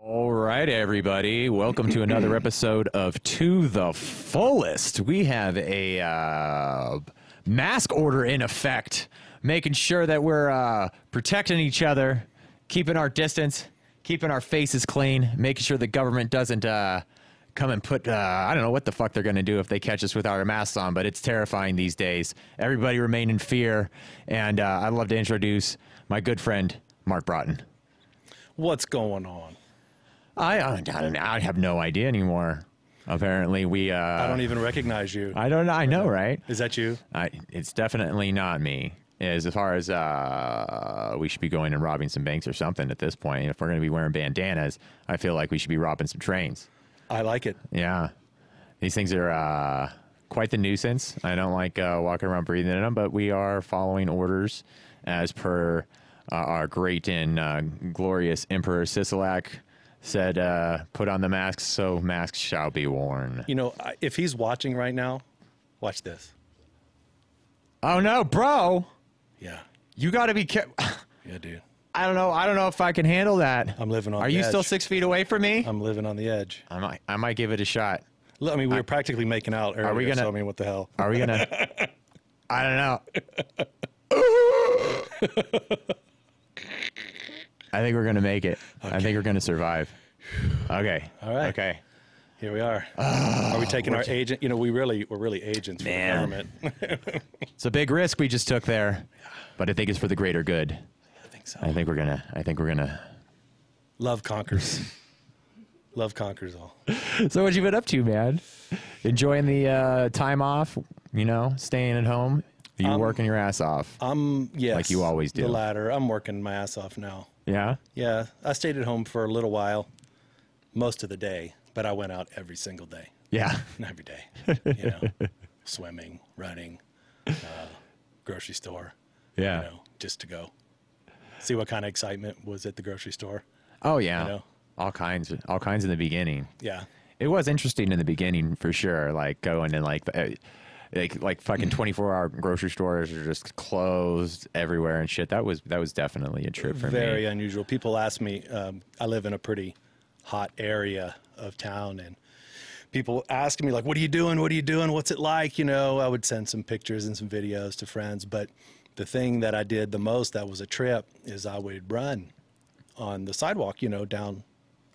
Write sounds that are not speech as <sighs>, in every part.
right, everybody. Welcome to another episode of To the Fullest. We have a uh, mask order in effect, making sure that we're uh, protecting each other, keeping our distance, keeping our faces clean, making sure the government doesn't uh, come and put, uh, I don't know what the fuck they're going to do if they catch us without our masks on, but it's terrifying these days. Everybody remain in fear. And uh, I'd love to introduce my good friend, Mark Broughton. What's going on? I I, don't- I have no idea anymore. Apparently, we. Uh, I don't even recognize you. I don't. I know, right? Is that you? I, it's definitely not me. As far as uh, we should be going and robbing some banks or something at this point. If we're going to be wearing bandanas, I feel like we should be robbing some trains. I like it. Yeah, these things are uh, quite the nuisance. I don't like uh, walking around breathing in them, but we are following orders as per uh, our great and uh, glorious Emperor Sisalak said. Uh, Put on the masks, so masks shall be worn. You know, I- if he's watching right now, watch this. Oh no, bro! Yeah. You got to be careful. Yeah, dude. <sighs> I don't know. I don't know if I can handle that. I'm living on Are the you still edge. six feet away from me? I'm living on the edge. I might. I might give it a shot. Look, I mean, we were practically making out earlier. Are we we gonna- gonna... So, I mean, what the hell? Are we gonna? <laughs> I don't know. I think we're gonna make it. I think we're gonna survive. Okay. All right. Okay. Here <sighs> we are. are we taking our agent? You know, we really, we're really agents for Ah, Man. the <laughs> government. It's a big risk we just took there, but I think it's for the greater good. I think so. I think we're gonna. I think we're gonna. Love conquers. Love conquers all. So what you been up to, man? Enjoying the uh, time off? You know, staying at home. You working your ass off? Um, yes. Like you always do. The latter. I'm working my ass off now. yeah. Yeah, I stayed at home for a little while, most of the day, but I went out every single day. Yeah. <laughs> every day. You know, swimming, running, uh, grocery store. Yeah. You know, just to go see what kind of excitement was at the grocery store. Oh yeah. I know. All kinds. All kinds in the beginning. Yeah. It was interesting in the beginning for sure, like going in like the- like like fucking Mm. twenty four hour grocery stores are just closed everywhere and shit. That was that was definitely a trip for Very me. unusual. People ask me, um, I live in a pretty hot area of town, and people ask me, like, what are you doing? What are you doing? What's it like? You know, I would send some pictures and some videos to friends. But the thing that I did the most that was a trip is I would run on the sidewalk, you know, down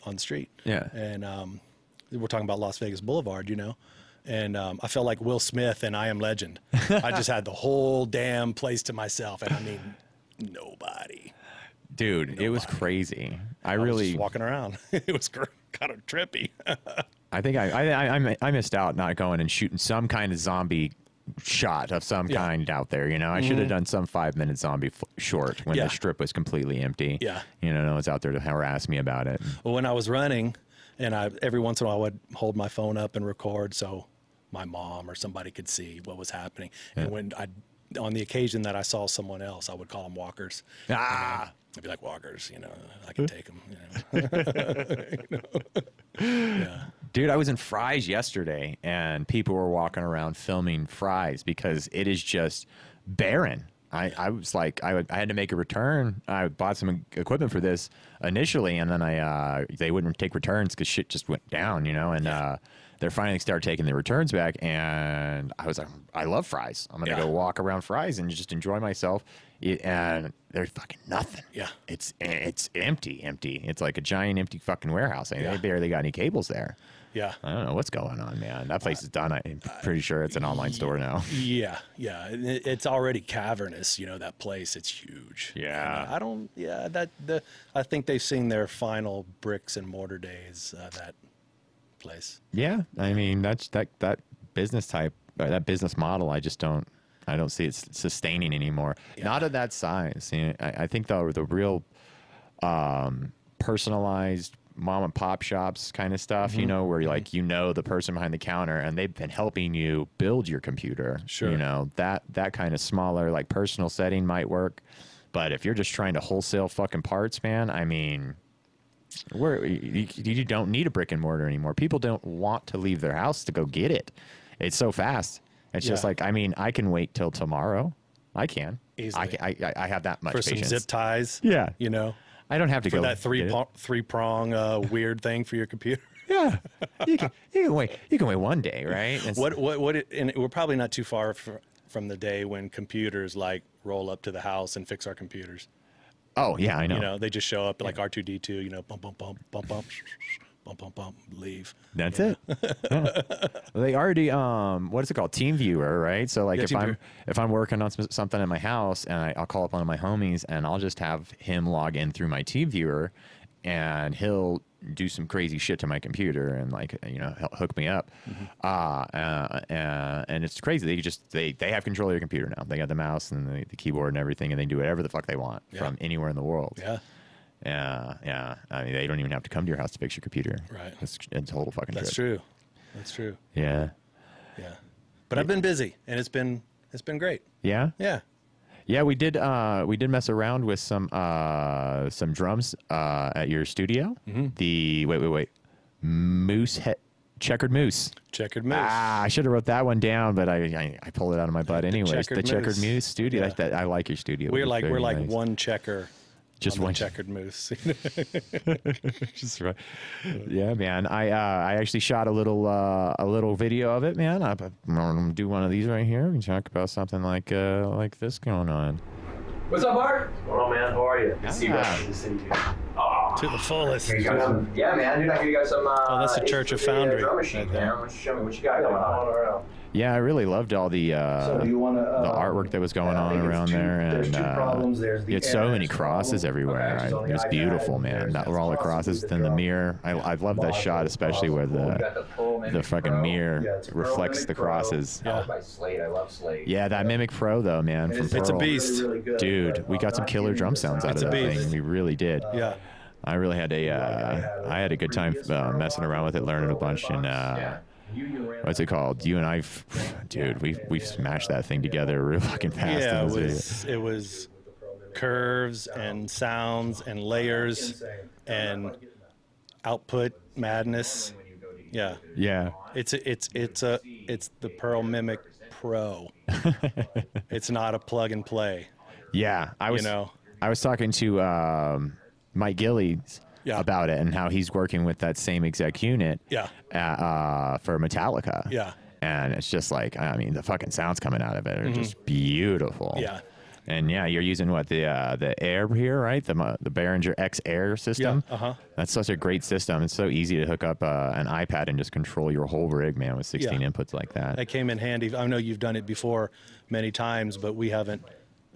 on the street. Yeah. And um, we're talking about Las Vegas Boulevard, you know. And um, I felt like Will Smith and I <laughs> Am Legend. I just had the whole damn place to myself, and I mean, nobody. Dude, it was crazy. I I was really, just walking around. <laughs> it was gr- kind of trippy. <laughs> I think I, I I I missed out not going and shooting some kind of zombie shot of some Yeah. Mm-hmm. kind out there. You know, I should have done some five minute zombie f- short when Yeah. the strip was completely empty. Yeah. you know, no one's out there to harass me about it. Well, when I was running, and I every once in a while I would hold my phone up and record so my mom or somebody could see what was happening. And when I, on the occasion that I saw someone else, I would call them walkers. Ah, I'd be like walkers, you know, I can take them. You know? <laughs> Dude, I was in Fry's yesterday and people were walking around filming Fry's because it is just barren. I, I was like, I, would, I had to make a return. I bought some equipment for this initially, and then I uh, they wouldn't take returns because shit just went down, you know. And uh, they're finally started taking their returns back, and I was like, I love Fry's. I'm gonna Yeah. go walk around Fry's and just enjoy myself. It- and there's fucking nothing. Yeah. it's it's empty, empty. It's like a giant empty fucking warehouse. and Yeah. They barely got any cables there. Yeah. I don't know what's going on, man. That place is done. I'm pretty sure it's an online store now. <laughs> Yeah, yeah, and it- it's already cavernous. You know that place; it's huge. And, Yeah. uh, I don't. Yeah, that the I think they've seen their final bricks and mortar days. Uh, that place. Yeah, I mean that's that that business type, or that business model. I just don't, I don't see it s- sustaining anymore. Not of that size. You know, I, I think the the real um, personalized mom and pop shops kind of stuff, you know, where you like you know the person behind the counter and they've been helping you build your computer. Sure. You know, that that kind of smaller like personal setting might work. But if you're just trying to wholesale fucking parts, man, I mean, where you, you don't need a brick and mortar anymore. People don't want to leave their house to go get it. It's so fast. It's just Yeah. like I mean, I can wait till tomorrow. I can. I Easily. can, I, I I have that much for patience. some zip ties. Yeah. you know. I don't have to for go that three get it. pro- three prong uh, weird thing for your computer. <laughs> Yeah, you can you can wait you can wait one day, right? It's- <laughs> What what what? It, and we're probably not too far fr- from the day when computers like roll up to the house and fix our computers. Oh yeah, I know. You know, they just show up like R two D two. You know, bump bump bump bump bump <laughs> bump bump bump leave. That's it. Yeah. Well, they already um what is it called? Team viewer, right? So like Yeah, if Team I'm Viewer. if I'm working on some- something in my house and I, I'll call up one of my homies and I'll just have him log in through my team viewer and he'll do some crazy shit to my computer and like you know he'll hook me up Mm-hmm. uh, uh, uh, and it's crazy they just they they have control of your computer now they got the mouse and the, the keyboard and everything and they can do whatever the fuck they want from anywhere in the world Yeah, yeah yeah i mean they don't even have to come to your house to fix your computer Right. it's a total fucking that's trip. true. That's true. yeah Yeah, but I've been busy and it's been it's been great. Yeah. Yeah. Yeah, we did uh we did mess around with some uh some drums uh at your studio. Mm-hmm. The wait, wait, wait. Moose he- checkered moose. Checkered moose. Ah, I should have wrote that one down, but I I, I pulled it out of my butt anyways. The Checkered checkered, Moose. moose. studio. Yeah. Like that I like your studio. we're It's like very we're like nice. <laughs> one checker. Just on the one- checkered moose. <laughs> Just right. Yeah, man. I uh, I actually shot a little uh, a little video of it, man. I, I'm gonna do one of these right here. We can talk about something like uh, like this going on. What's up, Bart? Well, man, how are you? Good to see you. Ah. Good to see you. Oh, to the fullest. yeah, man, dude, I hear you got some. Uh, Oh, that's the Church of HTV, uh, Foundry, Drum machine, right there. man. Why don't you show me what you got going on? Yeah, I really loved all the uh, So do you want to? Uh, the artwork that was going I on think it's around two- there, there's and two uh, problems. There's the you had so air many problem. crosses everywhere. Okay, I, it's on it the was iPad, beautiful, man. there's That the were all the crosses crosses, with then the drum. mirror. I I love that Model, shot, especially where possible. You the got the Pearl Mimic the fucking Pro. mirror Yeah, it's Pearl reflects Mimic the Pro. crosses. That was by Slade. I love Slade. Yeah, that Mimic Pro though, man, from It's, Pearl. a beast. Really, really good, Dude, but, we uh, got some not killer giving drum you the sounds out of It's sound a that beast. thing. We really did. Yeah. I really had a uh, had I had a good time previous uh, Pro messing around with it, box, learning a Pro bunch, and box. uh, Yeah. You, you ran what's it called? You and I, dude, we we smashed that thing together real fucking fast. Yeah, in it this video. was it was curves and sounds and layers and output madness. Yeah, Yeah. it's a, it's it's a it's the Pearl Mimic <laughs> Pro. it's not a plug and play. Yeah. I was know. I was talking to um, Mike Gillies Yeah. about it and how he's working with that same exec unit Yeah. uh, uh, for Metallica. Yeah. And it's just like I mean the fucking sounds coming out of it are just beautiful. Mm-hmm. Yeah. And yeah, you're using what the uh, the air here, right? The mo- the Behringer X Air system. uh-huh. That's such a great system. It's so easy to hook up uh, an iPad and just control your whole rig, man, with 16 Yeah. inputs like that. That came in handy. I know you've done it before many times, but we haven't.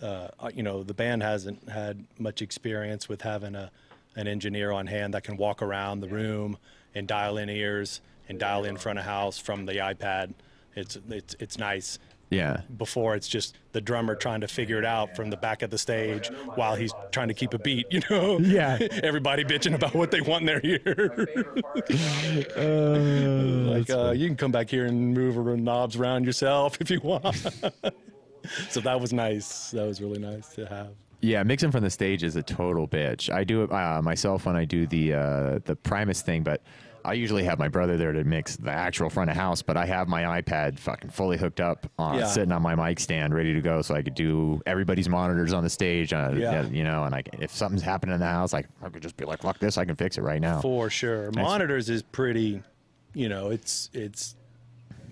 Uh, you know, the band hasn't had much experience with having a an engineer on hand that can walk around the room and dial in ears and dial in front of house from the iPad. It's it's it's nice. yeah. Before it's just the drummer trying to figure it out from the back of the stage while he's trying to keep a beat. <laughs> You know, Yeah. Everybody bitching about what they want in their ear. favorite part about it. <laughs> Like uh, you can come back here and move ar- knobs around yourself <laughs> if you want. so that was nice. That was really nice to have. Yeah, mixing from the stage is a total bitch. I do it uh, myself when I do the uh, the Primus thing, but I usually have my brother there to mix the actual front of house. But I have my iPad fucking fully hooked up, on, Yeah. sitting on my mic stand, ready to go, so I could do everybody's monitors on the stage. Uh, Yeah. you know, and I, c- if something's happening in the house, I, I could just be like, "Fuck this, I can fix it right now." For sure, monitors is pretty. You know, it's it's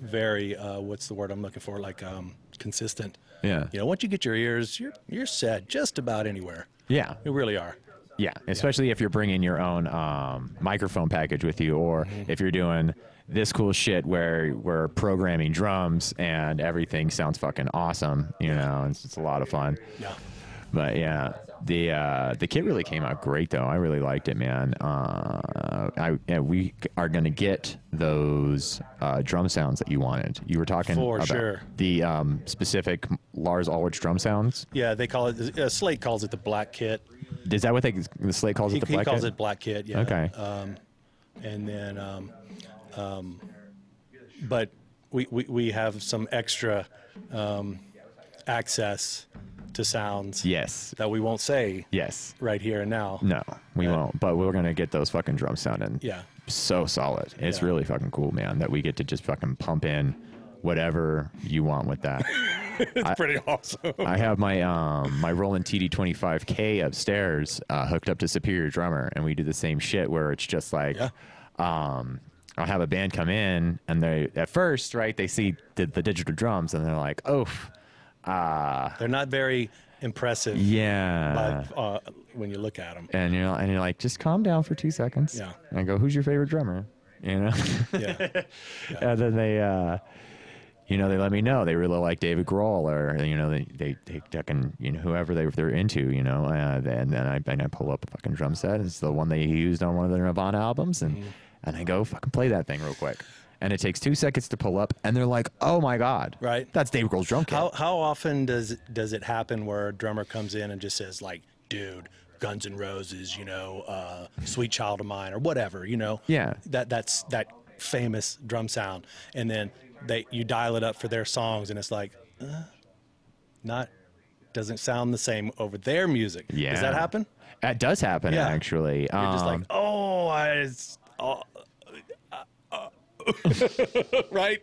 very uh, what's the word I'm looking for? Like um, consistent. yeah, You know, once you get your ears, you're you're set just about anywhere. yeah. You really are. Yeah, especially if you're bringing your own um, microphone package with you, or Mm-hmm. if you're doing this cool shit where we're programming drums and everything sounds fucking awesome. You know, and it's, it's a lot of fun. Yeah. But yeah, the uh, the kit really came out great though. I really liked it, man. Uh, I yeah, we are gonna get those uh, drum sounds that you wanted. You were talking For about sure. the um, specific Lars Ulrich drum sounds. Yeah, they call it. Uh, Slate calls it the black kit. Is that what they the slate calls He, it? The he black calls kit? it uh, black kit. Yeah. Okay. and then um, um, but we, we, we have some extra um, access to sounds yes. that we won't say Yes. right here and now. No, we won't. But we're gonna get those fucking drums sounding. <laughs> Yeah. So solid. It's Yeah. <laughs> really fucking cool, man. That we get to just fucking pump in whatever you want with that. it's pretty awesome. I have my um my Roland TD25K upstairs uh, hooked up to Superior Drummer, and we do the same shit where it's just like, Yeah. um, I'll have a band come in, and they at first right they see the, the digital drums, and they're like, oh, uh, They're not very impressive, yeah, but uh, when you look <laughs> at them, and you're and you're like, just calm down for two seconds. Yeah. And I go, who's your favorite drummer? You know. yeah, <laughs> and then they, uh, you know, they let me know they really like David Grohl or you know they they they fucking you know whoever they they're into you know uh, and then I and I pull up a fucking drum set it's the one they used on one of their Nirvana albums Mm-hmm. and and I go fucking play that thing real quick and it takes two seconds to pull up and they're like oh my god Right. that's David Grohl's drum kit How how often does does it happen where a drummer comes in and just says like, "Dude, Guns N' Roses, you know, uh, Sweet Child of Mine, or whatever, you know." Yeah. That that's that famous drum sound, and then they you dial it up for their songs, and it's like, uh, not doesn't sound the same over their music. yeah Does that happen? that does happen Yeah. actually You're just like, Um, oh, I, it's, oh, uh, <laughs> uh, uh," right?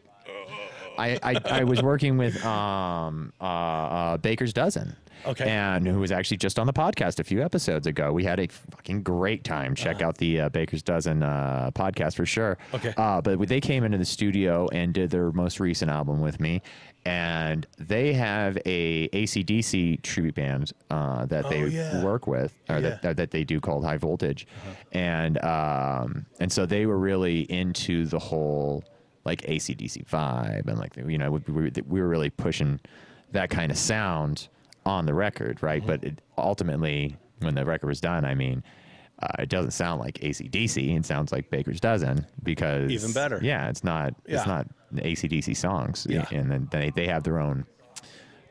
I, I, I was working with um, uh, uh, Baker's Dozen. Okay. And who was actually just on the podcast a few episodes ago. We had a fucking great time. Check out the uh, Baker's Dozen uh, podcast for sure. Uh-huh. Okay. Uh, but they came into the studio and did their most recent album with me. And they have a ACDC tribute band uh, that they Oh, yeah. work with, or that, Yeah. Uh-huh. that that they do called High Voltage, and um, and so they were really into the whole like ACDC vibe, and like you know we, we, we were really pushing that kind of sound on the record, right? Uh-huh. But it, ultimately, when the record was done, I mean. Uh, it doesn't sound like ACDC. It sounds like Baker's Dozen because Even better. Yeah, it's not. Yeah. It's not ACDC songs. Yeah. and then they, they have their own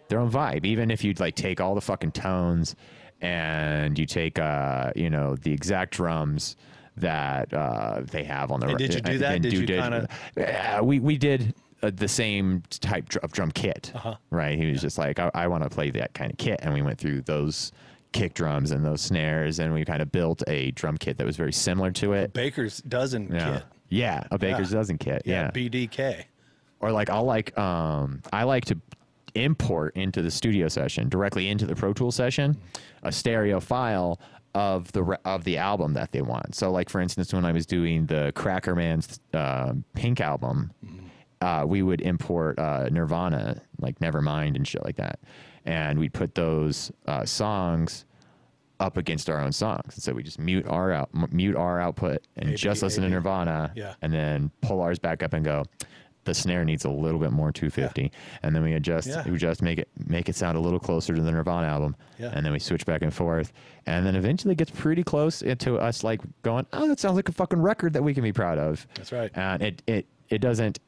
their own vibe. Even if you like take all the fucking tones and you take uh you know the exact drums that uh they have on the And did you do that? and Did you dig- kinda- Yeah, we we did uh, the same type dr- of drum kit Uh-huh. right he was just like i, I want to play that kind of kit and we went through those kick drums and those snares and we kind of built a drum kit that was very similar to it Baker's dozen yeah kit. yeah a baker's dozen kit yeah BDK. or like I'll like um I like to import into the studio session directly into the Pro Tool session a stereo file of the re- of the album that they want. So like for instance when I was doing the Crackerman's uh, Pink album uh, we would import uh, Nirvana like Nevermind and shit like that and we'd put those uh, songs up against our own songs. And so we just mute our out, m- mute our output and AB, just listen to AB. Nirvana Mm-hmm. Yeah. and then pull ours back up and go the snare needs a little bit more 250 and then we adjust Yeah. we just make it make it sound a little closer to the Nirvana album Yeah. and then we switch back and forth and then eventually it gets pretty close to us like going oh that sounds like a fucking record that we can be proud of That's right. and it it it doesn't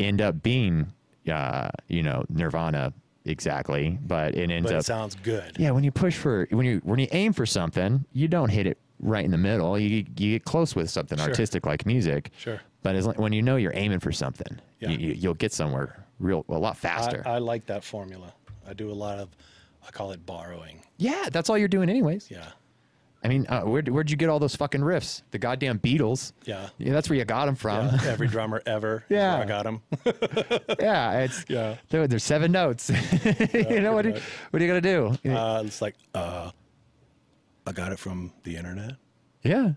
end up being uh you know Nirvana exactly but it ends But up it sounds good. yeah, when you push for when you when you aim for something, you don't hit it right in the middle. You you get close with something artistic like music. Sure. But as, lo- when you know you're aiming for something, Yeah. you, you, you'll get somewhere real a lot faster. I, I like that formula. I do a lot of, I call it borrowing. yeah, that's all you're doing anyways. Yeah. I mean, uh, where where'd you get all those fucking riffs? The goddamn Beatles. Yeah. Yeah, that's where you got them from. Yeah, Every drummer ever. is where Yeah. I got him. <laughs> Yeah, it's Yeah. There, there's seven notes. <laughs> you know what? do- much. What are you gonna do? Uh, it's like, uh, I got it from the internet. Yeah.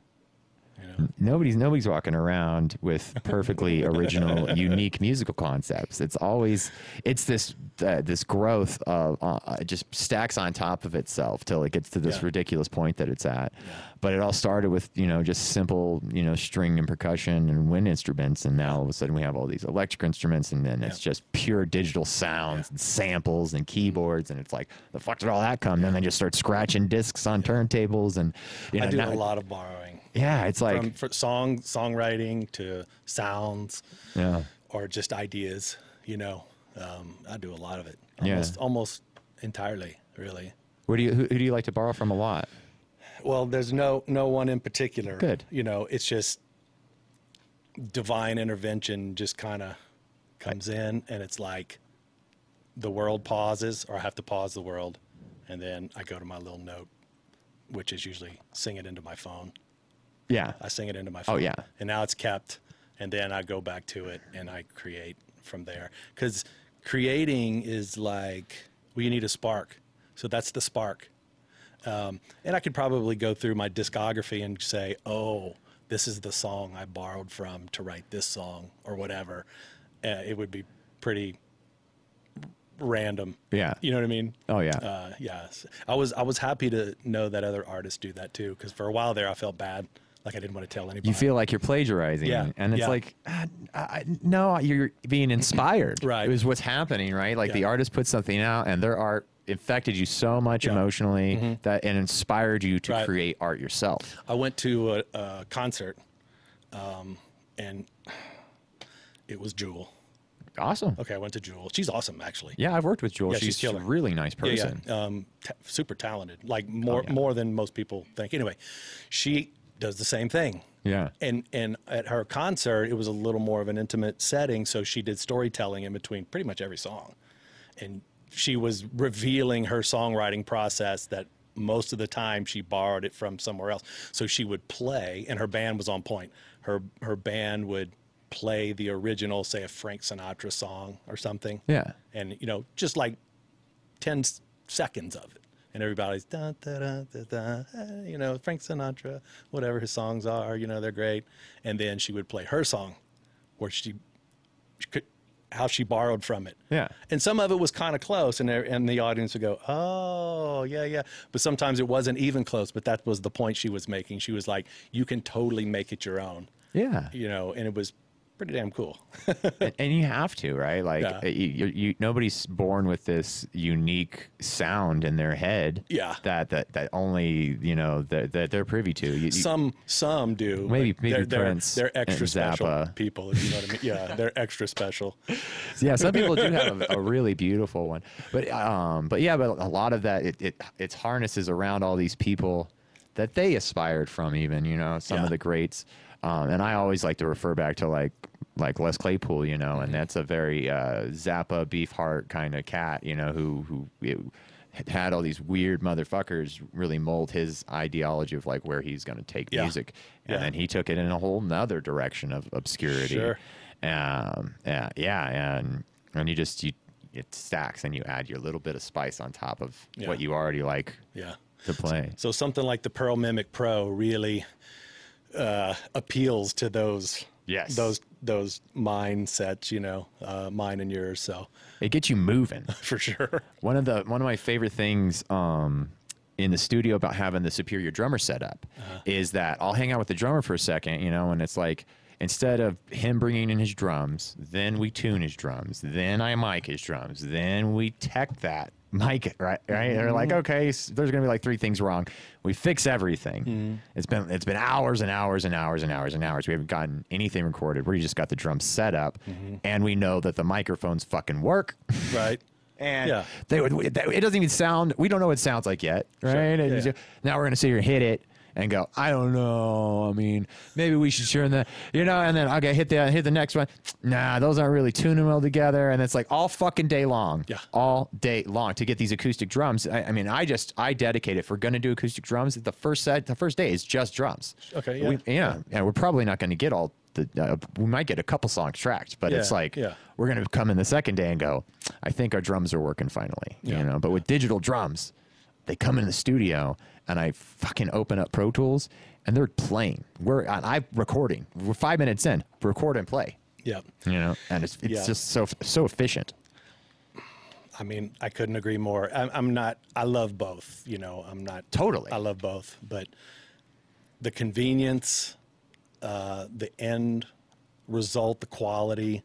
Nobody's nobody's walking around with <laughs> perfectly original, unique musical concepts. It's always it's this uh, this growth of uh, uh, it just stacks on top of itself till it gets to this Yeah. ridiculous point that it's at. But it all started with you know just simple you know string and percussion and wind instruments, and now all of a sudden we have all these electric instruments, and then it's Yeah. just pure digital sounds and samples and keyboards, and it's like the fuck did all that come? And then they just start scratching discs on turntables, and you know, I do now- a lot of borrowing. yeah, it's like from, from song songwriting to sounds yeah, or just ideas, you know. Um, I do a lot of it. Yeah. Almost almost entirely, really. Where do you who, who do you like to borrow from a lot? Well, there's no no one in particular. Good. You know, it's just divine intervention just kind of comes in and it's like the world pauses or I have to pause the world and then I go to my little note which is usually sing it into my phone. Yeah, I sing it into my phone. Oh, yeah. And now it's kept, and then I go back to it and I create from there because creating is like well, you need a spark. So that's the spark. Um, and I could probably go through my discography and say, oh, this is the song I borrowed from to write this song or whatever. Uh, it would be pretty random. Yeah. You know what I mean? Oh yeah. Uh, yes, I was I was happy to know that other artists do that too. Because for a while there, I felt bad, like I didn't want to tell anybody. you feel like you're plagiarizing, Yeah, and it's yeah. like, ah, I, I- no, you're being inspired. Right. is what's happening, right? Like the Yeah. artist put something out, and their art infected you so much Yeah. Mm-hmm. emotionally that it inspired you to Right. create art yourself. I went to a, a concert, um, and it was Jewel. Awesome. Okay, I went to Jewel. She's awesome, actually. Yeah, I've worked with Jewel. Yeah, she's she's a killer. really nice Yeah, person. Oh, yeah. Um, t- super talented, like more yeah. more than most people think. Anyway, she does the same thing. Yeah. And and at her concert, it was a little more of an intimate setting, so she did storytelling in between pretty much every song, and she was revealing her songwriting process that most of the time she borrowed it from somewhere else. So she would play, and her band was on point. Her her band would play the original, say a Frank Sinatra song or something Yeah. and you know just like 10 s- seconds of it and everybody's da, da, da, da, da, eh, you know frank sinatra whatever his songs are you know they're great and then she would play her song where she, she could how she borrowed from it Yeah. and some of it was kind of close and, there- and the audience would go oh yeah yeah but sometimes it wasn't even close but that was the point she was making she was like you can totally make it your own Yeah. you know and it was pretty damn cool and, and you have to, right? Like, uh, Yeah. you, you, you, nobody's born with this unique sound in their head. Yeah. That that that only you know that that they're privy to. You, you- Some some do. but Maybe- maybe they're, they're, Prince they're extra and special Zappa. people. If you know what I mean? Yeah, they're extra special. yeah, some people do have a, a really beautiful one, but um, but yeah, but a lot of that it, it it's harnesses around all these people that they aspired from, even you know some of Yeah. the greats. Um, and I always like to refer back to like like Les Claypool, you know, Mm-hmm. and that's a very uh, Zappa Beefheart kind of cat, you know, who who. It, had all these weird motherfuckers really mold his ideology of like where he's going to take Yeah. music, and Yeah. then he took it in a whole nother direction of obscurity Sure. um, yeah, yeah, and and you just you it stacks and you add your little bit of spice on top of Yeah. what you already like Yeah. to play. So something like the Pearl Mimic Pro really uh, appeals to those Yes. those those mindsets. You know, uh, mine and yours. So <laughs> It gets you moving. for sure. One of the one of my favorite things um, in the studio about having the superior drummer set up is that I'll hang out with the drummer for a second, you know, and it's like instead of him bringing in his drums, then we tune his drums, then I mic his drums, then we tech that mic it right right they're like okay s there's gonna be like three things wrong we fix everything it's been it's been hours and hours and hours and hours and hours we haven't gotten anything recorded we just got the drums set up and we know that the microphones fucking work Right. and Yeah. they would. we- that- It doesn't even sound. We don't know what it sounds like yet, right? And Yeah. so- Now we're gonna sit here and hit it and go. I don't know. I mean, maybe we should turn the, you know, and then okay, hit the hit the next one. Nah, those aren't really tuning well together. And it's like all fucking day long. Yeah. all day long to get these acoustic drums. I, I mean, I just I dedicate if we're gonna do acoustic drums, the first set, the first day is just drums. Okay, We, yeah. yeah, yeah, we're probably not gonna get all. The, uh, we might get a couple songs tracked, but it's Yeah, like yeah. we're going to come in the second day and go, I think our drums are working finally, you Yeah. know, but with digital drums, they come in the studio and I fucking open up Pro Tools and they're playing. We're and I'm recording. We're five minutes in, record and play, Yeah. you know, and it's, it's Yeah. just so, so efficient. I mean, I couldn't agree more. I'm, I'm not. I love both. You know, I'm not Totally. I love both, but the convenience, uh, the end result, the quality,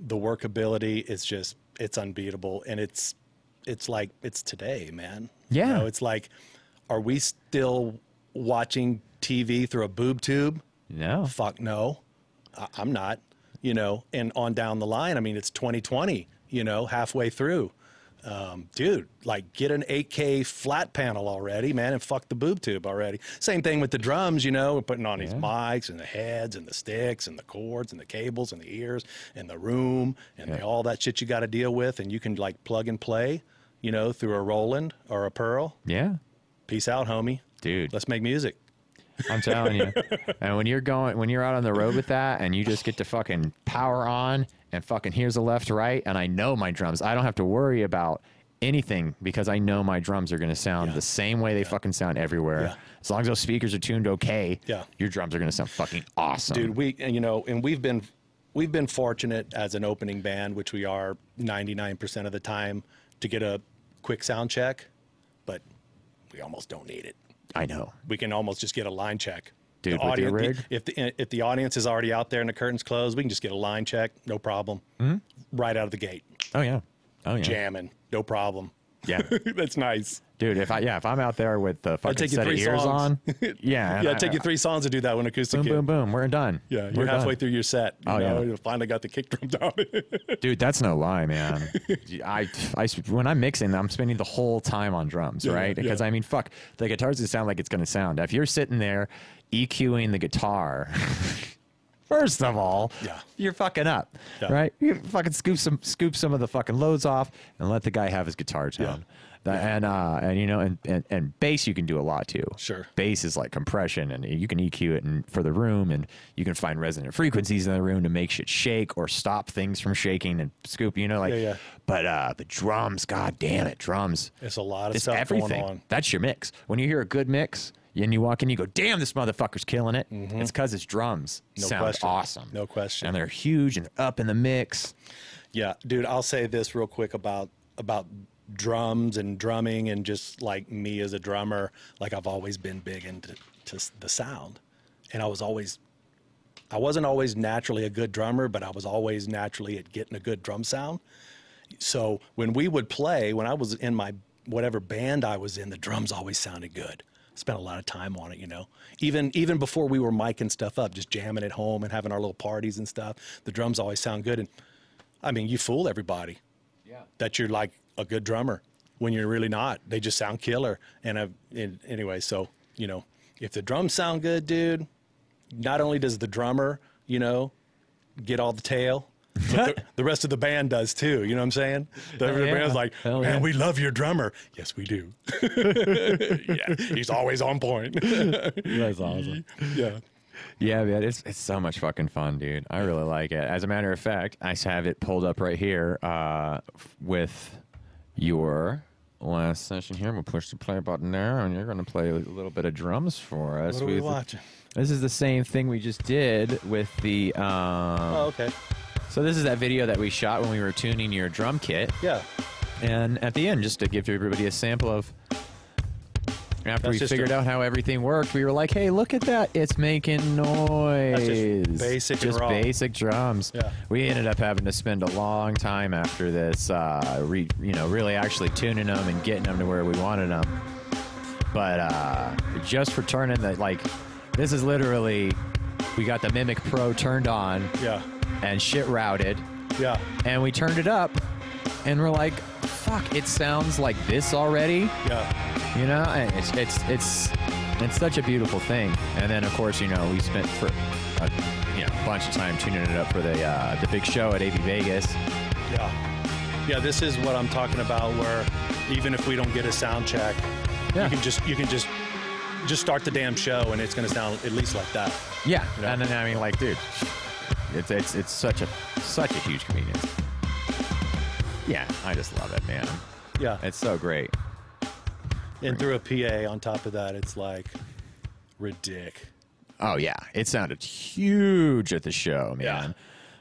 the workability is just it's unbeatable, and it's it's like it's today, man. Yeah. you know, it's like, are we still watching TV through a boob tube? No. Oh, fuck no I- i'm not you know and on down the line i mean it's 2020 you know halfway through um, dude like get an 8k flat panel already man and fuck the boob tube already same thing with the drums you know we're putting on these mics and the heads and the sticks and the cords and the cables and the ears and the room and the, all that shit you got to deal with and you can like plug and play you know through a roland or a pearl Yeah. peace out homie Dude. let's make music I'm telling you. and when you're going, when you're out on the road with that, and you just get to fucking power on and fucking here's a left right and I know my drums. I don't have to worry about anything because I know my drums are going to sound the same way they fucking sound everywhere. Yeah. As long as those speakers are tuned okay, Yeah. your drums are going to sound fucking awesome. dude we and you know and we've been we've been fortunate as an opening band which we are 99% of the time to get a quick sound check but we almost don't need it I know. we can almost just get a line check Dude, with your rig? if the eh, if the audience is already out there and the curtains closed we can just get a line check no problem Hmm? right out of the gate Oh yeah. Oh yeah. jamming no problem <laughs> Yeah. that's nice Dude, if I yeah, if I'm out there with the fucking take you set of three ears songs. <laughs> on, yeah, and yeah I- it'd take you three songs to do that when acoustic boom, kit. boom, boom, we're done. yeah We're you're halfway done. through your set you Oh, know, yeah. you finally got the kick drum down Dude, that's no lie, man. I, I, when I'm mixing, I'm spending the whole time on drums, Yeah, right? yeah. Because I mean, fuck, the guitar's gonna sound like it's gonna sound. If you're sitting there EQing the guitar, <laughs> first of all, Yeah. you're fucking up, Yeah. right? You fucking scoop some, scoop some of the fucking loads off, and let the guy have his guitar tone. That- And uh, and you know, and, and and bass you can do a lot too. Sure. Bass is like compression, and you can EQ it and for the room, and you can find resonant frequencies in the room to make shit shake or stop things from shaking and scoop. You know, like. Yeah, yeah. But uh, the drums, god damn it, drums. <laughs> It's a lot of It's stuff everything. going on. That's your mix. When you hear a good mix and you walk in, you go, damn, this motherfucker's killing it. It's because his drums Mm-hmm. No sound question. awesome. No question. And they're huge and they're up in the mix. Yeah, dude, I'll say this real quick about about drums and drumming and just like me as a drummer, like I've always been big into to s- the sound. And I was always I wasn't always naturally a good drummer, but I was always naturally at getting a good drum sound. So when we would play, when I was in my whatever band I was in, the drums always sounded good. Spent a lot of time on it, you know. Even even before we were micing stuff up, just jamming at home and having our little parties and stuff, the drums always sound good. And I mean, you fool everybody. Yeah. That you're like a good drummer when you're really not. They just sound killer. And, I've, and anyway, so you know, if the drums sound good, dude, not only does the drummer, you know, get all the tail, but the, <laughs> the rest of the band does too. You know what I'm saying? The, the yeah. band's like, Hell man, yeah." we love your drummer. Yes, we do. <laughs> yeah, he's always on point. <laughs> <laughs> That's awesome. yeah. Yeah, man, it's it's so much fucking fun, dude. I really like it. As a matter of fact, I have it pulled up right here uh, f- with your last session here. We'll push the play button there, and you're going to play a little bit of drums for us. What are we with- watching? This is the same thing we just did with the. Um, Oh, okay. So this is that video that we shot when we were tuning your drum kit, Yeah. and at the end, just to give everybody a sample of. After That's we just figured a- out how everything worked, we were like, "Hey, look at that! It's making noise." basic and Just raw. basic drums. Yeah. We ended up having to spend a long time after this, uh, re, you know, really actually tuning them and getting them to where we wanted them. But uh, just for turning the like, this is literally, we got the Mimic Pro turned on Yeah. and shit routed Yeah. and we turned it up and we're like fuck it sounds like this already Yeah. you know and it's it's it's it's such a beautiful thing and then of course you know we spent for a you know, bunch of time tuning it up for the uh, the big show at AV Vegas Yeah. Yeah, this is what I'm talking about where even if we don't get a sound check, Yeah. you can just you can just just start the damn show and it's gonna sound at least like that. yeah Yeah. and then I mean like dude it's it's it's such a such a huge convenience yeah I just love it man Yeah. it's so great and through a PA on top of that, it's like ridic. Oh yeah, it sounded huge at the show, man.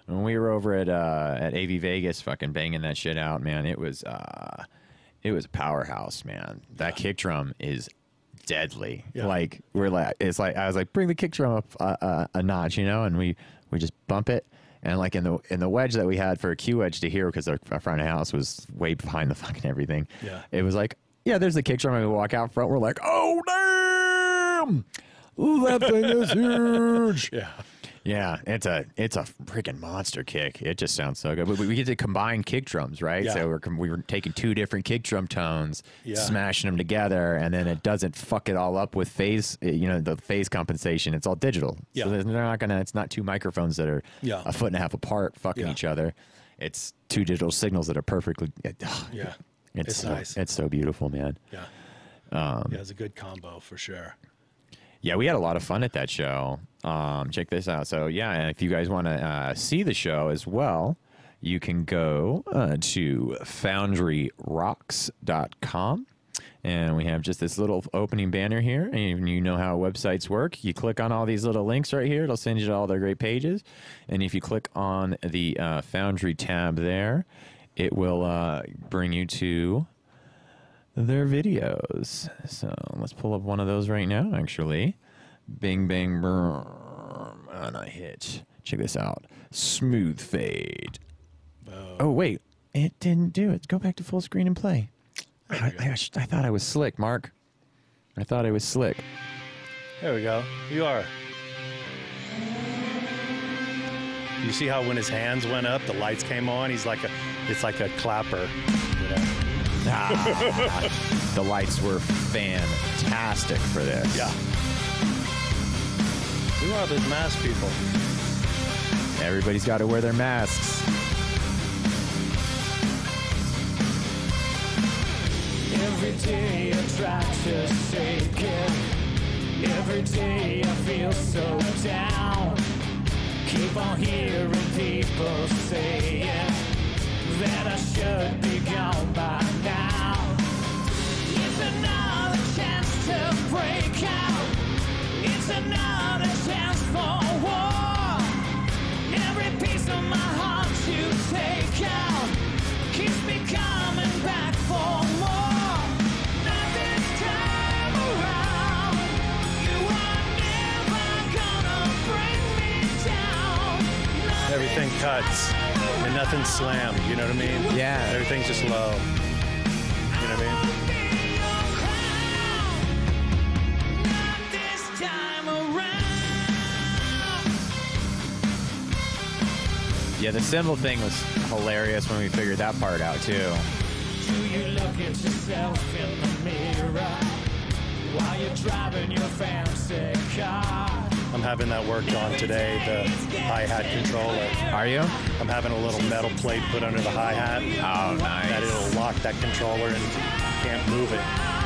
When we were over at uh, at AV Vegas, fucking banging that shit out, man. It was uh, it was a powerhouse, man. That kick drum is deadly. Yeah. Like we're like, it's like I was like, bring the kick drum up a, a, a notch, you know, and we we just bump it. And like in the in the wedge that we had for a Q wedge to hear because our, our front of house was way behind the <laughs> fucking everything. Yeah. It was like, yeah, there's the kick drum. And we walk out front. We're like, oh damn, Ooh, that thing <laughs> is huge. Yeah. Yeah, it's a it's a freaking monster kick. It just sounds so good. But we we get to combine kick drums, right? Yeah. So we're com- we were taking two different kick drum tones, Yeah. smashing them together, and then it doesn't fuck it all up with phase. You know the phase compensation. It's all digital. Yeah. So there's- they're not gonna. It's not two microphones that are Yeah. a foot and a half apart fucking Yeah. each other. It's two digital signals that are perfectly. <sighs> Yeah. It's, It's so, nice. It's so beautiful, man. Yeah. yeah, it's a good combo for sure. Yeah, we had a lot of fun at that show. Um, check this out. So yeah, and if you guys want to uh, see the show as well, you can go uh, to foundryrocks.com. And we have just this little opening banner here. And you know how websites work. You click on all these little links right here, it'll send you to all their great pages. And if you click on the uh, Foundry tab there, it will uh, bring you to their videos. So let's pull up one of those right now, actually. Bing, bang, brrm, on a hit. Check this out. Smooth fade. Oh, wait. It didn't do it. Go back to full screen and play. I, I sh- I thought I was slick, Mark. I thought I was slick. There we go. You are. You see how when his hands went up, the lights came on. He's like a, it's like a clapper. You know? Ah, the lights were fantastic for this. Yeah. We want those mask people. Everybody's got to wear their masks. Every day I try to shake it. Every day I feel so down. Keep on hearing people saying that I should be gone by now. It's another chance to break out. It's another chance for war. Every piece of my heart you take out keeps me coming back for more. Not this time around. You are never gonna bring me down. Not Everything this cuts time and nothing's slammed. You know what I mean? Yeah. Everything's just low. You know what I mean? I'll be your crown. Not this time around. Yeah, the symbol thing was hilarious when we figured that part out, too. Do you look at yourself in the mirror while you're driving your fancy car? I'm having that worked on today, the hi-hat controller. Are you? I'm having a little metal plate put under the hi-hat Oh, that nice. it'll lock that controller and can't move it.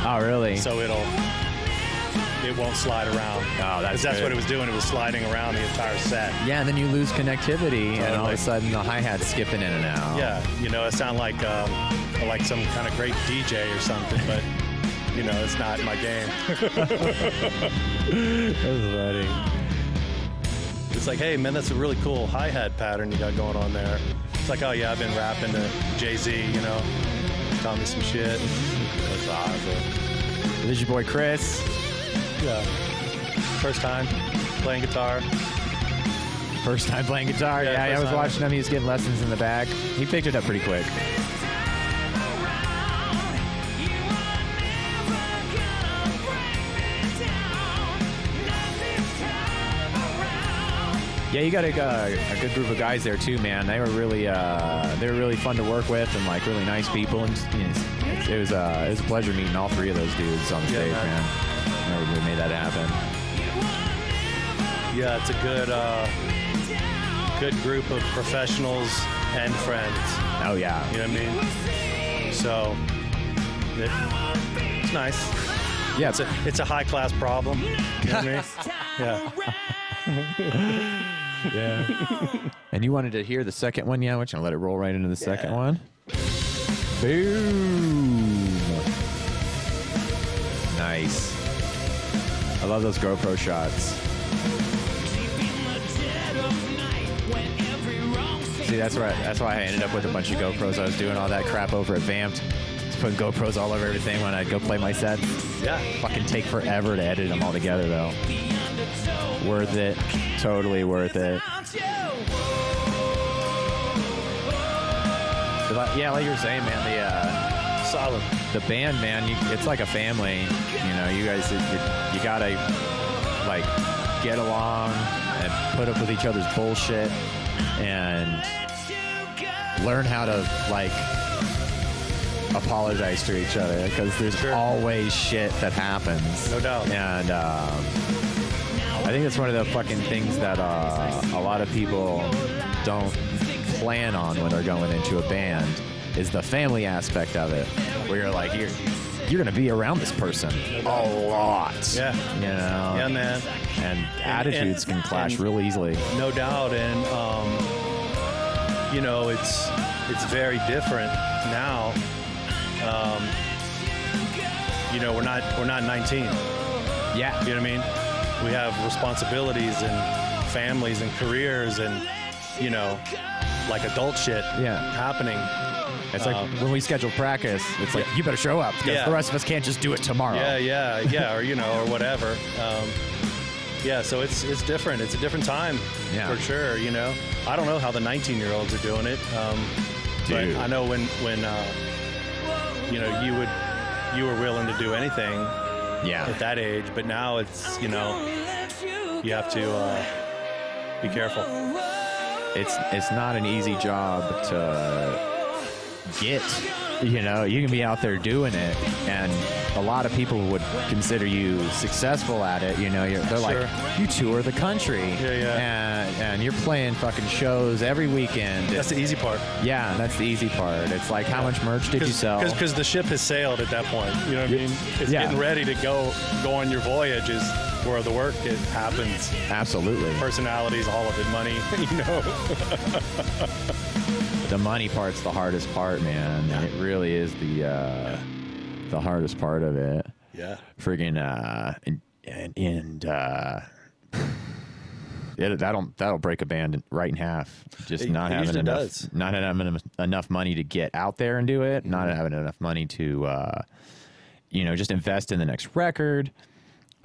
Oh, really? So it'll it won't slide around. Oh, that's 'Cause that's good. what it was doing. It was sliding around the entire set. yeah, and then you lose connectivity, and all of a Totally. sudden the hi hat's skipping in and out. Yeah, you know, I sound like um, like some kind of great DJ or something, but you know, it's not my game. <laughs> That's funny. It's like, hey man, that's a really cool hi hat pattern you got going on there. It's like, oh yeah, I've been rapping to Jay Z, you know, taught me some shit. That's awesome. This is your boy Chris. Yeah, first time playing guitar. First time playing guitar. Yeah, Yeah, I first was time. watching him. He was getting lessons in the back. He picked it up pretty quick. Yeah, you got a, uh, a good group of guys there too, man. They were really uh, they were really fun to work with and like really nice people. And just, you know, it's, it was uh, it was a pleasure meeting all three of those dudes on stage, man. man. I really made that happen. Yeah, it's a good uh, good group of professionals and friends. Oh yeah, You know what I mean? So it, it's nice. yeah. It's a it's a high class problem. You know what I mean? Yeah. And you wanted to hear the second one, yeah? Which I'll let it roll right into the second one. Boom! Nice. I love those GoPro shots. See, that's where I, that's why I ended up with a bunch of GoPros. I was doing all that crap over at Vamped. Just putting GoPros all over everything when I'd go play my set. Yeah. Fucking take forever to edit them all together, though. Worth it. Totally worth it. But like- Yeah, like you were saying, man, the uh, Solid. the band, man, you, it's like a family. You know, you guys, you, you gotta like get along and put up with each other's bullshit and learn how to like apologize to each other because there's Sure. always shit that happens. No doubt. And um, I think that's one of the fucking things that uh, a lot of people don't plan on when they're going into a band is the family aspect of it, where you're like you're you're gonna be around this person a lot. Yeah. You know? Yeah, man. And attitudes and- can clash and- real easily. No doubt. And um, you know, it's it's very different now. Um, you know, we're not we're not 19. You know Yeah. what I mean? We have responsibilities and families and careers and you know, like adult shit Yeah. happening. It's like when we schedule practice, it's like, you better show up because Um, Yeah. the rest of us can't just do it tomorrow. Yeah, yeah, yeah, or you know, or whatever. Um, yeah, so it's it's different. It's a different time Yeah. for sure. You know, I don't know how the 19 year olds are doing it, um, but Dude. I know when when uh, you know you would you were willing to do anything at Yeah. that age, but now it's you know you have to uh, be careful. It's it's not an easy job to get. You know, you can be out there doing it, and a lot of people would consider you successful at it. You know, you're, they're like, Sure. you tour the country, Yeah, yeah. And, and you're playing fucking shows every weekend. That's the easy part. yeah, that's the easy part. It's like, how much merch did you sell? Because the ship has sailed at that point. You know what I mean? It's Yeah. getting ready to go go on your voyage is where the work it happens. Absolutely, personalities, all of it, money. <laughs> Uh, You know, the money part's the hardest part, man. It really is the uh, the hardest part of it. yeah, friggin' uh and and, and uh <sighs> yeah, that'll that'll break a band right in half. Just It- not it having usually enough, does. not having en- enough money to get out there and do it. Mm-hmm. Not having enough money to, uh, you know, just invest in the next record.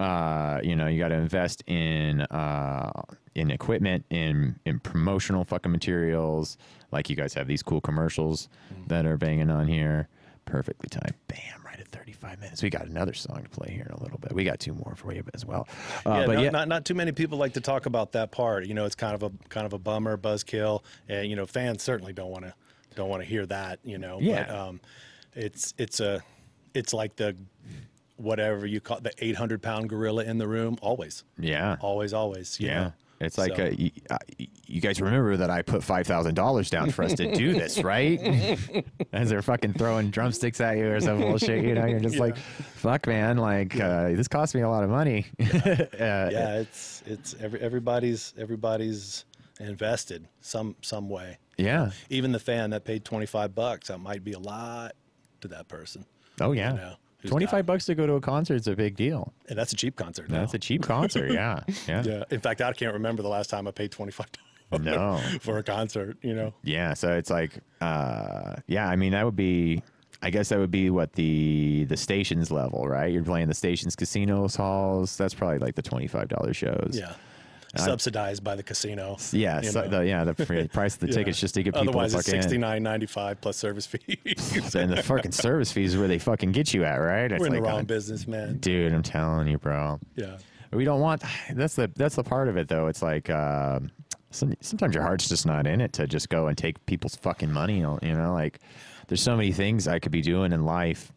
Uh, you know, you got to invest in uh, in equipment, in in promotional fucking materials. Like you guys have these cool commercials Mm. that are banging on here. Perfectly timed. Bam! Right at 35 minutes. We got another song to play here in a little bit. We got two more for you as well. Uh, yeah, but not, yeah, not not too many people like to talk about that part. You know, it's kind of a kind of a bummer, buzzkill, and you know, fans certainly don't want to don't want to hear that. You know, Yeah. but um, it's it's a it's like the whatever you call the 800 pound gorilla in the room always yeah. always always you Yeah. know? It's like, So- uh, you, uh, you guys remember that I put $5,000 down for us to do this, right? <laughs> As they're fucking throwing drumsticks at you or some bullshit, you know, you're just like, fuck, man, like, uh, this cost me a lot of money. <laughs> uh, yeah it's it's every, everybody's everybody's invested some some way yeah. even the fan that paid 25 bucks that might be a lot to that person Oh, yeah. know, who's 25 bucks to go to a concert is a big deal. and that's a cheap concert now. That's a cheap concert. Yeah. Yeah. yeah in fact i can't remember the last time i paid 25 No. <laughs> for a concert you know Yeah, so it's like, uh, yeah, I mean that would be, I guess that would be what the the stations level, right? You're playing the stations, casinos, halls. That's probably like the twenty five dollars shows. yeah subsidized by the casino yeah, you so, know. the, yeah. The pr- price of <laughs> the tickets just to get people otherwise it's fucking. 69.95 plus service fee <laughs> and the fucking service fees where they fucking get you at, <laughs> right? It's we're in the like, wrong uh, business man dude. I'm telling you, bro. yeah We don't want. That's the that's the part of it though. It's like. Uh, some, sometimes your heart's just not in it to just go and take people's fucking money. You know, like there's so many things I could be doing in life.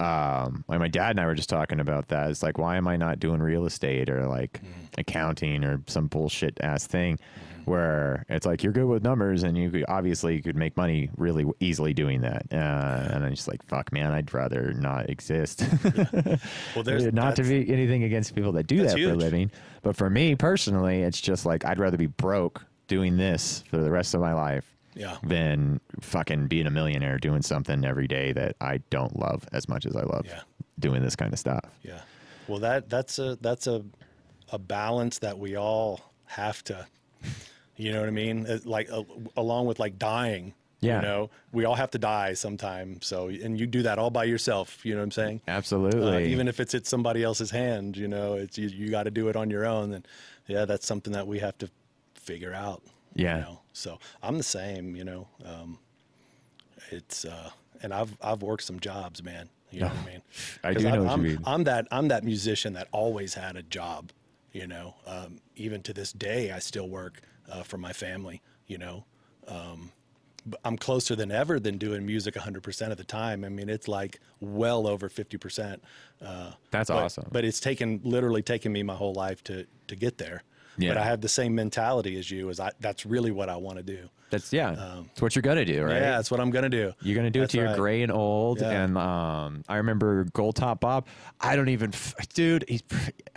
Um, like my dad and I were just talking about that. It's like, why am I not doing real estate or like accounting or some bullshit ass thing where it's like you're good with numbers and you could, obviously could make money really easily doing that. Uh, and I'm just like, fuck, man, I'd rather not exist. <laughs> well there's not to that's- be anything against people that do that that's for a huge. living, but for me personally, it's just like I'd rather be broke doing this for the rest of my life Yeah. than fucking being a millionaire doing something every day that I don't love as much as I love Yeah. doing this kind of stuff. Yeah. Well, that that's a that's a a balance that we all have to. You know what I mean? It- Like a, along with like dying. Yeah. You know, we all have to die sometime. So, and you do that all by yourself. You know what I'm saying? Uh, Absolutely. even if it's at somebody else's hand, you know, it's you, you got to do it on your own. And yeah, that's something that we have to figure out. you Yeah. know? So I'm the same. You know, um, it's uh, and I've I've worked some jobs, man. You <laughs> know what I mean? I 'Cause do I'm, know what you I'm, mean. I'm that I'm that musician that always had a job. You know, um, even to this day, I still work uh, for my family. You know, Um, but I'm closer than ever than doing music 100% of the time. I mean, it's like well over 50%. Uh, That's but- awesome. But it's taken literally taken me my whole life to to get there. Yeah. But I have the same mentality as you. Is I that's really what I want to do. That's yeah. um, it's what you're gonna do, right? Yeah, that's what I'm gonna do. You're gonna do it That's to your right. gray and old. Yeah. And um, I remember Gold Top Bob. I don't even, f- dude. He's,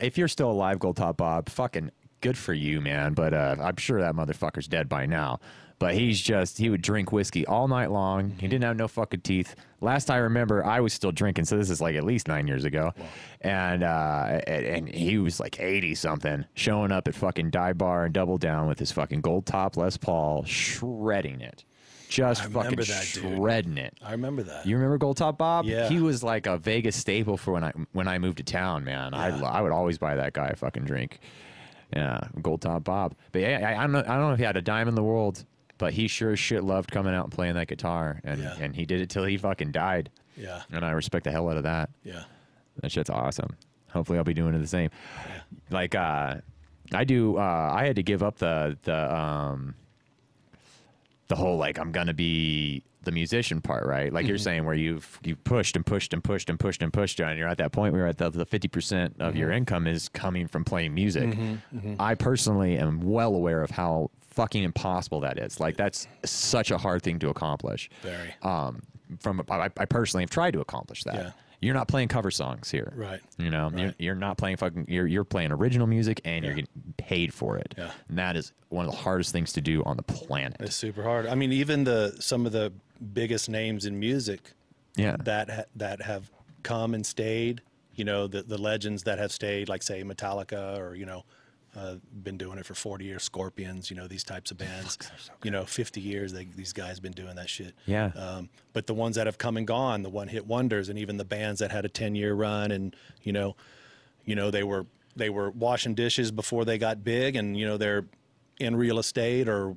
if you're still alive, Gold Top Bob, fucking good for you, man. But uh, I'm sure that motherfucker's dead by now. But he's just he would drink whiskey all night long. He didn't have no fucking teeth. Last I remember, I was still drinking, so this is like at least nine years ago. And uh, and, and he was like eighty something, showing up at fucking Die Bar and Double Down with his fucking gold top Les Paul, shredding it, just fucking remember that, dude. shredding it. I remember that. You remember Gold Top Bob? Yeah. He was like a Vegas staple for when I when I moved to town, man. I lo- I would always buy that guy a fucking drink. Yeah, Gold Top Bob. But yeah, I, I don't know I don't know if he had a dime in the world, but he sure as shit loved coming out and playing that guitar and Yeah. and he did it till he fucking died. yeah, And I respect the hell out of that. yeah. That shit's awesome. Hopefully, I'll be doing the same. Like, uh, I do. Uh, I had to give up the the um, the whole like I'm gonna be the musician part, right? Like you're saying, where you've you pushed and pushed and pushed and pushed and pushed, and you're at that point where you're at the the fifty percent of your income is coming from playing music. I personally am well aware of how fucking impossible that is. Like that's such a hard thing to accomplish Very um, from I, I personally have tried to accomplish that. Yeah. You're not playing cover songs here, Right. You know, You're, Right. you're not playing fucking. You're you're playing original music, and you're Yeah. getting paid for it. Yeah. And that is one of the hardest things to do on the planet. It's super hard. I mean, even the some of the biggest names in music yeah. that ha- that have come and stayed. You know, the the legends that have stayed, like say Metallica, or you know, uh, been doing it for forty years. Scorpions, you know, these types of bands. you know, fifty years. They, these guys been doing that shit. Yeah. Um, but the ones that have come and gone, the one hit wonders, and even the bands that had a ten year run, and you know, you know they were they were washing dishes before they got big, and you know they're in real estate or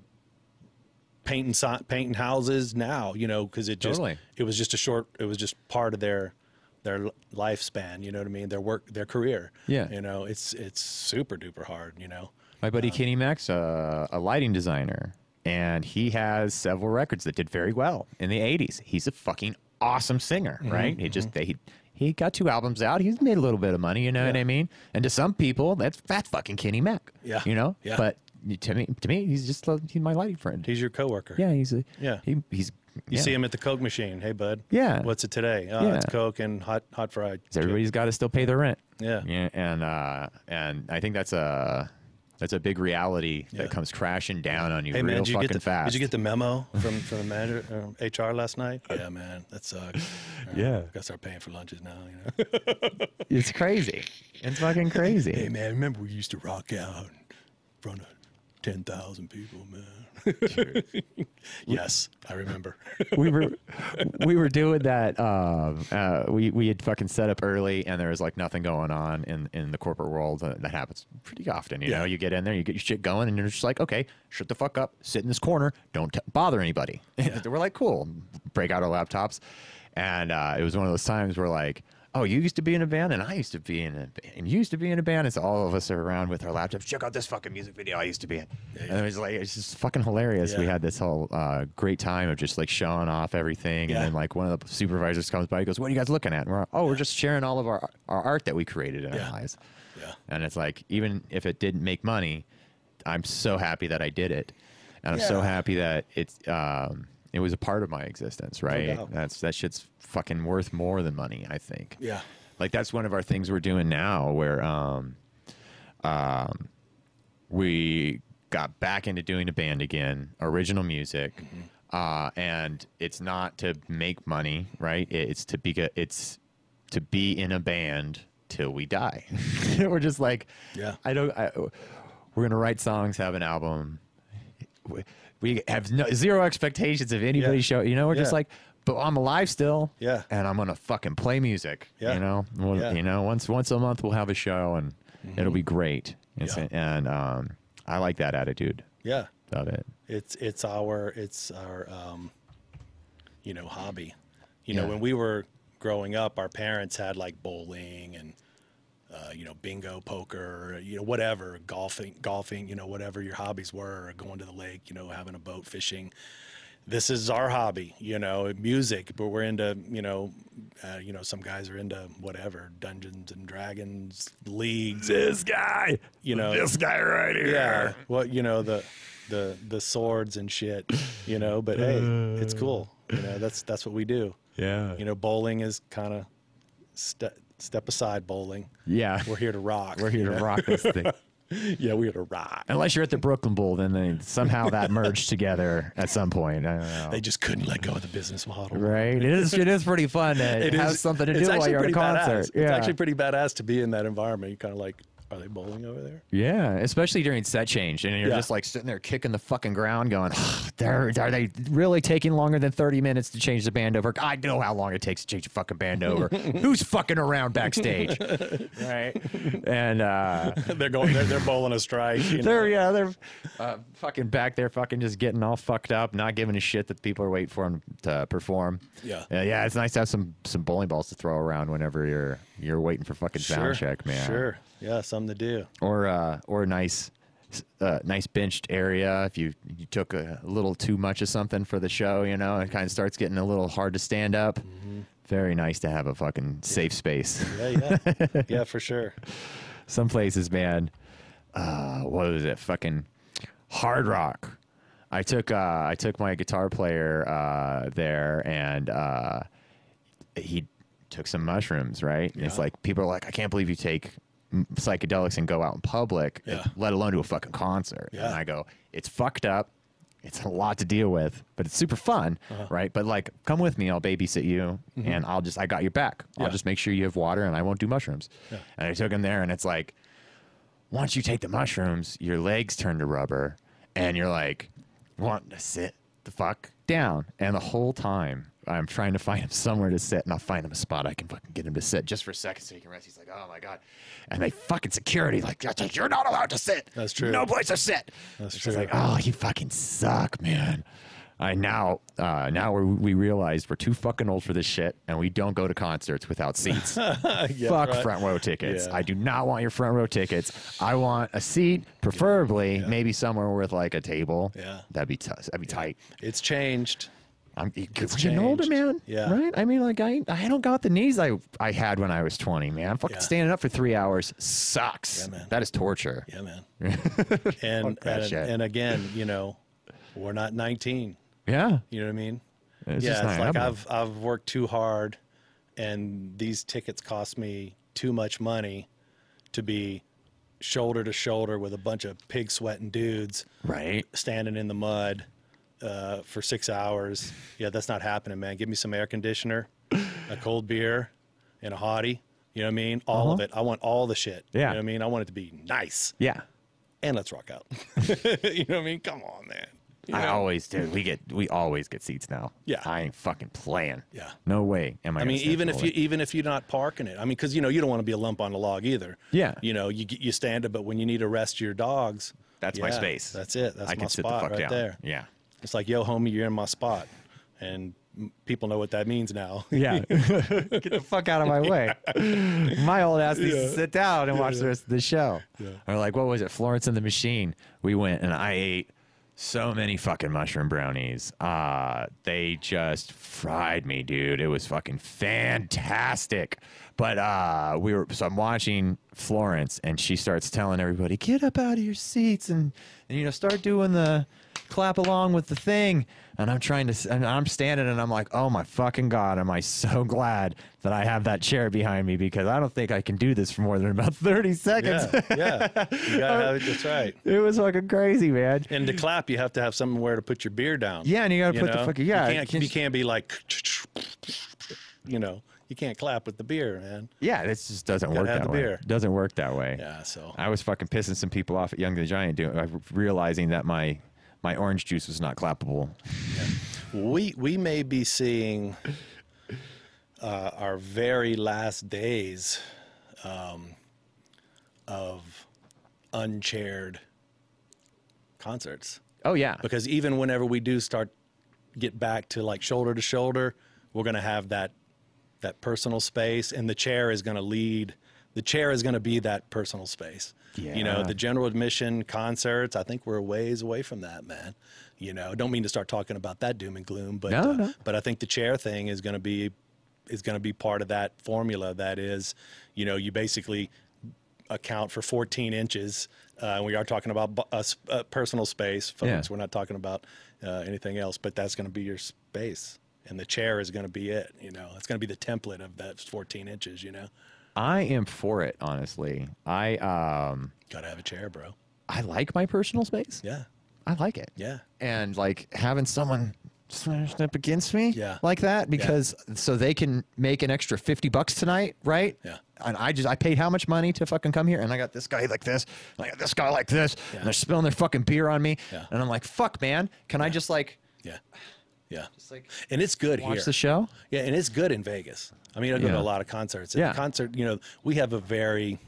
painting si- painting houses now, you know, because it just Totally. it was just a short, it was just part of their their l- lifespan. You know what I mean? Their work, their career. Yeah. You know, it's it's super duper hard. You know. My buddy Kenny Max, uh, a lighting designer, and he has several records that did very well in the '80s. He's a fucking awesome singer, Mm-hmm, right? He just they, he got two albums out. He's made a little bit of money, you know what I mean? And to some people, that's that's fucking Kenny Mac. Yeah. you know. Yeah. But to me, to me, he's just lo- he's my lighting friend. He's your coworker. yeah, he's a Yeah. He, he's You see him at the Coke machine. Hey, bud. Yeah. What's it today? Oh, it's Yeah. Coke and hot hot fried. Everybody's got to still pay their rent. Yeah. yeah and uh, and I think that's a that's a big reality that comes crashing down on you Hey real man, did you fucking get the fast. Uh, did you get the memo from from the manager um, HR last night? Yeah, man, that sucks. All right, Yeah. gotta start paying for lunches now. You know. It's crazy. It's fucking crazy. hey man, remember we used to rock out in front of ten thousand people, man. <laughs> yes, I remember. <laughs> we were we were doing that. Um, uh, we we had fucking set up early, and there was like nothing going on in in the corporate world. Uh, that happens pretty often. You Yeah. know, you get in there, you get your shit going, and you're just like, okay, shut the fuck up, sit in this corner, don't t- bother anybody. <laughs> we're like, cool, break out our laptops, and uh, it was one of those times where like. Oh, you used to be in a band, and I used to be in a band, and you used to be in a band. It's all of us are around with our laptops. Check out this fucking music video I used to be in, and it was like it's just fucking hilarious. We Yeah. had had this whole uh, great time of just like showing off everything. Yeah. And then like one of the supervisors comes by, he goes, "What are you guys looking at?" And we're, "Oh, we're just sharing all of our our art that we created in Yeah. our lives." Yeah. And it's like, even if it didn't make money, I'm so happy that I did it, and I'm so Yeah. happy that it's um, it was a part of my existence, right? doubt. That's that shit's fucking worth more than money, I think. Yeah. Like that's one of our things we're doing now, where um, um, we got back into doing a band again, original music, Mm-hmm. uh, and it's not to make money, right? It- It's to be a, it's to be in a band till we die. <laughs> we're just like, Yeah. I don't. I, we're gonna write songs, have an album. We- We have no, zero expectations of anybody Yeah. show. You know, we're just Yeah. like, but I'm alive still. Yeah. and I'm gonna fucking play music. Yeah. you know, Well, Yeah. Mm-hmm. you know, once once a month we'll have a show and it'll be great. It's, Yeah. And um, I like that attitude Yeah, of it. it's it's our it's our um, you know hobby. You know, Yeah. when we were growing up, our parents had like bowling and uh, you know bingo, poker, you know whatever, golfing, golfing, you know whatever your hobbies were, or going to the lake, you know having a boat, fishing. This is our hobby, you know, music. But we're into, you know, uh, you know, some guys are into whatever Dungeons and Dragons leagues. This guy, You know, guy right here. yeah <laughs> well you know the the the swords and shit you know but hey it's cool you know that's that's what we do yeah, you know bowling is kind of ste- step aside bowling yeah. <laughs> we're here to rock We're here to rock this thing. <laughs> yeah, we had a rock. <laughs> Unless you're at the Brooklyn Bowl, then they, somehow that merged together at some point. I don't know. <laughs> They just couldn't let go of the business model. Right. It is. It is pretty fun uh, to It have is- something to it's do while actually you're at a pretty concert. Badass. Yeah. It's actually pretty badass to be in that environment. You're kind of like, are they bowling over there? <laughs> yeah. Especially during set change, and you're Yeah. just like sitting there kicking the fucking ground, going, "Ugh, "They're are they really taking longer than thirty minutes to change the band over? I know how long it takes to change a fucking band <laughs> over. Who's fucking around backstage? right. And uh, they're going, they're, they're bowling a strike. You know? they're yeah they're uh, fucking back there fucking just getting all fucked up not giving a shit that people are waiting for them to perform Yeah. yeah, yeah it's nice to have some some bowling balls to throw around whenever you're you're waiting for fucking sound check man Sure. Yeah, something to do. or uh or a nice uh, nice benched area if you you took a little too much of something for the show you know it kind of starts getting a little hard to stand up very nice to have a fucking safe space <laughs> Yeah, yeah. yeah, for sure. <laughs> some places, man. Uh, what was it? Fucking hard rock. I took uh, I took my guitar player uh, there, and uh, he took some mushrooms. Right? And It's Yeah. like people are like, I can't believe you take m- psychedelics and go out in public, Yeah. let alone to a fucking concert. Yeah. And I go, it's fucked up. It's a lot to deal with, but it's super fun, Uh-huh. right? But like, come with me. I'll babysit you, and I'll just I got your back. I'll Mm-hmm. Yeah. just make sure you have water, and I won't do mushrooms. And I took him there, and it's like, once you take the mushrooms, your legs turn to rubber, and you're like, wanting to sit the fuck down. And the whole time, I'm trying to find him somewhere to sit, and I'll find him a spot I can fucking get him to sit just for a second so he can rest. He's like, oh my God. And they fucking security, like, "That's it, you're not allowed to sit. That's true. No place to sit. That's It's just true. like, oh, you fucking suck, man. I now, uh, now we're, we realized we're too fucking old for this shit, and we don't go to concerts without seats. <laughs> Yeah, Fuck right. front row tickets. Yeah. I do not want your front row tickets. I want a seat, preferably maybe somewhere with like a table. Yeah. that'd be tough. That'd be tight. It's changed. I'm we're getting older, changed. man. Yeah. right. I mean, like I I don't got the knees I I had when I was 20, man. Fucking Yeah. standing up for three hours sucks. Yeah, man. That is torture. Yeah, <laughs> man. and, that and shit. and again, you know, we're not 19. Yeah, You know what I mean? It's yeah, just it's not like happening. I've I've worked too hard, and these tickets cost me too much money to be shoulder to shoulder with a bunch of pig sweating dudes right. standing in the mud uh, for six hours. Yeah, that's not happening, man. Give me some air conditioner, a cold beer, and a hottie. You know what I mean? All of it. I want all the shit. Uh-huh. You Yeah. know what I mean? I want it to be nice Yeah. and let's rock out. <laughs> you know what I mean? Come on, man. You I know? always do. We get we always get seats now. Yeah. I ain't fucking playing. Yeah. no way. Am I? I gonna mean, stand even for if it. you even if you're not parking it, I mean, because you know you don't want to be a lump on a log either. Yeah. You know, you you stand up, but when you need to rest your dogs, that's my yeah, space. That's it. That's I my can sit the spot fuck right down. there. Yeah. It's like, yo, homie, you're in my spot, and m- people know what that means now. <laughs> Yeah. <laughs> Get the fuck out of my way. My old ass needs to sit down and watch the rest of the show. Or like, what was it? Florence and the Machine. We went and I ate so many fucking mushroom brownies. Uh, they just fried me, dude. It was fucking fantastic. But uh, we were so I'm watching Florence and she starts telling everybody, get up out of your seats and, and you know, start doing the clap along with the thing and i'm trying to s- and i'm standing and i'm like oh my fucking god am i so <laughs> glad that i have that chair behind me because i don't think i can do this for more than about <laughs> 30 seconds yeah, yeah. You Uh, gotta have it. That's right. <laughs> it was fucking crazy man And to clap, you have to have somewhere to put your beer down. Yeah, and you gotta put the fucking- yeah, You can't, can't- you can't be like, <laughs> you know, you can't clap with the beer, man. yeah this just doesn't work that have the way beer. doesn't work that way Yeah, so i was fucking pissing some people off at young the giant doing uh, realizing that my my orange juice was not clappable we we may be seeing uh, our very last days um, of unchaired concerts. oh yeah because even whenever we do start get back to like shoulder to shoulder, we're going to have that that personal space, and the chair is going to lead. The chair is going to be that personal space. You know, Yeah. the general admission concerts. I think we're a ways away from that, man. You know, don't mean to start talking about that doom and gloom, but No, uh, no. but I think the chair thing is going to be is going to be part of that formula. That is, you know, you basically account for 14 inches. Uh, we are talking about bu- uh, s- uh, personal space, folks. Yeah. We're not talking about uh, anything else, but that's going to be your space. And the chair is going to be it. You know, it's going to be the template of that 14 inches, you know? I am for it, honestly. I um Gotta have a chair, bro. I like my personal space. Yeah. I like it. Yeah. And like having someone smashed up against me Yeah. like that because so they can make an extra 50 bucks tonight, right? Yeah. And I just I paid how much money to fucking come here and I got this guy like this, and I got this guy like this, and they're spilling their fucking beer on me. Yeah. And I'm like, fuck man, can I just like Yeah. Yeah. just like And it's good watch here. the show? Yeah, and it's good in Vegas. I mean, I go Yeah. to a lot of concerts. And Yeah. the concert, you know, we have a very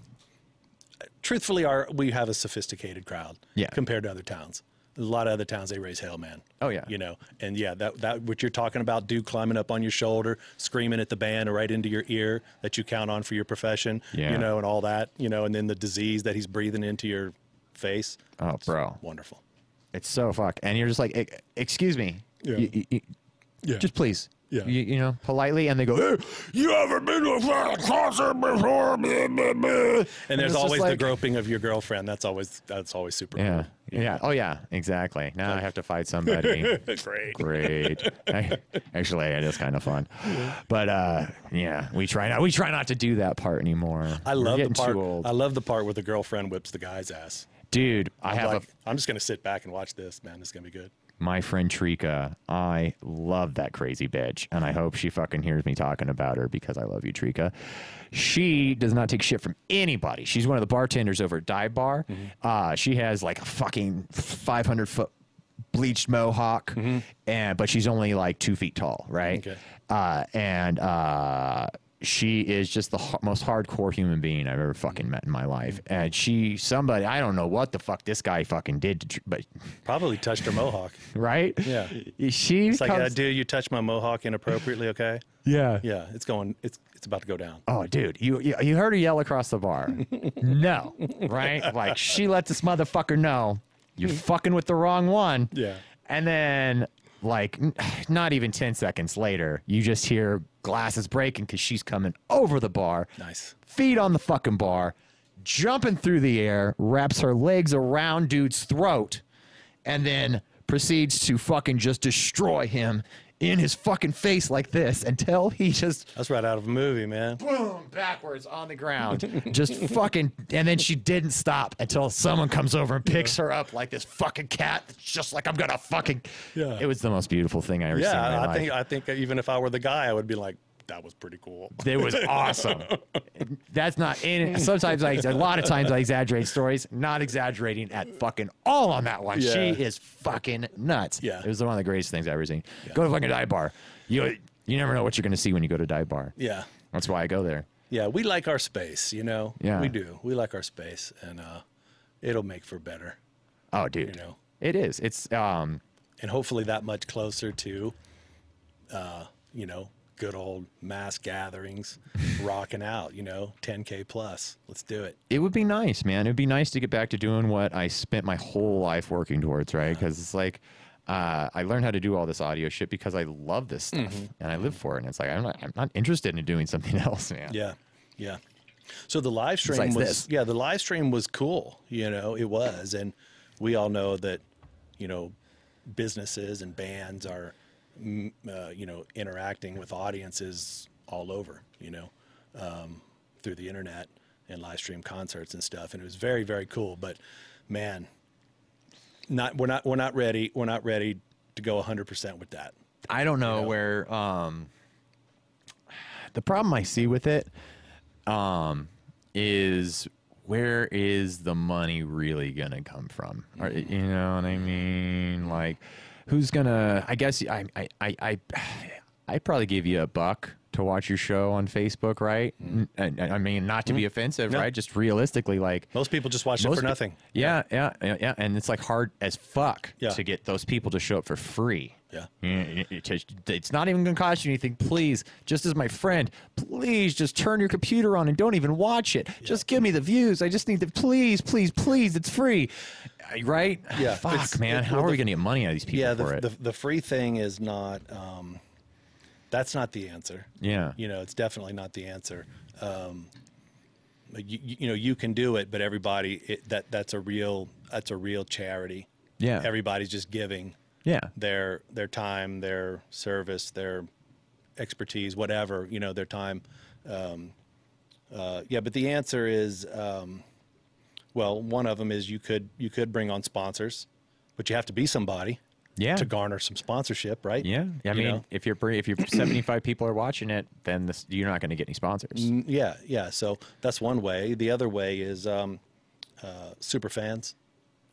truthfully our we have a sophisticated crowd Yeah. compared to other towns. A lot of other towns they raise hell, man. Oh, yeah. You know, and yeah, that that what you're talking about, dude climbing up on your shoulder, screaming at the band or right into your ear that you count on for your profession, Yeah. you know, and all that, you know, and then the disease that he's breathing into your face. Oh, bro. Wonderful. It's so fuck. And you're just like, "E- excuse me. Yeah. You- you- you- Yeah. Just please. Yeah. You, you know, politely. And they go, "Eh, you haven't been to a fucking concert before. blah, blah, blah." And it's there's just always the like- groping of your girlfriend. That's always that's always super Yeah. cool. Yeah. Oh, yeah. Exactly. Now I have to fight somebody. Great. Great. I- Actually, it is kind of fun. But uh, yeah, we try not we try not to do that part anymore. I We're love the getting too part. old. I love the part where the girlfriend whips the guy's ass. Dude, I have like, a i I'm just gonna sit back and watch this, man. This is gonna be good. my friend Trika, I love that crazy bitch, and I hope she fucking hears me talking about her because I love you, Trika. She does not take shit from anybody. She's one of the bartenders over at Dive Bar. Uh, she has like a fucking 500 foot bleached mohawk, and but she's only like two feet tall, right? Okay. Uh, and uh, she is just the h- most hardcore human being I've ever fucking met in my life. And she, somebody, I don't know what the fuck this guy fucking did, to, Tr- but Probably touched her <laughs> mohawk. right? Yeah. She It's like, uh, comes- dude, you touched my mohawk inappropriately. Okay. yeah. Yeah, it's going. It's it's about to go down. Oh, dude, you, you you heard her yell across the <laughs> bar. no, right? Like she let this motherfucker know <laughs> you're fucking with the wrong one. Yeah. And then, like, n- <sighs> not even ten seconds later, you just hear glasses breaking because she's coming over the bar. Nice. feet on the fucking bar, jumping through the air, wraps her legs around dude's throat, and then proceeds to fucking just destroy him in his fucking face like this until he just That's right out of a movie, man. boom backwards on the ground. <laughs> just fucking and then she didn't stop until someone comes over and picks her up like this fucking cat that's just like I'm gonna fucking Yeah. It was the most beautiful thing I ever seen in my Yeah, I life. think I think even if I were the guy, I would be like, that was pretty cool. It was awesome. <laughs> That's not <laughs> in. Sometimes I, a lot of times I exaggerate stories. Not exaggerating at fucking all on that one. Yeah. She is fucking nuts. Yeah. it was one of the greatest things I have ever seen. Go to fucking dive bar. You you never know what you're gonna see when you go to dive bar. Yeah. That's why I go there. Yeah, we like our space, you know. Yeah. We do. We like our space, and uh, it'll make for better, Oh, dude. you know. It is. It's um. and hopefully that much closer to, uh, you know, good old mass gatherings, <laughs> rocking out. You know, 10k plus. Let's do it. It would be nice, man. It'd be nice to get back to doing what I spent my whole life working towards, right? Because it's like. Uh, I learned how to do all this audio shit because I love this stuff and I live for it. And it's like I'm not, I'm not interested in doing something <laughs> else, man. Yeah, yeah. So the live stream Besides was this. yeah, the live stream was cool. You know, it was, and we all know that, you know, businesses and bands are, mm, uh, you know, interacting with audiences all over. You know, um, through the internet and live stream concerts and stuff, and it was very very cool. But man, not we're not we're not ready we're not ready to go 100% with that. I don't know where um the problem I see with it um is where is the money really gonna come from? Or, you know what I mean? Like who's gonna I guess I I I I <sighs> I'd probably give you a buck to watch your show on Facebook, right? N- I, I mean, not to be offensive, No. right? Just realistically, like Most people just watch it most for pe- nothing. Yeah, yeah, yeah, yeah. And it's like hard as fuck Yeah. to get those people to show up for free. Yeah. Yeah, it- it- It's not even going to cost you anything. Please, just as my friend, please just turn your computer on and don't even watch it. Just give me the views. I just need the please, please, please. It's free, Uh, right? Yeah, <sighs> Fuck, it's- man. it- How well, are we the- going to get money out of these people yeah, the, for it? the the free thing is not. Um, that's not the answer. yeah. You know, it's definitely not the answer. Um, but you, you you know, you can do it, but everybody it, that that's a real that's a real charity. Yeah. everybody's just giving yeah. their their time, their service, their expertise, whatever you know, their time. Um, Uh, yeah, but the answer is, um, well, one of them is you could you could bring on sponsors, but you have to be somebody Yeah. to garner some sponsorship, right? Yeah, I You mean, know? if you're pre- <clears throat> if you're 75 people are watching it, then this, you're not going to get any sponsors. Mm, yeah, yeah. So that's one way. The other way is um, uh, super fans.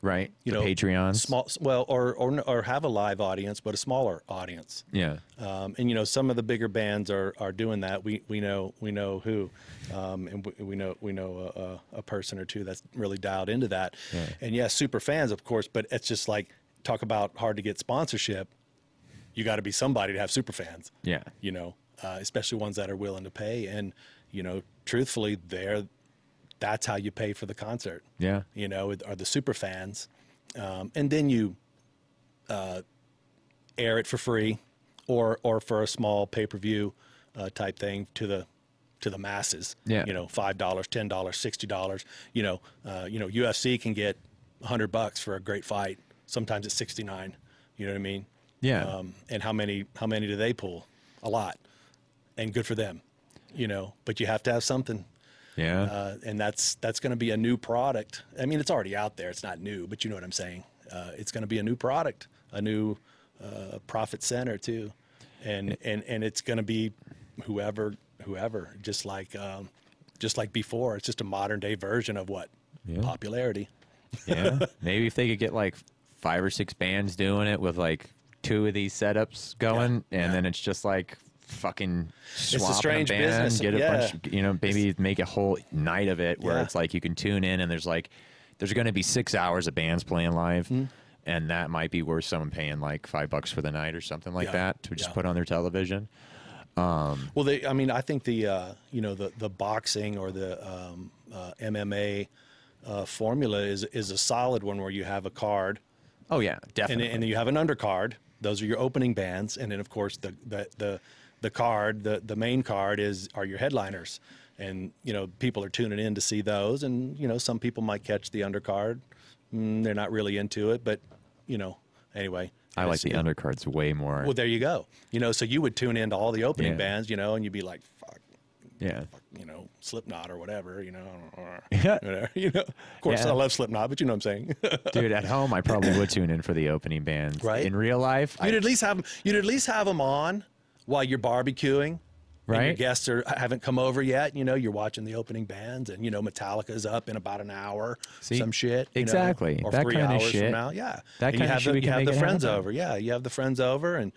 right? You the know, Patreons. small, well, or, or or have a live audience, but a smaller audience. Yeah. Um, and you know, some of the bigger bands are are doing that. We we know we know who, um, and we, we know we know a, a, a person or two that's really dialed into that. And yes, super fans, of course, but it's just like talk about hard to get sponsorship. You got to be somebody to have super fans. Yeah. You know, uh, especially ones that are willing to pay. And you know, truthfully, there, that's how you pay for the concert Yeah. you know, are the super fans. Um, and then you uh, air it for free or, or for a small pay per view uh, type thing to the to the masses. Yeah. You know, five dollars, ten dollars, sixty dollars. You know, uh, you know, UFC can get hundred bucks for a great fight. Sometimes it's sixty nine. You know what I mean? Yeah. Um, and how many how many do they pull? A lot. And good for them. You know, but you have to have something Yeah. uh, and that's that's going to be a new product. I mean, it's already out there; it's not new, but you know what I'm saying. Uh, it's going to be a new product, a new uh, profit center too, and and and it's going to be whoever whoever just like um, just like before. It's just a modern day version of what popularity. <laughs> yeah. Maybe if they could get like five or six bands doing it with like two of these setups going, and then it's just like fucking swapping strange a band, business, get a yeah. bunch, you know, maybe make a whole night of it where Yeah. it's like you can tune in and there's like there's going to be six hours of bands playing live. Mm-hmm. And that might be worth someone paying like five bucks for the night or something like Yeah. that to just Yeah. put on their television. Well, they, I mean, I think the uh, you know the the boxing or the um, uh, MMA uh, formula is is a solid one where you have a card. Oh yeah, and, definitely. and then you have an undercard. Those are your opening bands, and then of course the the the, the card, the, the main card is are your headliners, and you know people are tuning in to see those, and you know some people might catch the undercard, mm, they're not really into it, but you know anyway. I like it's- the undercards way more. Well, there you go. You know, so you would tune into all the opening Yeah. bands, you know, and you'd be like, fuck, yeah. you know, Slipknot or whatever, you know, or whatever, <laughs> you know. Of course, Yeah. I love Slipknot, but you know what I'm saying. <laughs> Dude, at home I probably would tune in for the opening bands. Right? In real life, I You'd at least have 'em- you'd at least have them on while you're barbecuing. And your Right. guests are haven't come over yet. You know, you're watching the opening bands, and you know Metallica's up in about an hour, See? some shit. you know, Exactly. or That three kinda hours shit. from now. Yeah, That And you kinda have shit the, we you can have make the it friends happen. over. Yeah, you have the friends over, and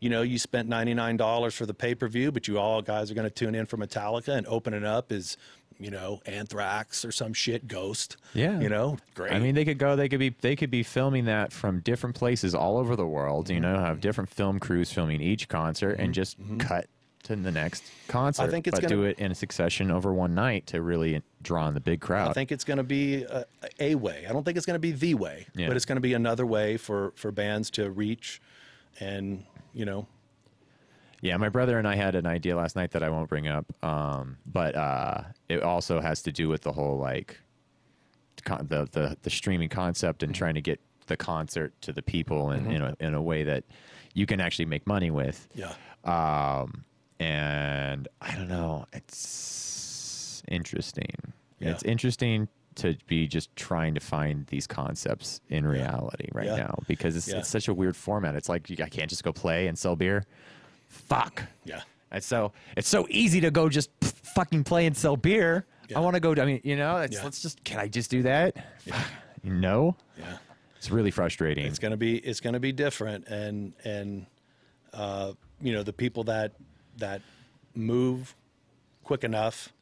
you know you spent ninety nine dollars for the pay per view, but you all guys are going to tune in for Metallica, and opening up is you know Anthrax or some shit, Ghost. Yeah. you know, great. I mean, they could go. They could be. They could be filming that from different places all over the world. Mm-hmm. You know, have different film crews filming each concert and just cut to the next concert. think it's but gonna- do it in succession over one night to really draw in the big crowd. I think it's going to be a, a way. I don't think it's going to be the way, Yeah. but it's going to be another way for for bands to reach, and you know, Yeah, my brother and I had an idea last night that I won't bring up, um, but uh, it also has to do with the whole like con- the, the the streaming concept Mm-hmm. and trying to get the concert to the people and in, a, in a way that you can actually make money with. yeah, um, and I don't know. It's interesting. Yeah. It's interesting to be just trying to find these concepts in reality right Yeah. now because it's, Yeah. it's such a weird format. It's like you- I can't just go play and sell beer. Fuck. yeah, And so it's so easy to go just p- fucking play and sell beer. Yeah. I want to go. I mean, you know, it's, Yeah. let's just. Can I just do that? <sighs> no. yeah. It's really frustrating. It's going to be it's going to be different, and and uh, you know the people that that move quick enough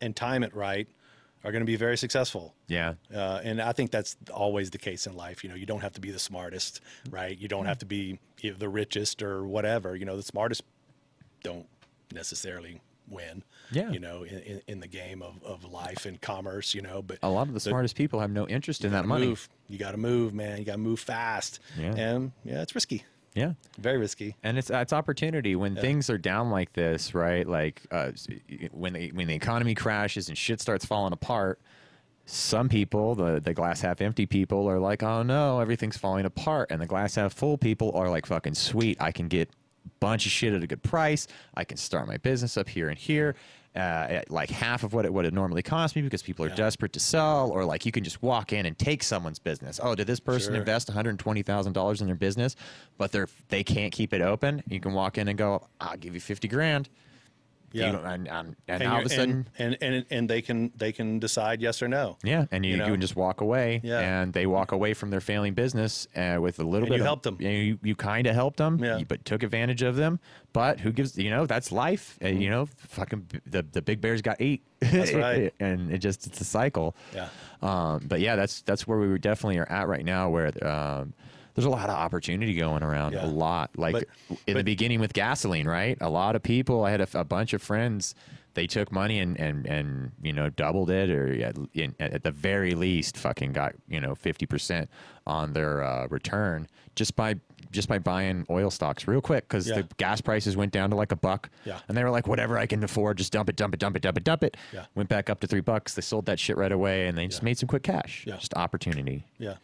and time it right are going to be very successful. yeah. Uh, and I think that's always the case in life. You know, you don't have to be the smartest, right? You don't Mm-hmm. have to be you know, the richest or whatever. You know, the smartest don't necessarily win. Yeah. You know, in, in, in the game of, of life and commerce, you know, but A lot of the smartest people have no interest in that money. move. You got to move, man. You got to move fast. Yeah. And yeah, it's risky, Yeah. very risky. and it's it's opportunity when things are down like this, right? Like uh, s- when the when the economy crashes and shit starts falling apart. Some people, the the glass half empty people, are like, "Oh no, everything's falling apart," and the glass half full people are like, "Fucking sweet, I can get bunch of shit at a good price. I can start my business up here and here. Uh, at like half of what it would it normally cost me because people are desperate to sell, or like you can just walk in and take someone's business. Oh, did this person Sure. invest one hundred twenty thousand dollars in their business, but they're they can't keep it open? You can walk in and go, "I'll give you fifty grand." You Yeah. don't- and, and, and And all of a you're- sudden, and, and and and they can they can decide yes or no. yeah, and you, you, know? can just walk away, Yeah. and they walk away from their failing business uh, with a little And bit. of- you helped them. You, you, kind of helped them, Yeah. you- but took advantage of them. But who gives? You know, that's life. Mm-hmm. And you know, fucking b- the the big bears got eight. <laughs> That's right. and it just it's a cycle. Yeah. Um, but yeah, that's that's where we were definitely are at right now. Where um, there's a lot of opportunity going around. Yeah. A lot. Like But- in the but- beginning with gasoline, right? A lot of people. I had a, a bunch of friends. They took money and and and you know doubled it, or at, in, at the very least, fucking got you know fifty percent on their uh, return just by just by buying oil stocks real quick because Yeah. the gas prices went down to like a buck. Yeah. And they were like, whatever I can afford, just dump it, dump it, dump it, dump it, dump it. Yeah. Went back up to three bucks. They sold that shit right away and they just made some quick cash. Yeah. Just opportunity. Yeah.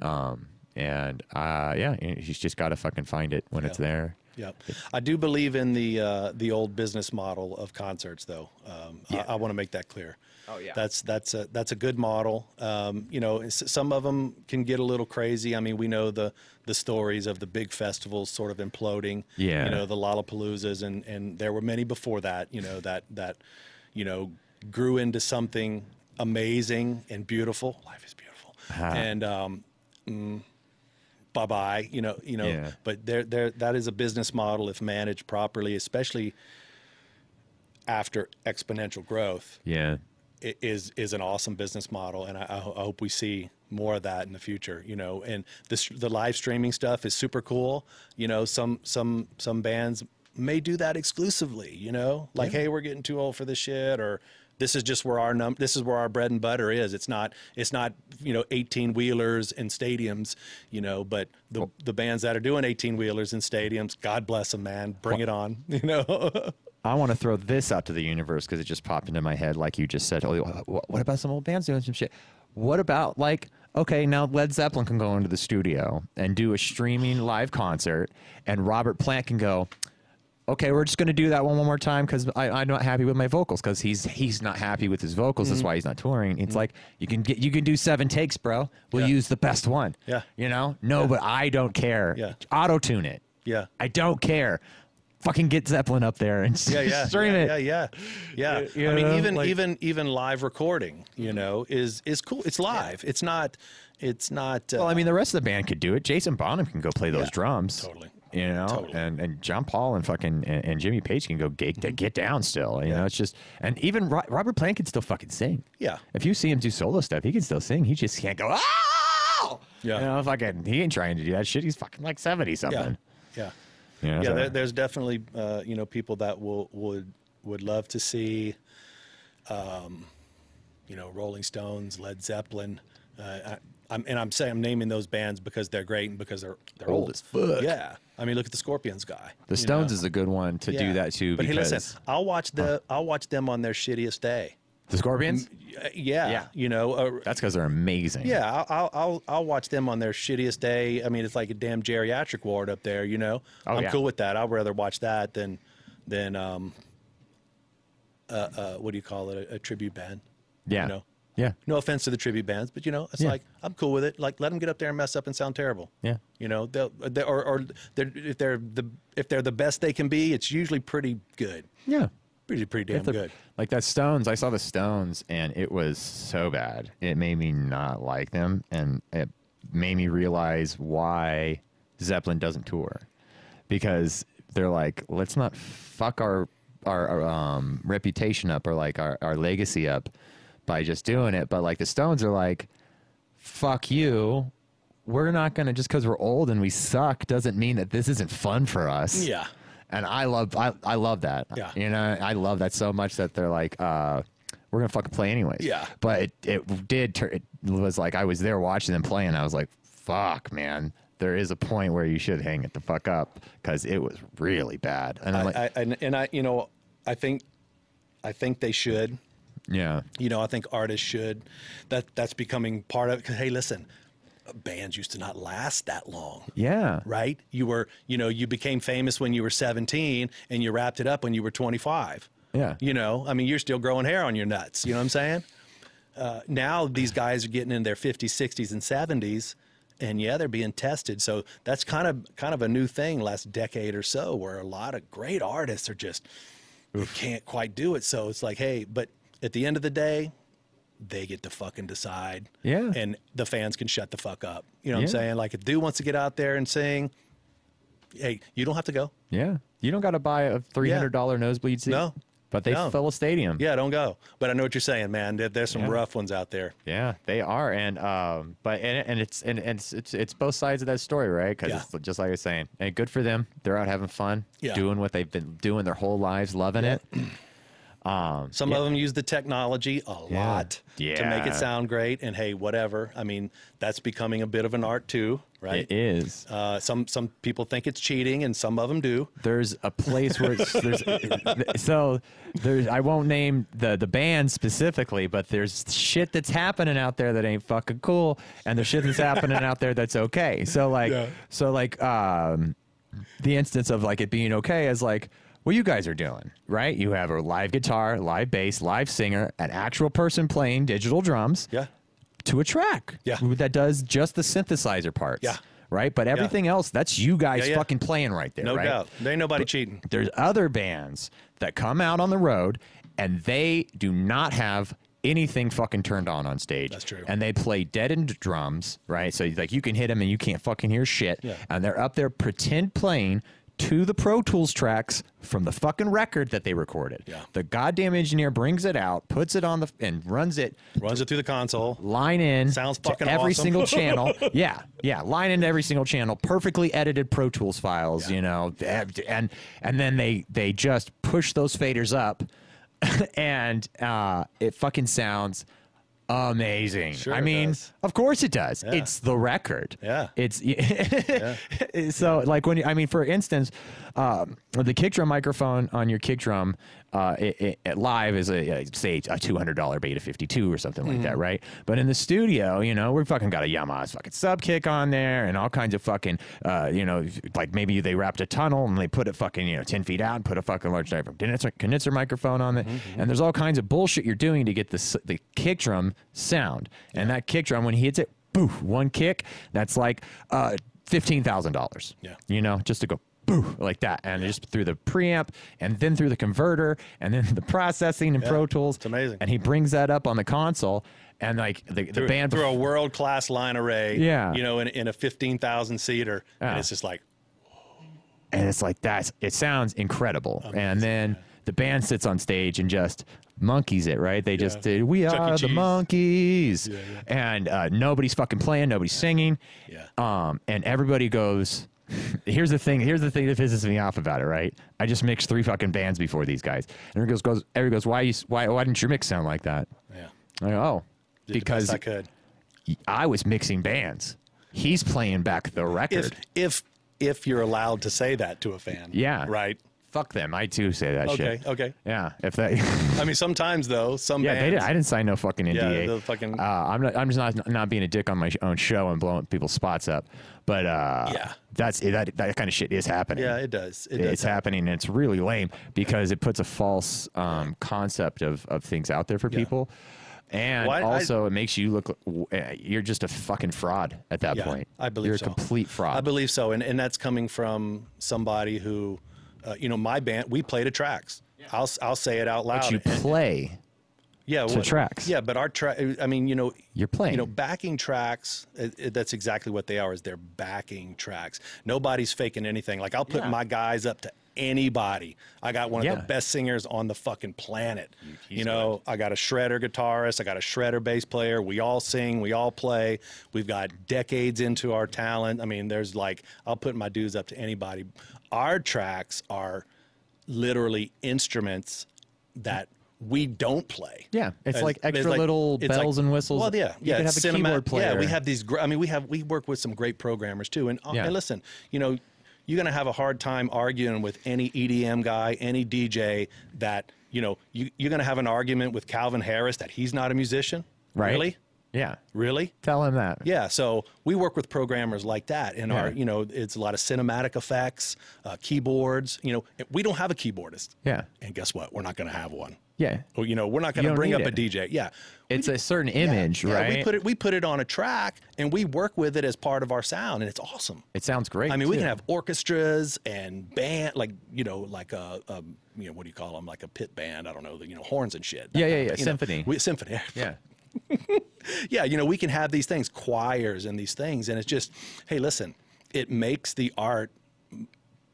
And uh, yeah, you you just got to fucking find it when it's Yeah. there. Yep. I do believe in the uh, the old business model of concerts, though. Um, I, I want to make that clear. Oh yeah. That's that's a that's a good model. Um, you know, s- some of them can get a little crazy. I mean, we know the the stories of the big festivals sort of imploding. Yeah. You know, the Lollapaloozas, and and there were many before that. You know that that, you know, grew into something amazing and beautiful. Life is beautiful. And um, bye bye. You know, you know. Yeah. But there, there, that is a business model if managed properly, especially after exponential growth, Yeah. i- is is an awesome business model, and I, I ho- I hope we see more of that in the future. You know, and this the live streaming stuff is super cool. You know, some some some bands may do that exclusively. You know, like hey, we're getting too old for this shit, or this is just where our num this is where our bread and butter is. It's not it's not you know eighteen wheelers and stadiums. You know, but the the bands that are doing eighteen wheelers and stadiums, God bless them, man, bring it on. <laughs> You know, I want to throw this out to the universe because it just popped into my head, like you just said. Oh, wh- wh- what about some old bands doing some shit? What about like okay, now Led Zeppelin can go into the studio and do a streaming live concert, and Robert Plant can go. Okay, we're just gonna do that one one more time because I'm not happy with my vocals because he's he's not happy with his vocals. Mm-hmm. That's why he's not touring. It's like you can get you can do seven takes, bro. We'll Yeah. use the best one. Yeah. you know. No, but I don't care. Yeah. auto tune it. yeah. I don't care. Fucking get Zeppelin up there and yeah, yeah, stream yeah, it. Yeah, yeah, yeah. You I mean, know, even like- even even live recording, you know, is is cool. It's live. It's not. It's not. Uh, Well, I mean, the rest of the band could do it. Jason Bonham can go play those Yeah, drums. totally. You know, Totally. and and John Paul and fucking and, and Jimmy Page can go get, get down still. You know, it's just and even Ro- Robert Plant can still fucking sing. Yeah. If you see him do solo stuff, he can still sing. He just can't go. Oh! Yeah. You know, fucking, he ain't trying to do that shit. He's fucking like seventy yeah, something. yeah, You know, yeah. so- There, there's definitely uh, you know people that will would would love to see, um, you know, Rolling Stones, Led Zeppelin. Uh, I, I'm, and I'm saying I'm naming those bands because they're great and because they're they're Old old, as fuck. Yeah, I mean, look at the Scorpions guy. the you Stones know? is a good one to Yeah. do that too. But hey, because listen, I'll watch the I'll watch them on their shittiest day. the Scorpions. Uh, yeah, Yeah. you know, uh, That's because they're amazing. yeah, I'll, I'll I'll I'll watch them on their shittiest day. I mean, it's like a damn geriatric ward up there, you know. Oh, I'm yeah. cool with that. I'd rather watch that than than um uh, uh what do you call it a, a tribute band? Yeah. You know? Yeah. No offense to the tribute bands, but you know, it's Yeah. like I'm cool with it. Like let them get up there and mess up and sound terrible. Yeah. You know, they'll they, or or they're, if they're the if they're the best they can be, it's usually pretty good. Yeah. Pretty pretty damn If the- good. Like that Stones, I saw the Stones, and it was so bad. It made me not like them, and it made me realize why Zeppelin doesn't tour, because they're like, let's not fuck our our, our, um, reputation up or like our, our legacy up by just doing it. But like the Stones are like, fuck you. We're not gonna just because we're old and we suck doesn't mean that this isn't fun for us Yeah. and I love I, I love that. Yeah. You know, I love that so much that they're like, uh, we're gonna fucking play anyways. Yeah. But it, it did. Tur- it was like I was there watching them play, and I was like, fuck, man. There is a point where you should hang it the fuck up because it was really bad. And I'm like, I, I, and, and I, you know, I think, I think they should. yeah, You know, I think artists should. That that's becoming part of. 'cause, hey, listen, bands used to not last that long. Yeah. Right? You were, you know, you became famous when you were 17 and you wrapped it up when you were 25. Yeah. <laughs> You know, I mean, you're still growing hair on your nuts. You know what I'm saying? Uh, now these guys are getting in their 50s, 60s, and 70s, and yeah, they're being tested. So that's kind of kind of a new thing last decade or so, where a lot of great artists are just they can't quite do it. So it's like, hey, but at the end of the day, they get to fucking decide. Yeah. And the fans can shut the fuck up. You know what I'm Yeah. saying? Like if Dew wants to get out there and sing, hey, you don't have to go. Yeah. You don't got to buy a three hundred dollar nosebleed seat. No. But they No. fill a stadium. Yeah, don't go. But I know what you're saying, man. There- There's some Yeah. rough ones out there. Yeah, they are, and um, but and, and it's and, and it's, it's it's both sides of that story, right? Because Yeah. it's just like I was saying, and good for them. They're out having fun, Yeah. doing what they've been doing their whole lives, loving it. Some of them use the technology a lot to make Yeah. it sound great. And hey, whatever. I mean, that's becoming a bit of an art too, right? It is. Uh, some some people think it's cheating, and some of them do. There's a place where it's, there's <laughs> so there's I won't name the the band specifically, but there's shit that's happening out there that ain't fucking cool, and the shit that's happening out there that's okay. So like Yeah. so like um the instance of like it being okay is like what you guys are doing, right? You have a live guitar, live bass, live singer, an actual person playing digital drums Yeah, to a track Yeah. that does just the synthesizer parts. Yeah. Right, but everything else, that's you guys yeah. fucking playing right there. no right? doubt. There ain't nobody cheating. there's other bands that come out on the road and they do not have anything fucking turned on on stage. That's true. And they play deadened drums, right? So like you can hit them and you can't fucking hear shit. Yeah. And they're up there pretend playing to the Pro Tools tracks from the fucking record that they recorded. Yeah. The goddamn engineer brings it out, puts it on the and runs it Runs it through the console. line in Sounds to fucking every awesome. single <laughs> channel. yeah, yeah, line into every single channel. Perfectly edited Pro Tools files, you know, and and then they they just push those faders up, <laughs> and uh, it fucking sounds amazing. Sure I it mean, does. of course it does. It's the record. Yeah. It's <laughs> so like when you, I mean, for instance, um, the kick drum microphone on your kick drum uh, it, it, it live is a, a say a two hundred dollar Beta fifty two or something like that, right? But in the studio, you know, we fucking got a Yamaha's fucking sub kick on there and all kinds of fucking, uh, you know, like maybe they wrapped a tunnel and they put it fucking you know ten feet out and put a fucking large diaphragm condenser, condenser microphone on it, and there's all kinds of bullshit you're doing to get the s- the kick drum sound, and that kick drum when he hits it boof, one kick, that's like uh, fifteen thousand dollars. Yeah. You know, just to go boof like that, and just through the preamp, and then through the converter, and then <laughs> the processing and Pro Tools. It's amazing. And he brings that up on the console, and like the, the Through, band through a world class line array. Yeah. you know, in, in a fifteen thousand seater, Yeah. and it's just like and it's like that's it sounds incredible and then the band sits on stage and just monkeys it right they just did we Chuck E. are the Cheese. monkeys and uh, nobody's fucking playing nobody's singing Yeah. um and everybody goes <laughs> here's the thing here's the thing that pisses me off about it right i just mixed three fucking bands before these guys and everybody goes, goes everybody goes why you s- why why didn't your mix sound like that yeah, I go, oh did the because best I could. I was mixing bands he's playing back the record If if if you're allowed to say that to a fan, Yeah. right. fuck them i too say that Okay, shit okay. yeah if that <laughs> I mean, sometimes though, some Yeah, they bands, did, I didn't sign no fucking NDA. the fucking- Uh, I'm not. I'm just not not being a dick on my sh- own show and blowing people's spots up. But uh, Yeah. that's that that kind of shit is happening. yeah, it does. It does. it's happening, and it's really lame because it puts a false um, concept of of things out there for people, and Why- I- also it makes you look. uh, You're just a fucking fraud at that Yeah, point. I believe you're so. a complete fraud. I believe so, and and that's coming from somebody who, uh, you know, my band. We play to tracks. I'll s- I'll say it out loud. But you and- play. yeah, to well, tracks. Yeah, but our track. I mean, you know, You're playing. You know, backing tracks. uh, uh, that's exactly what they are. Is they're backing tracks. Nobody's faking anything. Like I'll put Yeah. my guys up to anybody. I got one of Yeah. the best singers on the fucking planet. You know, I got a shredder guitarist. I got a shredder bass player. We all sing. We all play. We've got decades into our talent. I mean, there's like I'll put my dudes up to anybody. Our tracks are literally instruments that we don't play. Yeah, it's like extra like- little it's like- bells and whistles. Well, yeah, You yeah. could it's have a keyboard Yeah, we player. have these. Gr- I mean, we have we work with some great programmers too. And, uh, Yeah. and listen, you know, you're gonna have a hard time arguing with any EDM guy, any DJ that you know. You, you're gonna have an argument with Calvin Harris that he's not a musician. Right. Really? Yeah. Really? Tell him that. Yeah, so we work with programmers like that in our, Yeah. you know, it's a lot of cinematic effects, uh, keyboards. You know, we don't have a keyboardist. Yeah. And guess what? We're not going to have one. Yeah. Or, you know, we're not going don't to bring need up a it. DJ. Yeah. It's a certain image, Yeah, right? We put it we put it on a track and we work with it as part of our sound and it's awesome. It sounds great. I mean, we too. can have orchestras and band, like you know, like a, a you know, what do you call them? Like a pit band. I don't know, the, you know, horns and shit. that Yeah, kind yeah, of yeah, thing, you know. symphony. we, symphony. Yeah. <laughs> yeah, you know, we can have these things, choirs and these things, and it's just, hey, listen, it makes the art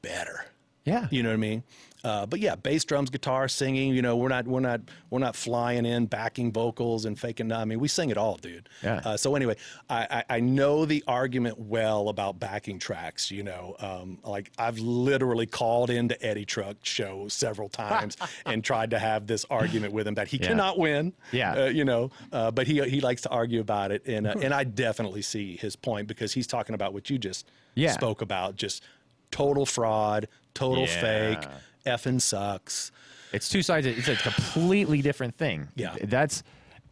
better. Yeah. You know what I mean? Uh, but yeah, bass, drums, guitar, singing. You know, we're not we're not we're not flying in backing vocals and faking. I mean, we sing it all, dude. Yeah. Uh, so anyway, I, I I know the argument well about backing tracks. You know, um, like I've literally called into Eddie Truck show <laughs> several times and tried to have this argument with him that he cannot win. Yeah. Hmm. Uh, you know, uh, but he he likes to argue about it, and uh, and I definitely see his point because he's talking about what you just Yeah. spoke about, just total fraud, total total Yeah. fake, effing sucks. It's two sides. It's a completely different thing. Yeah. That's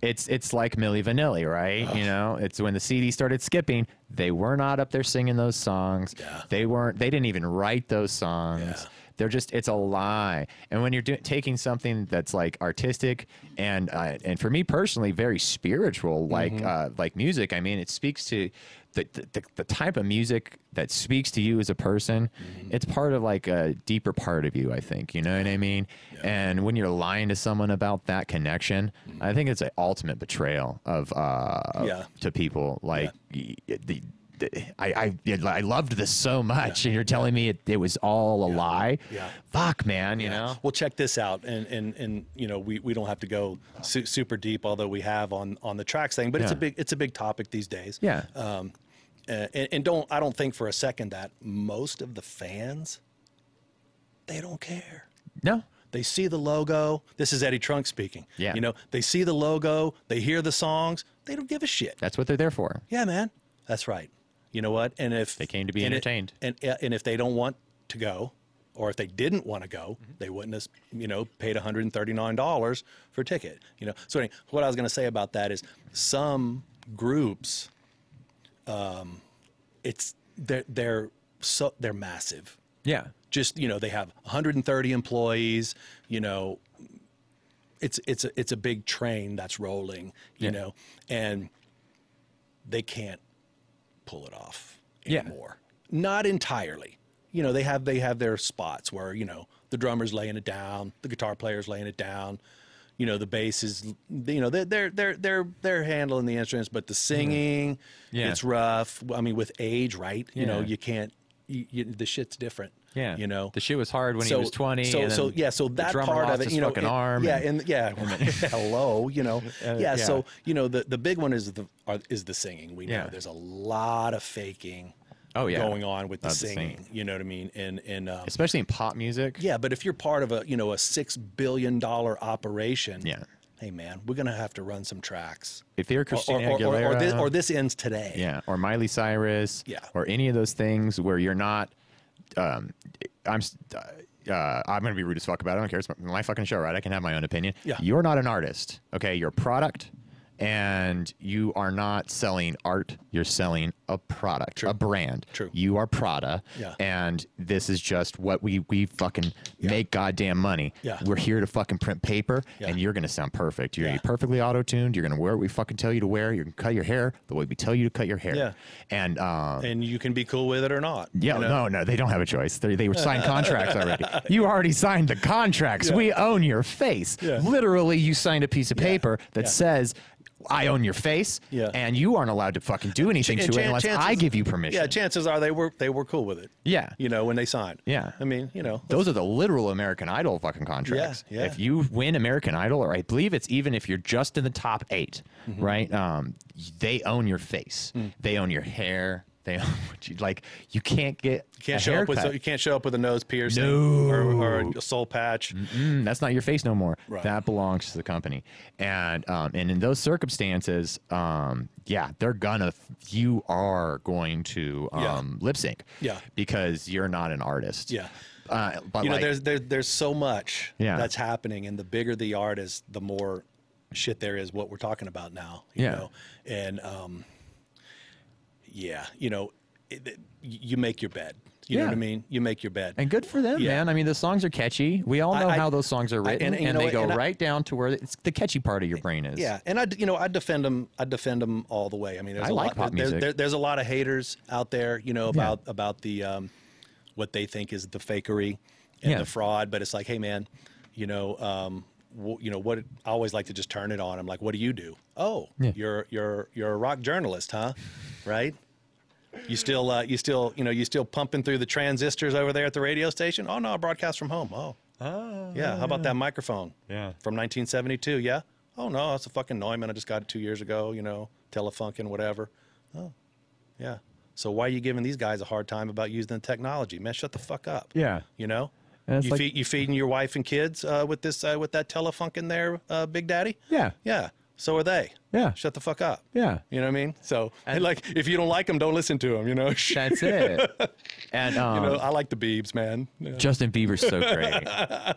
it's it's like Milli Vanilli, right? You know, it's when the CD started skipping, they were not up there singing those songs. Yeah. They weren't. They didn't even write those songs. Yeah. They're just it's a lie. And when you're do- taking something that's like artistic and uh, and for me personally very spiritual like Mm-hmm. uh, like music, I mean it speaks to the, the the type of music that speaks to you as a person. Mm-hmm. It's part of like a deeper part of you, I think. You know what I mean? And when you're lying to someone about that connection, I think it's an ultimate betrayal of uh of- Mm-hmm. Yeah. to people like y- y- the I, I I loved this so <laughs> much, and you're telling me it, it was all a lie. Yeah. Fuck, man, you know. Well, check this out, and and and you know, we, we don't have to go su- super deep, although we have on on the tracks thing, but it's a Yeah. big it's a big topic these days. Yeah. Um, uh, and, and don't I don't think for a second that most of the fans, they don't care. no. They see the logo. This is Eddie Trunk speaking. Yeah. You know, they see the logo, they hear the songs, they don't give a shit. That's what they're there for. Yeah, man. That's right. You know what? And if they came to be entertained. and and if they don't want to go, or if they didn't want to go, Mm-hmm. they wouldn't have you know paid one hundred and thirty nine dollars for a ticket. You know. So anyway, what I was going to say about that is some groups, um, it's they're they're so they're massive. Yeah. Just you know, they have 130 employees. You know, it's it's a it's a big train that's rolling, you Yeah. know, and they can't pull it off Yeah. anymore. Not entirely. You know, they have they have their spots where, you know, the drummer's laying it down, the guitar player's laying it down, you know, the bass is you know, they're they're they're they're they're handling the instruments, but the singing, Mm-hmm. Yeah. it's rough. I mean, with age, right? You know, Yeah. you can't you, you, the shit's different. Yeah. You know. the shit was hard when he was 20. So, and so then yeah, so the that drummer part lost of it, his you know, fucking it- arm. yeah, and- Uh, and yeah, <laughs> hello, <laughs> you know, yeah, yeah. So you know, the the big one is the are, is the singing. We know Yeah. there's a lot of faking. Oh, yeah. going on with the Of the singing, singing. You know what I mean? And and um, especially in pop music. yeah, but if you're part of a you know a six billion dollar operation, Yeah. Hey man, we're gonna have to run some tracks. If you're Or, or, Christina or, or, Aguilera, or this, or this ends today. yeah, or Miley Cyrus, Yeah. or any of those things where you're not. Um, I'm. s- Uh, I'm gonna be rude as fuck about it. I don't care. It's my- my fucking show, right? I can have my own opinion. Yeah. You're not an artist, okay? You're a product, and you are not selling art. You're selling a product, a brand. True. You are Prada, Yeah. and this is just what we we fucking make goddamn money. Yeah. We're here to fucking print paper, Yeah. and you're gonna sound perfect. You're Yeah. gonna be perfectly auto tuned. You're gonna wear what we fucking tell you to wear. You're gonna cut your hair the way we tell you to cut your hair. Yeah. And um, And you can be cool with it or not. yeah, you know? no, no, they don't have a choice. They they were <laughs> signed contracts already. You already signed the contracts. We own your face. Yeah. Literally, you signed a piece of paper that Yeah. says. I own your face, Yeah. and you aren't allowed to fucking do anything And to it chan- unless I chances- give you permission. Yeah, chances are they were they were cool with it. Yeah. you know when they signed. Yeah. I mean, you know, Those are the literal American Idol fucking contracts. Yeah, yeah. If you win American Idol, or I believe it's even if you're just in the top 8 Mm-hmm. right? Um, they own your face. Mm. They own your hair. They own <laughs> what you like. You can't get you can't a show up haircut. with you can't show up with a nose piercing No. or, or a soul patch. Mm, that's not your face no more. Right. That belongs to the company. And um, and in those circumstances, um, yeah, they're gonna. You are going to Yeah. um, lip sync. Yeah. Because you're not an artist. Yeah. Uh, but You know, like, there's there, there's so much Yeah. that's happening, and the bigger the artist, the more shit there is what we're talking about now. You Yeah. Know? And um, yeah, you know, it, it- you make your bed. You know Yeah. what I mean? You make your bed. And good for them, Yeah. man. I mean, the songs are catchy. We all I- know I- how those songs are I- written, and- and, and you know they what, go and I- right down to where it's the catchy part of your brain is. Yeah, and I, d- you know, I defend them. I defend them all the way. I mean, there's I a like lot. pop there- music. there- there's a lot of haters out there, you know, about about the um, what they think is the fakery and Yeah. the fraud. But it's like, hey, man, you know, um, wh- you know what? I always like to just turn it on. I'm like, what do you do? Oh, Yeah. you're you're you're a rock journalist, huh? Right. You still, uh, you still, you know, you still pumping through the transistors over there at the radio station. Oh no, I broadcast from home. Oh, yeah, how about that microphone? Yeah. From 1972, yeah? Oh, no, that's a fucking Neumann. I just got it two years ago, you know, Telefunken, whatever. Oh, yeah. So why are you giving these guys a hard time about using the technology? Man, shut the fuck up. Yeah. You know? And it's You, like- feed, you feeding your wife and kids uh, with this uh, with that Telefunken there, uh, Big Daddy? Yeah. Yeah. So are they. Yeah. Shut the fuck up. Yeah. You know what I mean? So, and <laughs> like, if you don't like them, don't listen to them, you know? <laughs> That's it. And um, you know, I like the Beebs, man. Yeah. Justin Bieber's so <laughs> great.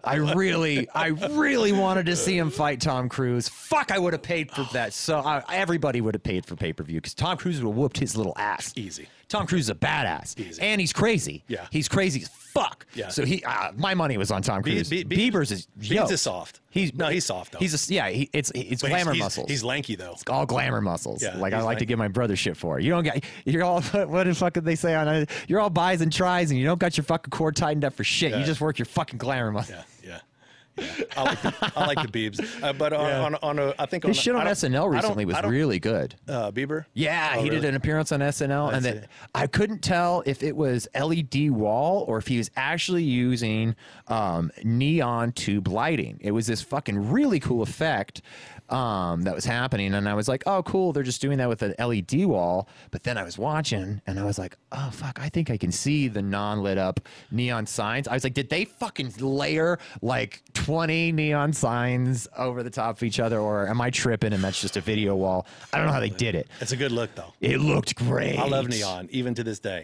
I really, I really wanted to see him fight Tom Cruise. Fuck, I would have paid for that. So I, everybody would have paid for pay per view because Tom Cruise would have whooped his little ass. Easy. Tom Cruise is a badass, Easy. and he's crazy. Yeah. he's crazy as fuck. Yeah. So he, uh, my money was on Tom Be- Cruise. Be- Be- Bieber's is Biebs yo, is soft. He's No, he's soft, though. He's a, yeah. He, it's it's But he's- glamour he's- muscles. He's lanky, though. all glamour muscles. Yeah, like I he's like to like- give my brother shit for. You don't got you're all <laughs> what the fuck did they say on it? You're all buys and tries and you don't got your fucking core tightened up for shit. You Yeah. just work your fucking glamour muscle. Yeah, yeah. yeah. I like the, I like the Biebs, uh, but on, on on a I think on His a- shit I on don't- I SNL don't- recently was I don't- really good. Uh, Bieber, Yeah, Oh, he did really? an appearance on SNL, and see. then I couldn't tell if it was LED wall or if he was actually using um, neon tube lighting. It was this fucking really cool effect um, that was happening, and I was like, "Oh, cool! They're just doing that with an LED wall." But then I was watching, and I was like, "Oh fuck! I think I can see the non-lit up neon signs." I was like, "Did they fucking layer like twenty neon signs over the top of each other, or am I tripping?" And that's just a video wall. I don't know how they did it. it's a good look though. It looked great. I love neon, even to this day.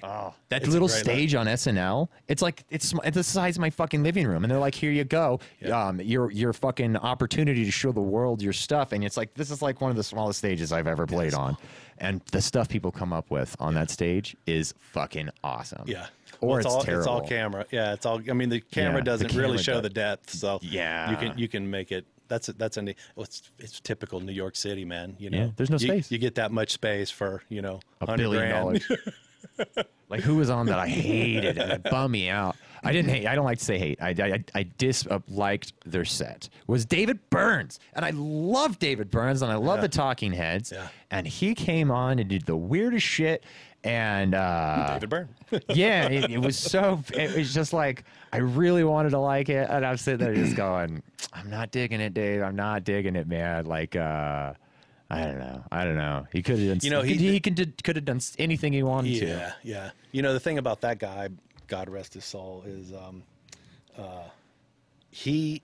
That It's a little great look. stage on SNL, it's like it's, sm- it's the size of my fucking living room, and they're like, "Here you go, um, your your fucking opportunity to show the world your stuff." And it's like this is like one of the smallest stages I've ever played on, and the stuff people come up with on that stage is fucking awesome. Yeah, or Well, it's, all terrible. it's all camera. Yeah, it's all. I mean, the Yeah, camera the doesn't really camera show does- the depth, so Yeah. you can you can make it. That's a, that's a ne- well, it's it's typical New York City, man. You know, Yeah, there's no You- space. You get that much space for you know a 100 billion grand. dollars. <laughs> like who was on that? I hated it. It bummed me out. I didn't hate. I don't like to say hate. I I, I disliked their set. Was David Burns, and I love David Burns, and I love the Talking Heads, Yeah. and he came on and did the weirdest shit. And uh, David Byrne. <laughs> yeah, it, it was so. It was just like I really wanted to like it, and I'm sitting there just going, "I'm not digging it, Dave. I'm not digging it, man." Like, uh, I don't know. I don't know. He could have done. You know, he, he- he could did- could have done s- anything he wanted to. Yeah, yeah. You know the thing about that guy, God rest his soul, is um, uh, he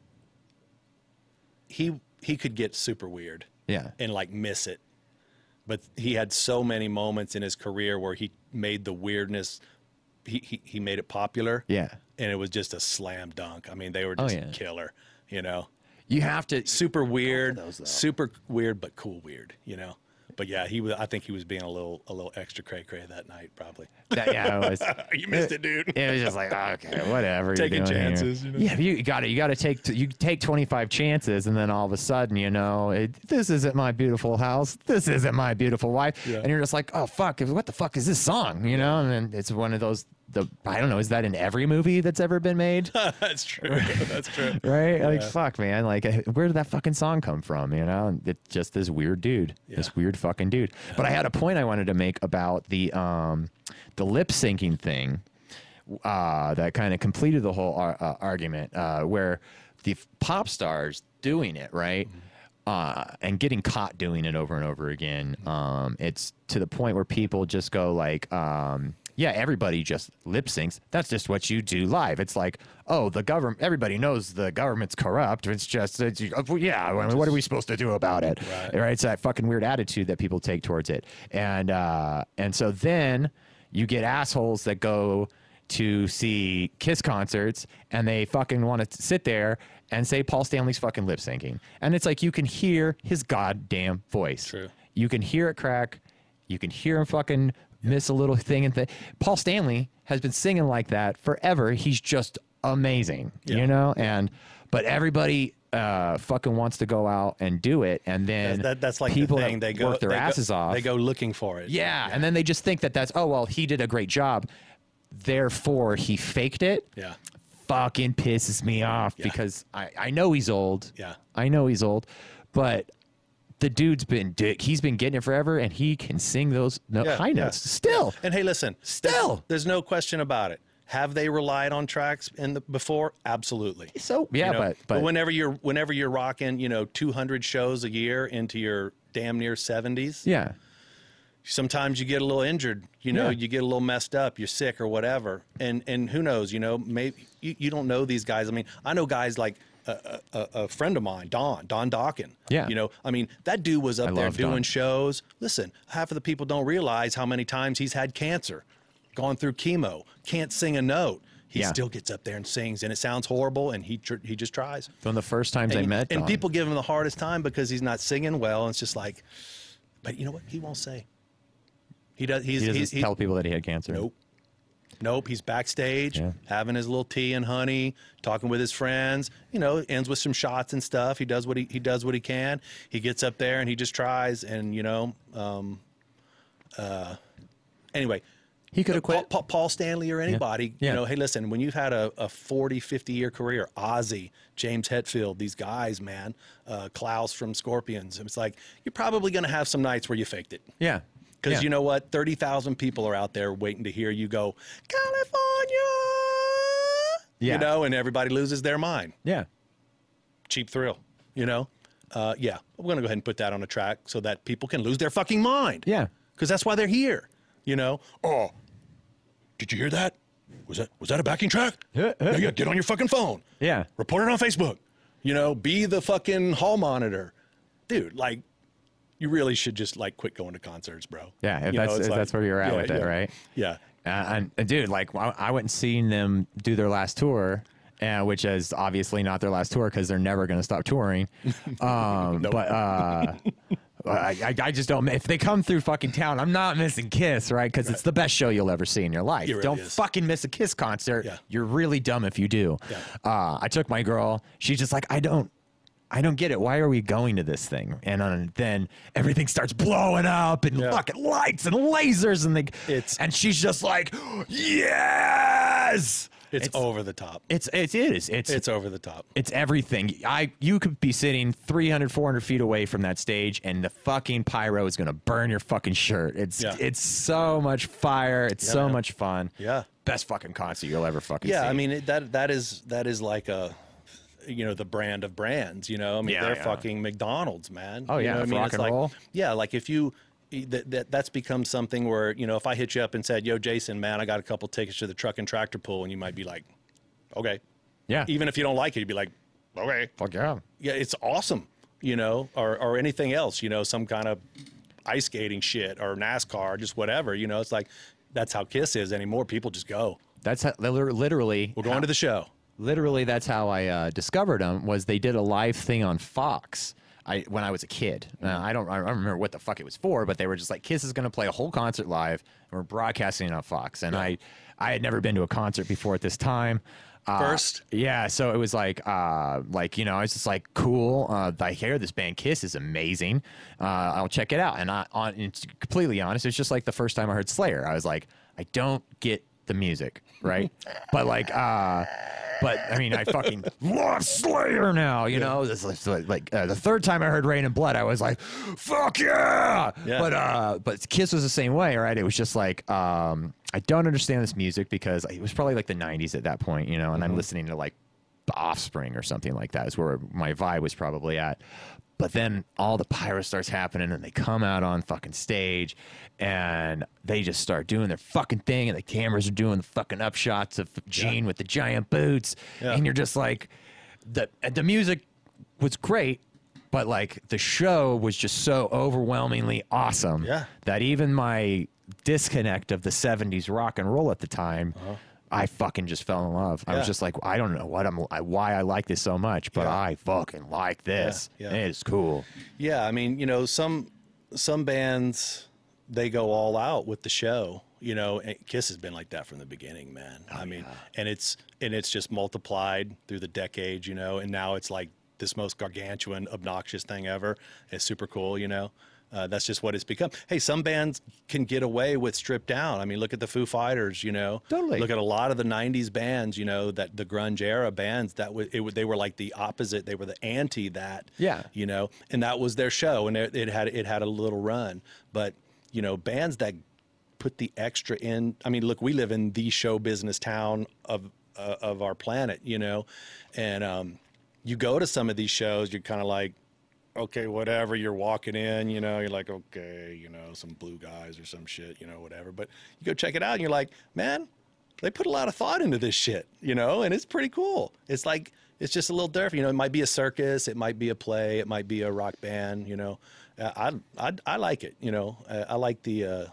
he he could get super weird Yeah. and like miss it, but he had so many moments in his career where he made the weirdness. He, he, he made it popular. Yeah. And it was just a slam dunk. I mean, they were Oh, just yeah. killer, you know? You have to. super weird, those, though. super weird, but cool weird, you know. But yeah, he was. I think he was being a little, a little extra cray cray that night, probably. That, yeah, <laughs> it was, you missed it, dude. it was just like okay, whatever. you're Taking doing here. chances, you know? Yeah, you got to You got to take. t- you take twenty five chances, and then all of a sudden, you know, it, this isn't my beautiful house. This isn't my beautiful wife. Yeah. And you're just like, oh fuck, what the fuck is this song? You know, and then it's one of those. The I don't know. Is that in every movie that's ever been made? <laughs> That's <laughs> true. That's true. Right? Like Yeah. fuck, man. Like eh, where did that fucking song come from? You know, And it's just this weird dude, Yeah. this weird fucking dude. But I had a point I wanted to make about the um, the lip syncing thing uh, that kind of completed the whole ar- uh, argument, uh, where the f- pop stars doing it right. Uh, and getting caught doing it over and over again, um, it's to the point where people just go like, um, "Yeah, everybody just lip syncs. That's just what you do live." It's like, "Oh, the government. Everybody knows the government's corrupt. It's just, it's, uh, yeah. I mean, what are we supposed to do about it?" Right. right? It's that fucking weird attitude that people take towards it, and uh, and so then you get assholes that go to see Kiss concerts and they fucking want to sit there and say Paul Stanley's fucking lip syncing. And it's like you can hear his goddamn voice. True. You can hear it crack. You can hear him fucking miss a little thing and thing. Paul Stanley has been singing like that forever. He's just amazing, you know. And but everybody uh, fucking wants to go out and do it, and then That, that's like people the thing. that they go work their they go- asses off. They go looking for it. Yeah, and then they just think that that's oh well, he did a great job, therefore he faked it. Yeah. Fucking pisses me off because I I know he's old. Yeah. I know he's old, but the dude's been dick. He's been getting it forever, and he can sing those no, Yeah, high yeah, notes still. And hey, listen, there's- Still. there's no question about it. Have they relied on tracks in the before? Absolutely. So yeah, You know, but but whenever you're whenever you're rocking, you know, 200 shows a year into your damn near 70s, yeah, sometimes you get a little injured. You know, Yeah. you get a little messed up. You're sick or whatever. And and who knows? You know, maybe you, you don't know these guys. I mean, I know guys like. A, a, a- a friend of mine, Don, Don Dawkin. Yeah. You know, I mean, that dude was up I there love doing Don. shows. Listen, half of the people don't realize how many times he's had cancer, gone through chemo, can't sing a note. He Yeah. still gets up there and sings, and it sounds horrible, and he tr- he just tries from the first times I and, met and Don, people give him the hardest time because he's not singing well. And it's just like, but you know what? He won't say. He does. He's, he doesn't he's, he's tell people that he had cancer. nope, nope. He's backstage Yeah. having his little tea and honey, talking with his friends. You know, ends with some shots and stuff. He does what he he does what he can. He gets up there and he just tries. And you know, um, uh, anyway. he could have Paul, quit. Paul, Paul Stanley or anybody, Yeah. you know, hey, listen, when you've had a, a 40, 50 year career, Ozzy, James Hetfield, these guys, man, uh, Klaus from Scorpions, it's like you're probably going to have some nights where you faked it. yeah, Because yeah. you know what? 30,000 people are out there waiting to hear you go, California. Yeah. You know, and everybody loses their mind. yeah, Cheap thrill, you know? Uh, yeah, I'm going to go ahead and put that on a track so that people can lose their fucking mind yeah. because that's why they're here. You know, oh, did you hear that? Was that was that a backing track? Yeah, yeah. yeah, get on your fucking phone. Yeah. report it on Facebook. You know, be the fucking hall monitor, dude. Like, you really should just like quit going to concerts, bro. Yeah, if You know, that's- it's if that's where you're at with it, right? Yeah, Uh, and, and dude, like I, I went and seen them do their last tour, uh, which is obviously not their last tour because they're never going to stop <laughs> touring. Um, But uh, I, I- I just don't. If they come through fucking town, I'm not missing Kiss, right? Because it's the best show you'll ever see in your life. It really don't is. fucking miss a Kiss concert. Yeah. You're really dumb if you do. Yeah. Uh, I took my girl. She's just like, I don't. I don't get it. Why are we going to this thing? And uh, then everything starts blowing up and Yeah. fucking lights and lasers and like It's- and she's just like, yes. it's, over the top. It's it's it is it's It's it's over the top. it's everything. I you could be sitting 300 400 feet away from that stage and the fucking pyro is going to burn your fucking shirt. It's Yeah. it's so much fire. It's so man. much fun. Yeah. Best fucking concert you'll ever fucking see. Yeah, I mean it, that that is that is like a you know the brand of brands. You know, I mean Yeah, they're yeah. fucking McDonald's, man. Oh, You yeah, know what I if mean rock it's and like roll. yeah, like if you e, that, that that's become something where you know if I hit you up and said, "Yo, Jason, man, I got a couple tickets to the truck and tractor pool," and you might be like, "Okay," yeah. even if you don't like it, you'd be like, "Okay, Fuck yeah. yeah, it's awesome," you know, or or anything else, you know, some kind of ice skating shit or NASCAR, just whatever, you know. It's like that's how Kiss is anymore. People just go. That's how, literally We're going to the show. literally that's how I uh, discovered them was they did a live thing on Fox. I, when I was a kid, uh, I don't I don't remember what the fuck it was for, but they were just like, "Kiss is going to play a whole concert live, and we're broadcasting it on Fox." And I, I had never been to a concert before at this time. Uh, First? yeah. So it was like, uh, like you know, I was just like, "Cool, uh, I hear this band Kiss is amazing. Uh, I'll check it out." And I, on and to be completely honest, it's just like the first time I heard Slayer. I was like, "I don't get the music, right?" but like, uh, but I mean, I fucking <laughs> love Slayer now. You know, this is like, like, uh, the third time I heard Rain and Blood, I was like, "Fuck yeah!" Yeah. But uh, but Kiss was the same way, right? It was just like, um, I don't understand this music because it was probably like the '90s at that point, you know, and I'm listening to like The Offspring or something like that. Is where my vibe was probably at. But then all the pyro starts happening, and they come out on fucking stage, and they just start doing their fucking thing, and the cameras are doing the fucking upshots of Gene with the giant boots, Yeah. and you're just like, the the music was great, but like the show was just so overwhelmingly awesome Yeah. that even my disconnect of the 70s rock and roll at the time I fucking just fell in love. I Uh-huh. Yeah. was just like, I don't know what I'm, I, why I like this so much, but Yeah. I fucking like this. yeah. It's cool. Yeah, I mean, you know, some some bands they go all out with the show. You know, and Kiss has been like that from the beginning, man. I mean, and it's and it's just multiplied through the decades, you know, and now it's like this most gargantuan, obnoxious thing ever. It's super cool, you know. Uh, that's just what it's become. Hey, some bands can get away with stripped down. I mean, look at the Foo Fighters, you know. Totally. Look at a lot of the '90s bands, you know, that the grunge era bands that was it, wa- they were like the opposite. They were the anti that Yeah. you know and that was their show and it, it had it had a little run but you know bands that put the extra in i mean look we live in the show business town of uh, of our planet you know and um you go to some of these shows you're kind of like okay whatever you're walking in you know you're like okay you know some blue guys or some shit you know whatever but you go check it out and you're like man they put a lot of thought into this shit, you know, and it's pretty cool. It's like it's just a little different, you know. It might be a circus, it might be a play, it might be a rock band, you know. Uh, I I I like it, you know. Uh, I like the, uh,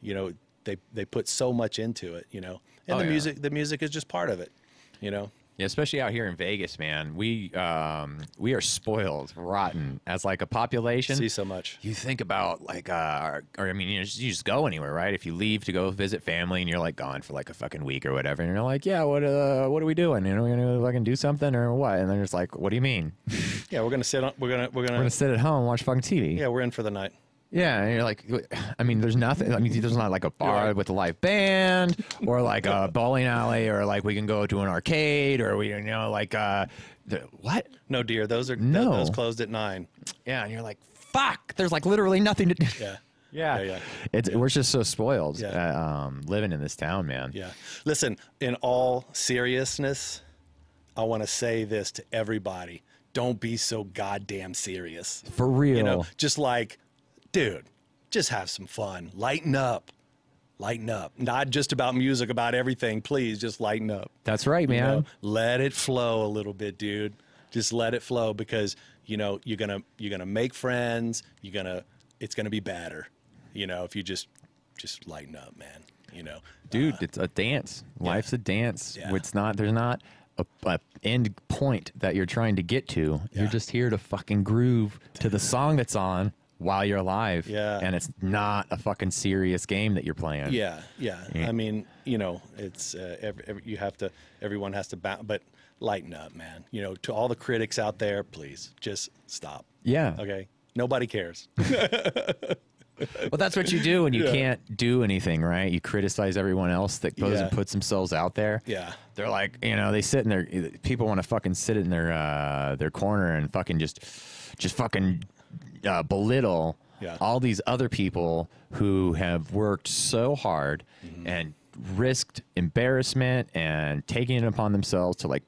you know, they they put so much into it, you know. And Oh, the yeah. music, the music is just part of it, you know. Yeah, especially out here in Vegas, man. We um, we are spoiled, rotten as like a population. See so much. you think about like uh or, or, i mean you just, you just go anywhere right if you leave to go visit family and you're like gone for like a fucking week or whatever and you're like yeah what uh what are we doing you know we're gonna fucking do something or what and then it's like what do you mean we're Yeah, we're gonna sit on. We're gonna we're gonna. gonna sit at home and watch fucking tv yeah, we're in for the night. yeah and you're like "What- i mean there's nothing i mean there's not like a bar with a live band or like a bowling alley or like we can go to an arcade or we you know like uh the, what No, dear, those are No. those closed at nine. yeah and you're like fuck there's like literally nothing to do Yeah. yeah, Yeah, yeah. It's, we're just so spoiled Yeah. uh, um, living in this town, man. Yeah. Listen, in all seriousness, I want to say this to everybody. Don't be so goddamn serious. For real. You know, just like, dude, just have some fun. Lighten up. Lighten up. Not just about music, about everything. Please just lighten up. That's right, You man. know, let it flow a little bit, dude. Just let it flow because you know you're gonna you're gonna make friends. You're gonna it's gonna be better. You know if you just just lighten up, man. You know, Dude, it's a dance. Life's a dance. uh, Yeah. It's not, there's not a, a end point that you're trying to get to. You're Yeah. just here to fucking groove to the song that's on while you're alive. Yeah. And it's not a fucking serious game that you're playing. Yeah, yeah. I mean, you know, it's uh, every, every, you have to. Everyone has to bounce, but lighten up, man. You know, to all the critics out there, please just stop. Yeah. Okay, <laughs> nobody cares. Well, that's what you do when you can't do anything, right? You criticize everyone else that goes and Yeah. puts themselves out there. Yeah. They're like, you know, they sit in their people want to fucking sit in their uh their corner and fucking just just fucking uh, belittle Yeah. all these other people who have worked so hard Mm-hmm. and risked embarrassment and taking it upon themselves to like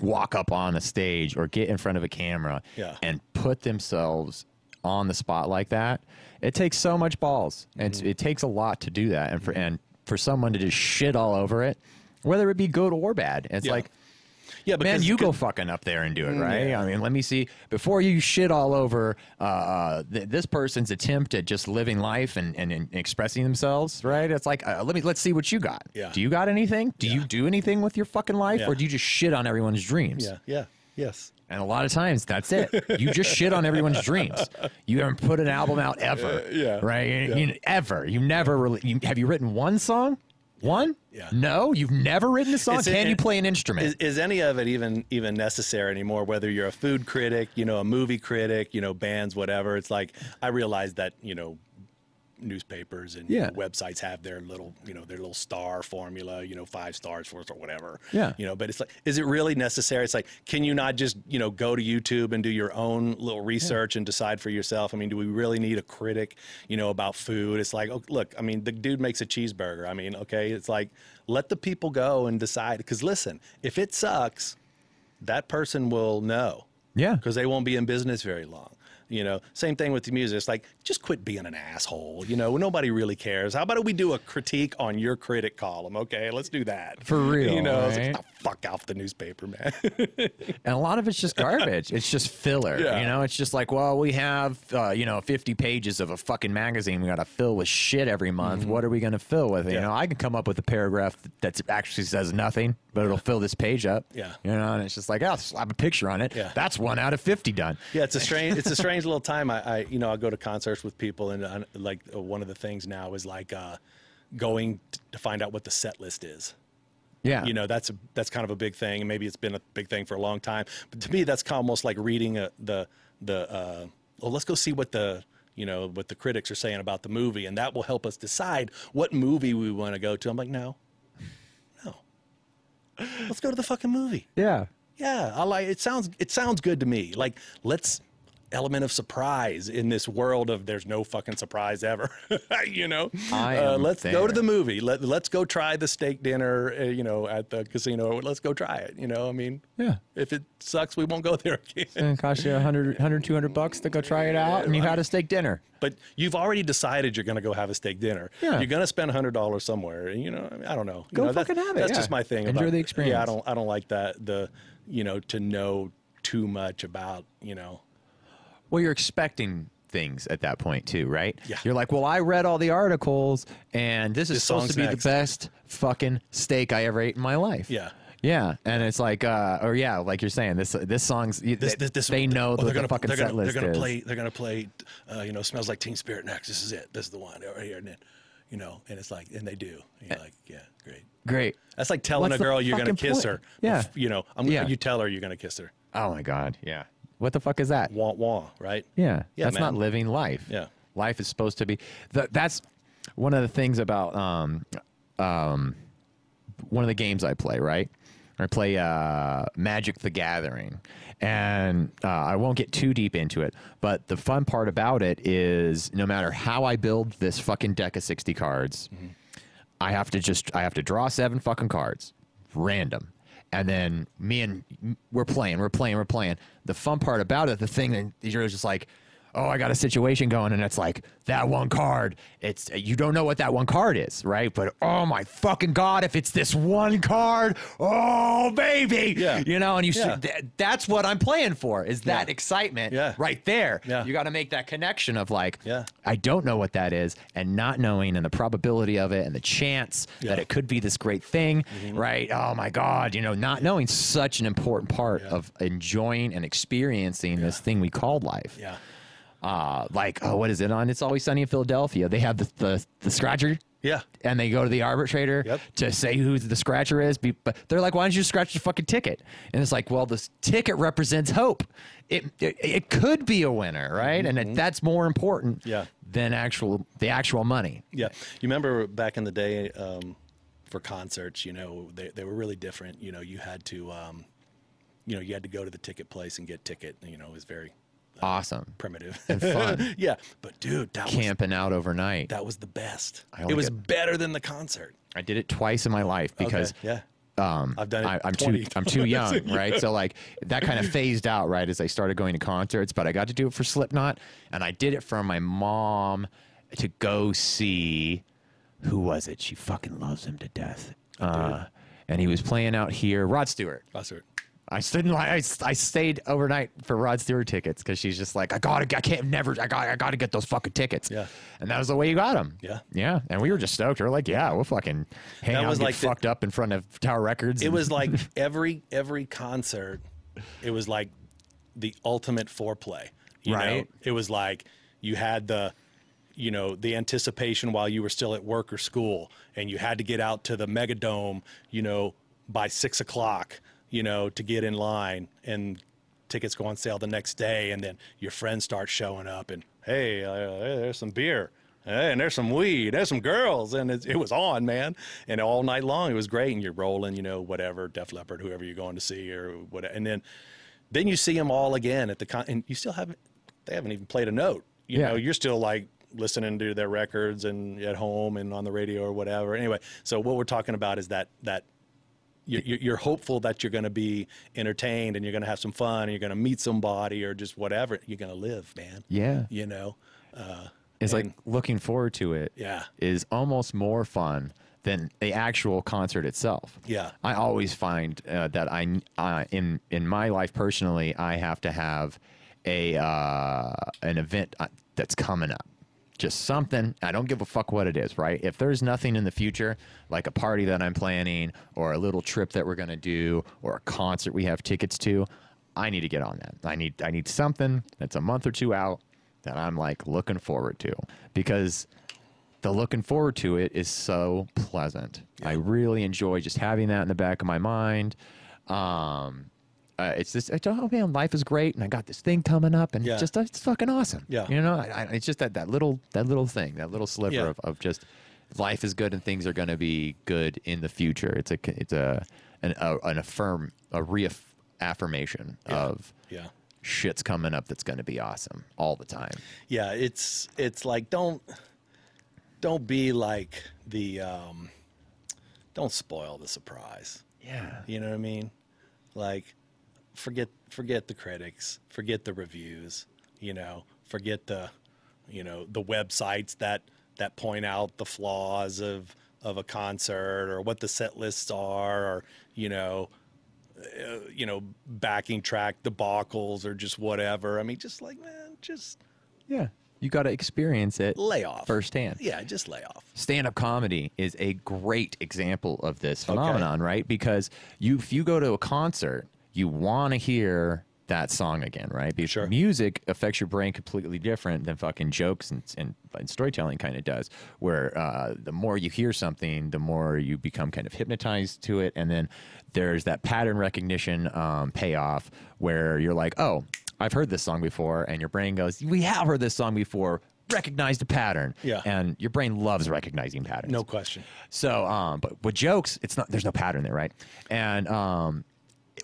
walk up on a stage or get in front of a camera Yeah. and put themselves on the spot like that. It takes so much balls, and Mm-hmm. it's- it takes a lot to do that, and for and for someone to just shit all over it, whether it be good or bad, it's Yeah. like. Yeah, Man, because Mm, you go fucking up there and do it, right? yeah. I mean, let me see. Before you shit all over uh, uh, th- this person's attempt at just living life and, and, and expressing themselves, right? It's like, uh, let me let's see what you got. Yeah. Do you got anything? Do you do anything with your fucking life, Yeah. or do you just shit on everyone's dreams? Yeah, yeah, yes. And a lot of times that's it. You just shit on everyone's dreams. You haven't put an album <laughs> out ever. Uh, yeah, Right? You- you- ever. You never really you, have you written one song? One? Yeah. No, you've never written a song. Is it- Can you it- play an instrument? Is, is any of it even even necessary anymore? Whether you're a food critic, you know, a movie critic, you know, bands, whatever. It's like I realize that you know, newspapers and Yeah. websites have their little you know their little star formula, you know, five stars for us or whatever. Yeah. You know, but it's like, is it really necessary? It's like, can you not just you know go to YouTube and do your own little research and decide for yourself? I mean, do we really need a critic? You know, about food? It's like, oh, look, I mean, the dude makes a cheeseburger. I mean, okay, it's like let the people go and decide. Because listen, if it sucks, that person will know yeah. because they won't be in business very long. You know, same thing with the music. It's like just quit being an asshole. You know, nobody really cares. How about we do a critique on your critic column? Okay, let's do that For real, You know, it's right? like, "Get the fuck off the <laughs> newspaper, man. and a lot of it's just garbage. it's just filler. <laughs> Yeah. You know, it's just like, well, we have uh, you know 50 pages of a fucking magazine we got to fill with shit every month. What are we going to fill with? You Mm-hmm. Yeah. know, I can come up with a paragraph that actually says nothing, but it'll fill this page up. Yeah. You know, and it's just like, I'll slap a picture on it. Yeah. That's one out of 50 done. Yeah, it's a strange, it's a strange little time. I, I, you know, I go to concerts with people, and I, like uh, one of the things now is like uh, going t- to find out what the set list is. Yeah. You know, that's a, that's kind of a big thing, and maybe it's been a big thing for a long time. But to me, that's kind of almost like reading a, the the. Uh, well, let's go see what the you know what the critics are saying about the movie, and that will help us decide what movie we want to go to. I'm like, no, no, let's go to the fucking movie. Yeah. Yeah, I like it sounds it sounds good to me. Like let's element of surprise in this world of there's no fucking surprise ever. <laughs> you know. I uh, am let's go there. to the movie. Let let's go try the steak dinner, uh, you know, at the casino. Let's go try it, you know? I mean, Yeah. if it sucks, we won't go there again. <laughs> And it costs you 100, 100, 200 bucks to go try it out, and you've had a steak dinner. But you've already decided you're going to go have a steak dinner. Yeah. You're going to spend $100 somewhere, and you know, I, mean, I don't know. You Go know, that- fucking have it, That's yeah. just my thing. Enjoy about- the Yeah, I experience. don't I don't like that the, you know, to know too much about, you know, Well, you're expecting things at that point too, right? Yeah. You're like, well, I read all the articles, and this is This supposed to song's be next. the best fucking steak I ever ate in my life. Yeah. Yeah, and it's like, uh, or yeah, like you're saying, this this song's this, this, this, they know oh, the, they're the gonna, fucking they're set gonna, list They're gonna is. play. They're gonna play. Uh, you know, smells like Teen Spirit next. This is it. This is the one right here. And then, you know, and it's like, and they do. And you're like, yeah, great. Great. That's like Eh. telling What's a the girl you're gonna fucking kiss point? her. Yeah. Bef- You know, I'm, Yeah. you tell her you're gonna kiss her. Oh my god. Yeah. What the fuck is that? Wah wah. Right. Yeah. Yeah, that's not man. living life. Yeah. Life is supposed to be th- that's one of the things about um um one of the games I play, right? I play uh, Magic the Gathering. And uh, I won't get too deep into it, but the fun part about it is no matter how I build this fucking deck of 60 cards, I have to just I have to draw seven fucking cards, random, and then me and we're playing, we're playing, we're playing. The fun part about it, the thing that you're just like, oh, I got a situation going, and it's like that one card. It's you don't know what that one card is, right? But oh my fucking god, if it's this one card, oh baby, Yeah. you know, and you Yeah. should, th- that's what I'm playing for is that Yeah. excitement Yeah. right there. Yeah. You got to make that connection of like, Yeah. I don't know what that is, and not knowing and the probability of it and the chance that Yeah. Mm-hmm. it could be this great thing, right? Oh my God, you know, not knowing such an important part of enjoying and experiencing this thing we called life. Yeah. Uh, like, oh, what is it on? It's Always Sunny in Philadelphia. They have the, the, the scratcher. Yeah. And they go to the arbitrator Yep. to say who the scratcher is. be- But they're like, why don't you scratch the fucking ticket? And it's like, well, this ticket represents hope. It it, it could be a winner, right? And it, that's more important Mm-hmm. Yeah. than actual the actual money. Yeah. You remember back in the day um, for concerts, you know, they, they were really different. You know, you had to, um, you know, you had to go to the ticket place and get ticket. You know, it was very Awesome. <laughs> primitive. fun. yeah. But dude, that was Camping out overnight. That was the best. I It like was it. better than the concert. I did it twice in my life because Okay, um, I've done it I, I'm 20 too I'm too young, right? So like that kind of phased out, right? As I started going to concerts, but I got to do it for Slipknot, and I did it for my mom to go see. Who was it? She fucking loves him to death. Uh, and he was playing out here, Rod Stewart. yeah, concert. I stood in line. I, s- I stayed overnight for Rod Stewart tickets because she's just like, I gotta, I can't never, I got, I gotta get those fucking tickets. Yeah. And that was the way you got them. Yeah. Yeah. And we were just stoked. We are like, yeah, we'll fucking hang That out was and get like the- fucked up in front of Tower Records. It and- <laughs> was like every every concert, it was like the ultimate foreplay. You Right. Know? It was like you had the you know the anticipation while you were still at work or school, and you had to get out to the megadome, you know, by six o'clock, you know, to get in line, and tickets go on sale the next day, and then your friends start showing up, and hey, uh, hey, there's some beer. Hey, and there's some weed, there's some girls, and it, it was on, man, and all night long it was great, and you're rolling, you know, whatever, Def Leppard, whoever you're going to see, or whatever, and then then you see them all again at the con, and you still haven't. They haven't even played a note. You Yeah. know, you're still like listening to their records and at home and on the radio or whatever. Anyway, so what we're talking about is that that you're, you're hopeful that you're going to be entertained and you're going to have some fun and you're going to meet somebody or just whatever. You're going to live, man. Yeah. You know, uh, It's like and- looking forward to it. Yeah. Is almost more fun than the actual concert itself. Yeah. I always find uh, that I uh, in in my life personally, I have to have a uh, an event uh, that's coming up. Just something. I don't give a fuck what it is, right? If there's nothing in the future, like a party that I'm planning or a little trip that we're going to do or a concert we have tickets to, I need to get on that. I need I need something that's a month or two out that I'm like looking forward to because the looking forward to it is so pleasant. I really enjoy just having that in the back of my mind. Um, uh, it's just, it's, oh man, life is great, and I got this thing coming up, and Yeah. it's just it's fucking awesome. Yeah. you know, I, I, it's just that that little that little thing, that little sliver Yeah. of, of just life is good and things are going to be good in the future. It's a it's a an a, an affirm a reaffirmation of yeah. shit's coming up that's going to be awesome all the time. yeah it's it's like don't don't be like the um don't spoil the surprise Yeah, you know what i mean like forget forget the critics forget the reviews you know forget the you know the websites that that point out the flaws of of a concert or what the set lists are or you know uh, you know backing track debacles or just whatever i mean just like man just yeah. You got to experience it lay off firsthand. Yeah, just lay off. stand-up comedy is a great example of this phenomenon, right? Because you if you go to a concert, you want to hear that song again, right? Because Sure. music affects your brain completely different than fucking jokes and, and, and storytelling kind of does. Where uh, the more you hear something, the more you become kind of hypnotized to it, and then there's that pattern recognition um, payoff where you're like, oh. I've heard this song before, and your brain goes, "We have heard this song before. Recognize the pattern." Yeah. and your brain loves recognizing patterns. No question. So, um, but with jokes, it's not. There's no pattern there, right? And um,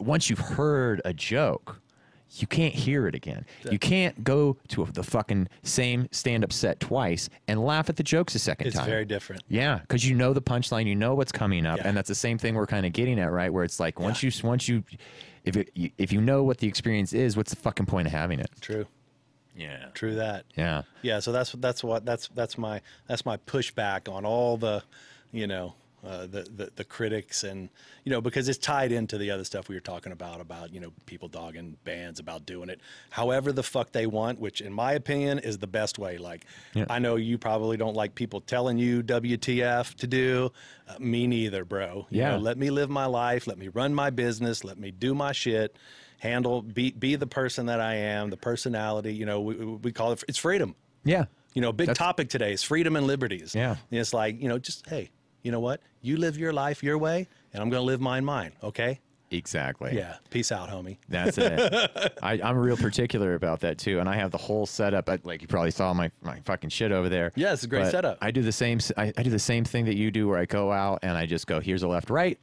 once you've heard a joke, you can't hear it again. You can't go to the fucking same stand-up set twice and laugh at the jokes a second It's time. very different. Yeah, because you know the punchline, you know what's coming up, Yeah. and that's the same thing we're kind of getting at, right? Where it's like once you once you, if it, you, if you know what the experience is, what's the fucking point of having it? True. Yeah. True that. Yeah. Yeah, so that's that's what that's that's my that's my pushback on all the, you know, uh, the, the the critics and you know because it's tied into the other stuff we were talking about about you know people dogging bands about doing it however the fuck they want, which in my opinion is the best way. Like Yeah. I know you probably don't like people telling you WTF to do, uh, me neither, bro. You Yeah. know, let me live my life, let me run my business, let me do my shit. Handle, be be the person that I am, the personality. You know, we, we we call it it's freedom. Yeah. You know, big That's- topic today is freedom and liberties. Yeah. And it's like, you know, just hey, you know what? You live your life your way, and I'm gonna live mine mine. Okay. Exactly. Yeah. Peace out, homie. That's it. I, I'm real particular about that too, and I have the whole setup. I, like you probably saw my, my fucking shit over there. Yeah, it's a great But setup. I do the same. s- I, I do the same thing that you do, where I go out and I just go, "Here's a left, right."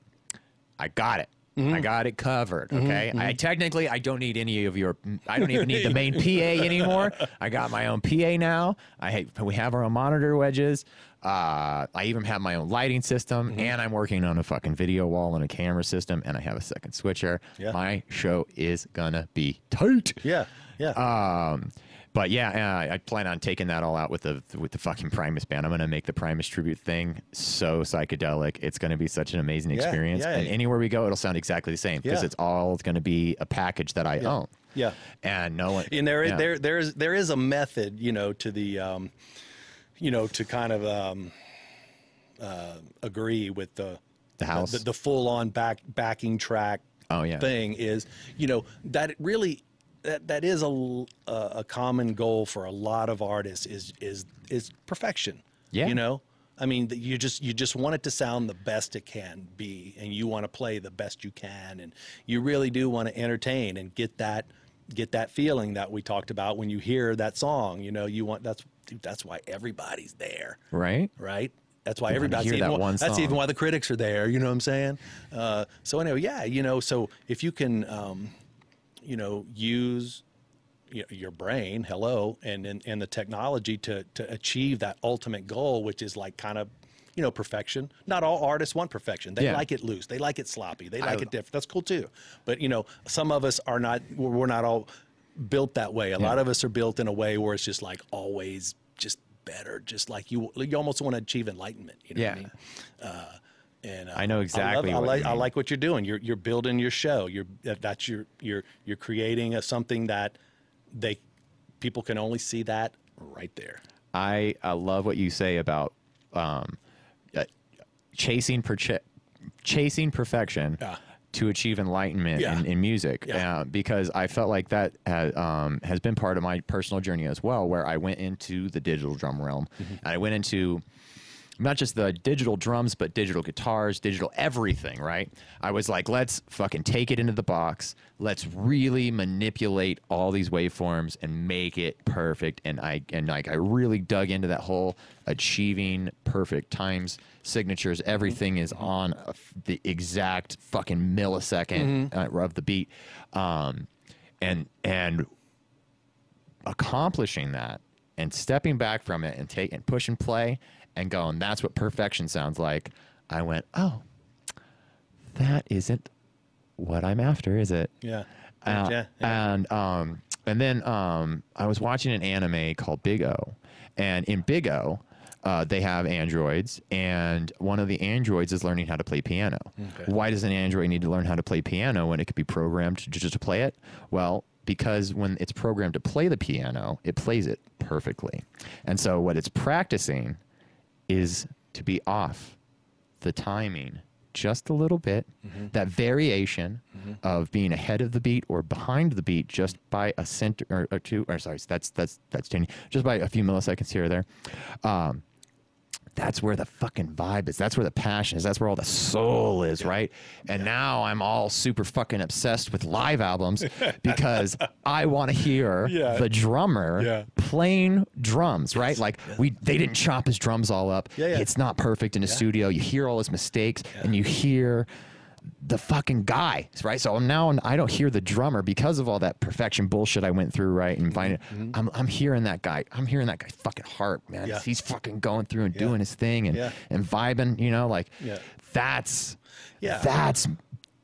I got it. Mm-hmm. I got it covered. Okay. I technically I don't need any of your. I don't even need the <laughs> main PA anymore. I got my own PA now. I ha- we have our own monitor wedges. Uh, I even have my own lighting system, Mm-hmm. and I'm working on a fucking video wall and a camera system, and I have a second switcher. Yeah. My show is gonna be tight. Yeah. Yeah. Um, but yeah, uh, I plan on taking that all out with the with the fucking Primus band. I'm gonna make the Primus tribute thing so psychedelic. It's gonna be such an amazing Yeah, experience. yeah. And anywhere we go, it'll sound exactly the same because Yeah. it's all gonna be a package that I own. Yeah. and no <laughs> one. and there, yeah. there, there is there is a method, you know, to the, um, you know, to kind of um, uh, agree with the The house. the, the full on back backing track. Oh, yeah. thing is, you know, that it really that that is a l- a a common goal for a lot of artists is is is perfection. Yeah. you know. I mean, that you just you just want it to sound the best it can be, and you want to play the best you can, and you really do want to entertain and get that get that feeling that we talked about when you hear that song. You know, you want that's dude, that's why everybody's there right. right? That's why wanna everybody's hear even that why- one That's even song. why the critics are there. You know what I'm saying? Uh, so anyway, yeah, you know, so if you can, um, you know, use y- your brain, hello, and and, and the technology to to achieve that ultimate goal, which is like kind of you know, perfection. Not all artists want perfection. They Yeah. like it loose. They like it sloppy. They like it different. That's cool too. But you know, some of us are not. We're we're not all built that way. A lot of us are built in a way where it's just like always just better. Just like you, you almost want to achieve enlightenment. You know yeah. what I mean? And uh, I know love- exactly I, what you like, I mean. like what you're doing. You're you're building your show. You're that- that's your you're you're creating a, something that they people can only see that right there. I I love what you say about um, uh, chasing perche- chasing perfection Yeah. to achieve enlightenment Yeah. in, in music. Yeah. Uh, because I felt like that ha- um, has been part of my personal journey as well, where I went into the digital drum realm Mm-hmm. and I went into not just the digital drums, but digital guitars, digital everything, right? I was like, let's fucking take it into the box. Let's really manipulate all these waveforms and make it perfect. And I and like I really dug into that whole achieving perfect times, signatures, everything is on a f- the exact fucking millisecond uh, of the beat. Um, and and accomplishing that and stepping back from it and take and push and play and going, that's what perfection sounds like. I went, oh, that isn't what I'm after, is it? Yeah. Uh, yeah. And um, and then um, I was watching an anime called Big O, and in Big O, uh, they have androids, and one of the androids is learning how to play piano. Why does an android need to learn how to play piano when it could be programmed to just to play it? Well. Because when it's programmed to play the piano, it plays it perfectly. And so, what it's practicing is to be off the timing just a little bit, Mm-hmm. that variation of being ahead of the beat or behind the beat just by a center or, or two, or sorry, that's that's that's changing just by a few milliseconds here or there. Um, that's where the fucking vibe is. That's where the passion is. That's where all the soul is, right? And now I'm all super fucking obsessed with live <laughs> albums because I want to hear Yeah. the drummer Yeah. playing drums, right? Like we they didn't chop his drums all up. Yeah, yeah. It's not perfect in a studio. You hear all his mistakes and you hear the fucking guy, right? So now I don't hear the drummer because of all that perfection bullshit I went through, right? And finding, I'm, I'm hearing that guy. I'm hearing that guy's fucking heart, man. Mm-hmm. Yeah. He's fucking going through and doing his thing and Yeah. and vibing, you know, like Yeah. that's Yeah. that's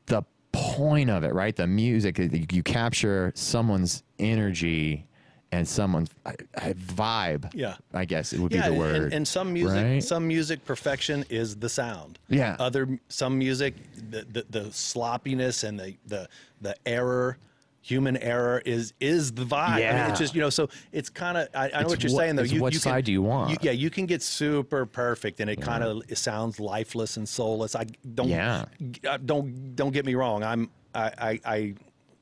the point of it, right? The music you, you capture someone's energy and someone's uh, uh, vibe. Yeah. I guess it would yeah, be the and- word. And, and some music, right? some music perfection is the sound. Yeah. Other some music, the the, the sloppiness and the, the the error, human error is is the vibe. I mean, Yeah. it's just you know, so it's kind of I, I know It's what you're what- saying though. it's what side do you want? yeah, you can get super perfect and it kind of it sounds lifeless and soulless. I don't. Yeah. g- uh, Don't don't get me wrong. I'm I I I,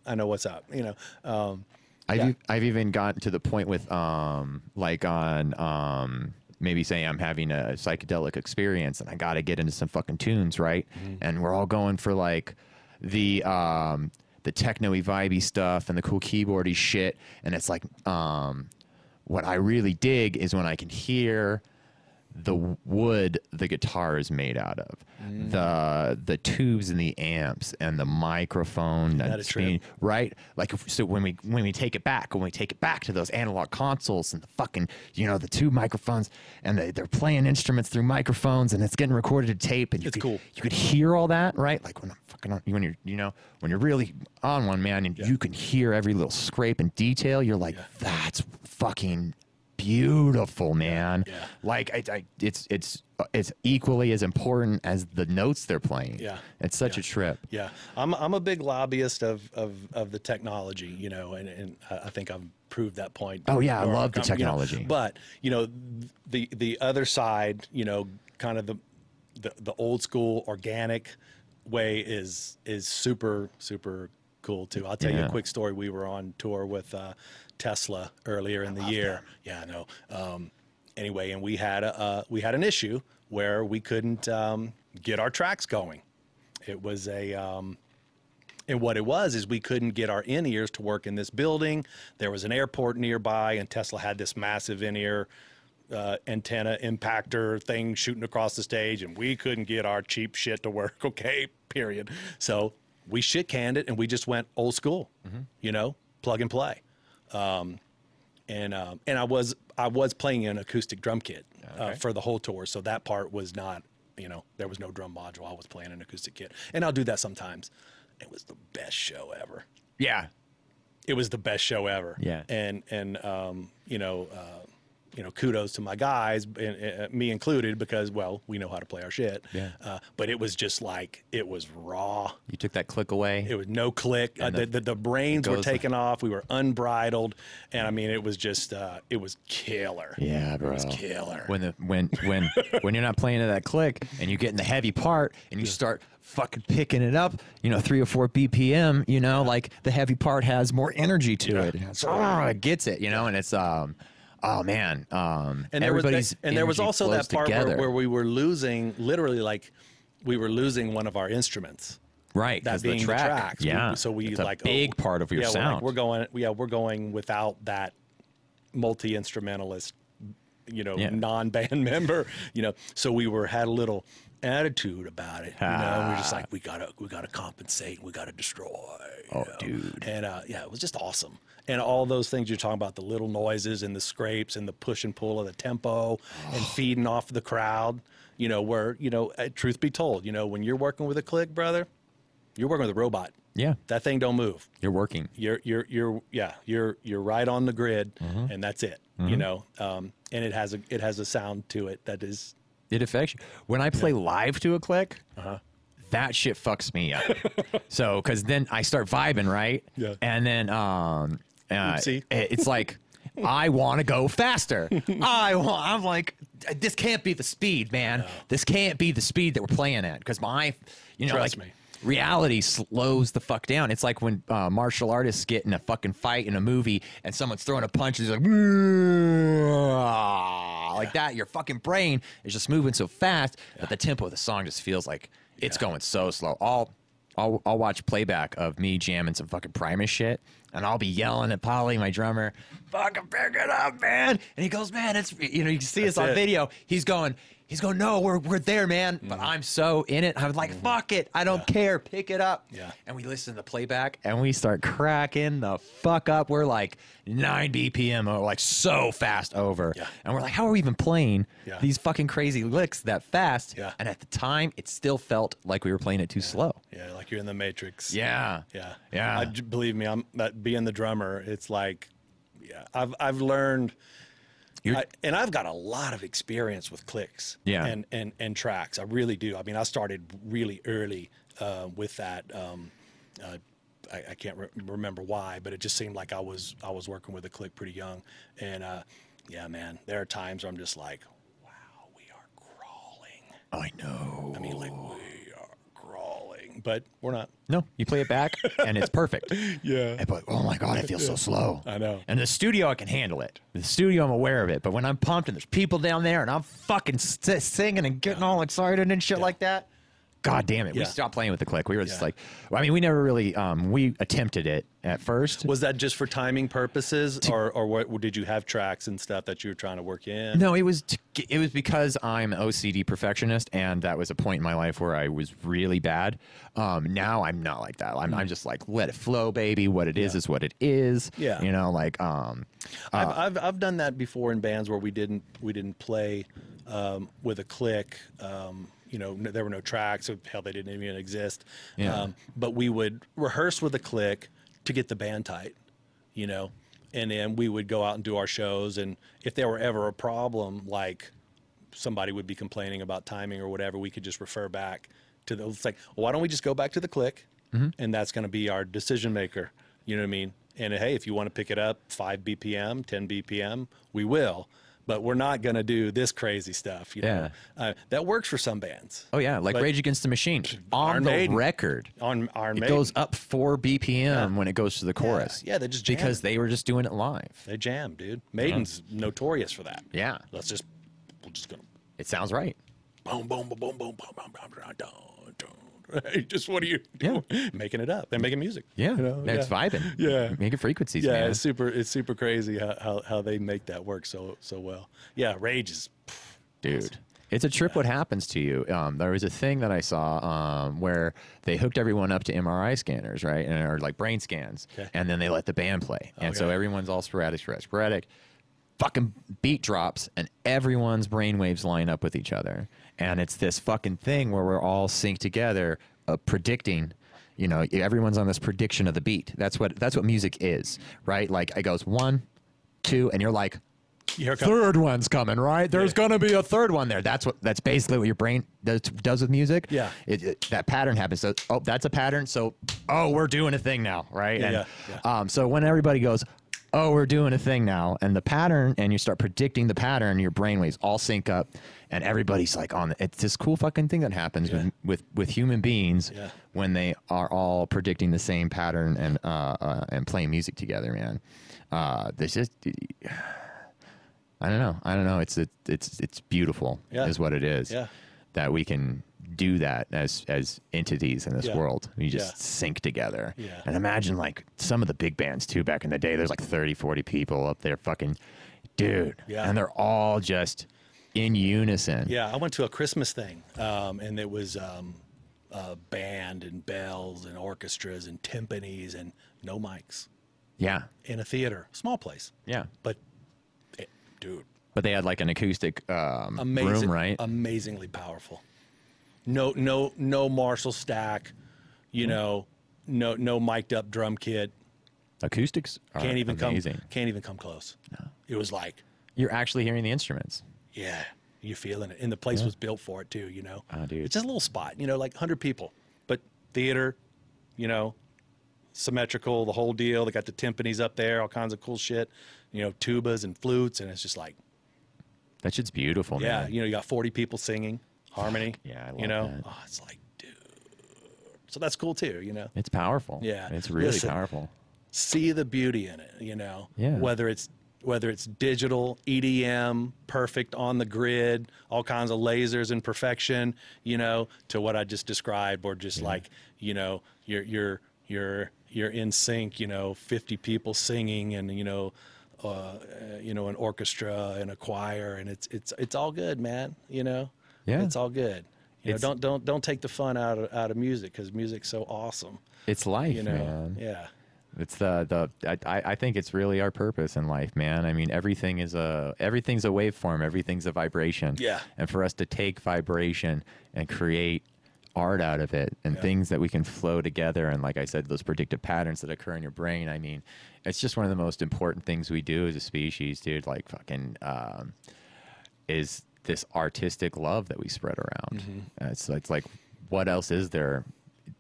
I know what's up. You know. Um, I've Yeah. ev- I've even gotten to the point with um like on um maybe saying I'm having a psychedelic experience and I got to get into some fucking tunes, right? Mm-hmm. And we're all going for like the um the techno-y vibey stuff and the cool keyboardy shit and it's like um what I really dig is when I can hear the wood the guitar is made out of, Mm. the the tubes and the amps and the microphone that that's a trip? being right. Like if- so when we when we take it back, when we take it back to those analog consoles and the fucking you know the two microphones and they, they're playing instruments through microphones and it's getting recorded to tape and you It's could, cool. You could hear all that right. Like when I'm fucking on, when you're you know when you're really on one man and you can hear every little scrape and detail. You're like that's fucking beautiful man Yeah. like I, I, it's it's it's equally as important as the notes they're playing Yeah. it's such a trip Yeah, I'm I'm a big lobbyist of of, of the technology, you know, and, and I I think I've proved that point. Oh, yeah, I Or- love the you know, technology. but you know, the the other side, you know, kind of the the, the old school organic way is is super super cool too. I'll tell you Yeah. a quick story. We were on tour with uh, Tesla earlier in the year. Yeah, I know. Um, anyway, and we had a uh, we had an issue where we couldn't um, get our tracks going. It was a um, and what it was is we couldn't get our in ears to work in this building. There was an airport nearby, and Tesla had this massive in ear uh, antenna impactor thing shooting across the stage, and we couldn't get our cheap shit to work. <laughs> Okay, period. So we shit canned it, and we just went old school, you know, plug and play. Um, and um, and I was I was playing an acoustic drum kit, uh, for the whole tour. So that part was not, you know, there was no drum module. I was playing an acoustic kit, and I'll do that sometimes. It was the best show ever. Yeah. It was the best show ever. Yeah. And and um, you know, uh, you know, kudos to my guys, and, and uh, me included, because well, we know how to play our shit. Yeah. Uh, but it was just like it was raw. You took that click away. It was no click. Uh, And the- the, the, the brains were goes- taken off. We were unbridled, and I mean, it was just uh, it was killer. Yeah, bro. killer. When the when when when you're not playing to that click and you get in the heavy part and you start fucking picking it up, you know, three or four BPM, you know, like the heavy part has more energy to it. And it's, "Ah," it gets it, you know, and it's um oh man. Um and there was everybody's that, and there was energy also flows that part together. where, where we were losing literally like we were losing one of our instruments right, 'cause that being the track. tracks We- Yeah. so we it's like a big oh, part of your yeah, we're like, sound. we're going yeah we're going without that multi-instrumentalist you know Yeah. non-band <laughs> member you know so we were had a little attitude about it you know and we we're Ah. just like we gotta we gotta compensate we gotta destroy Oh, know? dude. And uh, yeah, it was just awesome. And all those things you're talking about the little noises and the scrapes and the push and pull of the tempo and feeding off the crowd, you know, where, you know, uh, truth be told, you know, when you're working with a click, brother, you're working with a robot. yeah, That thing don't move. you're working. You're, you're, you're, yeah, you're, you're right on the grid and that's it, you know, um, and it has a, it has a sound to it that is, It affects you. When I play live to a click, Uh-huh. that shit fucks me <laughs> up. so, because then I start vibing, right? Yeah. And then, um, uh, Oopsie. it- it's <laughs> like, I want to go faster. I want, I'm like, this can't be the speed, man. This can't be the speed that we're playing at. Because my, you know, Trust like, me. reality slows the fuck down. It's like when uh, martial artists get in a fucking fight in a movie and someone's throwing a punch and it's like, "Wah," like that. Your fucking brain is just moving so fast that the tempo of the song just feels like it's going so slow. I'll, I'll, I'll watch playback of me jamming some fucking Primus shit and I'll be yelling at Polly, my drummer, fucking pick it up, man. And he goes, man, it's, you know, you can see this That's on it. video video, he's going, he's going, no, we're, we're there, man. But Mm-hmm. I'm so in it. I'm like, fuck it. I don't care. Pick it up. Yeah. And we listen to the playback and we start cracking the fuck up. We're like 9 BPM or like so fast over. Yeah. And we're like, how are we even playing Yeah. these fucking crazy licks that fast? Yeah. And at the time, it still felt like we were playing it too slow. yeah, like you're in the matrix. Yeah. Yeah, Yeah. I, j- believe me, I'm that being the drummer. It's like, yeah, I've I've learned, You're- I, and I've got a lot of experience with clicks. Yeah. and and and tracks. I really do. I mean, I started really early uh, with that. Um, uh, I, I can't re- remember why, but it just seemed like I was I was working with a click pretty young, and uh, yeah, man, there are times where I'm just like, wow, we are crawling. I know. I mean, like we are crawling, but we're not. No, you play it back and it's <laughs> perfect. Yeah. I put, oh my God, I feel so slow. I know. And the studio, I can handle it. The studio, I'm aware of it. But when I'm pumped and there's people down there and I'm fucking st- singing and getting all excited and shit like that, God damn it. We Yeah. stopped playing with the click. We were just Yeah. like, well, I mean, we never really, um, we attempted it at first. Was that just for timing purposes, or or what did you have tracks and stuff that you were trying to work in? No, it was to, g- it was because I'm OCD perfectionist, and that was a point in my life where I was really bad. Um, now I'm not like that. I'm, Mm. I'm just like let it flow, baby. What it is is what it is. Yeah. you know, like um, I've, I've I've done that before in bands where we didn't we didn't play um, with a click. Um, you know, n- there were no tracks. So hell, they didn't even exist. Yeah. Um, but we would rehearse with a click to get the band tight. You know, and then we would go out and do our shows. And if there were ever a problem, like somebody would be complaining about timing or whatever, we could just refer back to the. It's like, why don't we just go back to the click, Mm-hmm. and that's going to be our decision maker. You know what I mean? And hey, if you want to pick it up five BPM, ten BPM, we will. But we're not going to do this crazy stuff. You know, uh, that works for some bands. Oh yeah, like But- Rage Against the Machine on Iron the Maiden. record. On Iron it Maiden, goes up four BPM when it goes to the chorus. yeah, they just jam because it. they were just doing it live. they jam, dude. Maiden's notorious for that. Yeah, Let's just we're just gonna it sounds right. boom, boom, boom, boom, boom, boom, boom, boom, boom, boom, boom. <laughs> Hey, just what are you doing? <laughs> Making it up. They're making music. Yeah, You know? it's yeah. vibing. Yeah. making frequencies. Yeah, man. it's super. It's super crazy how, how, how they make that work so so well. Yeah, rage is. dude. It's a trip. What happens to you? Um, there was a thing that I saw um, where they hooked everyone up to MRI scanners, right, and or like brain scans, Okay. and then they let the band play, and so Okay. everyone's all sporadic, sporadic, sporadic. fucking beat drops and everyone's brainwaves line up with each other. And it's this fucking thing where we're all synced together, uh, predicting. You know, everyone's on this prediction of the beat. That's what that's what music is, right? Like it goes one, two, and you're like, Here it comes. third one's coming, right? There's gonna be a third one there. That's what. That's basically what your brain does, does with music. Yeah. It, it- that pattern happens. So, oh, that's a pattern. So, oh, we're doing a thing now, right? Yeah, and, yeah, Um, so when everybody goes, oh, we're doing a thing now, and the pattern, and you start predicting the pattern, your brainwaves all sync up, and everybody's like on. It's this cool fucking thing that happens with, with with human beings Yeah. when they are all predicting the same pattern and uh, uh and playing music together, man. Uh, there's just I don't know. I don't know. It's it, it's it's beautiful Yeah. is what it is. Yeah. That we can do that as as entities in this Yeah. world. We just Yeah. sync together. Yeah. And imagine like some of the big bands too back in the day there's like 30 40 people up there fucking dude Yeah. and they're all just in unison. Yeah, I went to a Christmas thing, um, and it was um, a band and bells and orchestras and timpanis and no mics Yeah. in a theater, small place. Yeah. But, it, dude, But they had like an acoustic um amazing, Uh, room, right? Amazingly powerful. No, no, no Marshall stack. Hmm. You know, no, no mic'd up drum kit. Acoustics are Can't even amazing. come. Can't even come close. It was like, You're actually hearing the instruments. yeah, you're feeling it, and the place was built for it too. You know, Ah, dude. it's just a little spot. You know, like hundred people, but theater. You know, symmetrical, the whole deal. They got the timpanis up there, all kinds of cool shit. You know, tubas and flutes, and it's just like, That shit's beautiful, yeah, man. you know, you got 40 people singing harmony. yeah, I love you know, that. Oh, it's like, dude. So that's cool too, you know. It's powerful. Yeah. It's really Listen. powerful. See the beauty in it, you know. Yeah. Whether it's whether it's digital, EDM, perfect on the grid, all kinds of lasers and perfection, you know, to what I just described, or just like, you know, you're you're you're you're in sync, you know, 50 people singing and you know. Uh, uh, you know, an orchestra and a choir, and it's it's it's all good, man. You know, Yeah. it's all good. You know, It's- don't don't don't take the fun out of out of music because music's so awesome. It's life, You know, man. yeah, It's the the I- I, I think it's really our purpose in life, man. I mean, everything is a everything's a waveform, everything's a vibration. Yeah. And for us to take vibration and create art out of it and things that we can flow together and like I said, those predictive patterns that occur in your brain. I mean, it's just one of the most important things we do as a species, dude. Like fucking um, is this artistic love that we spread around. Mm-hmm. Uh, It's it's like what else is there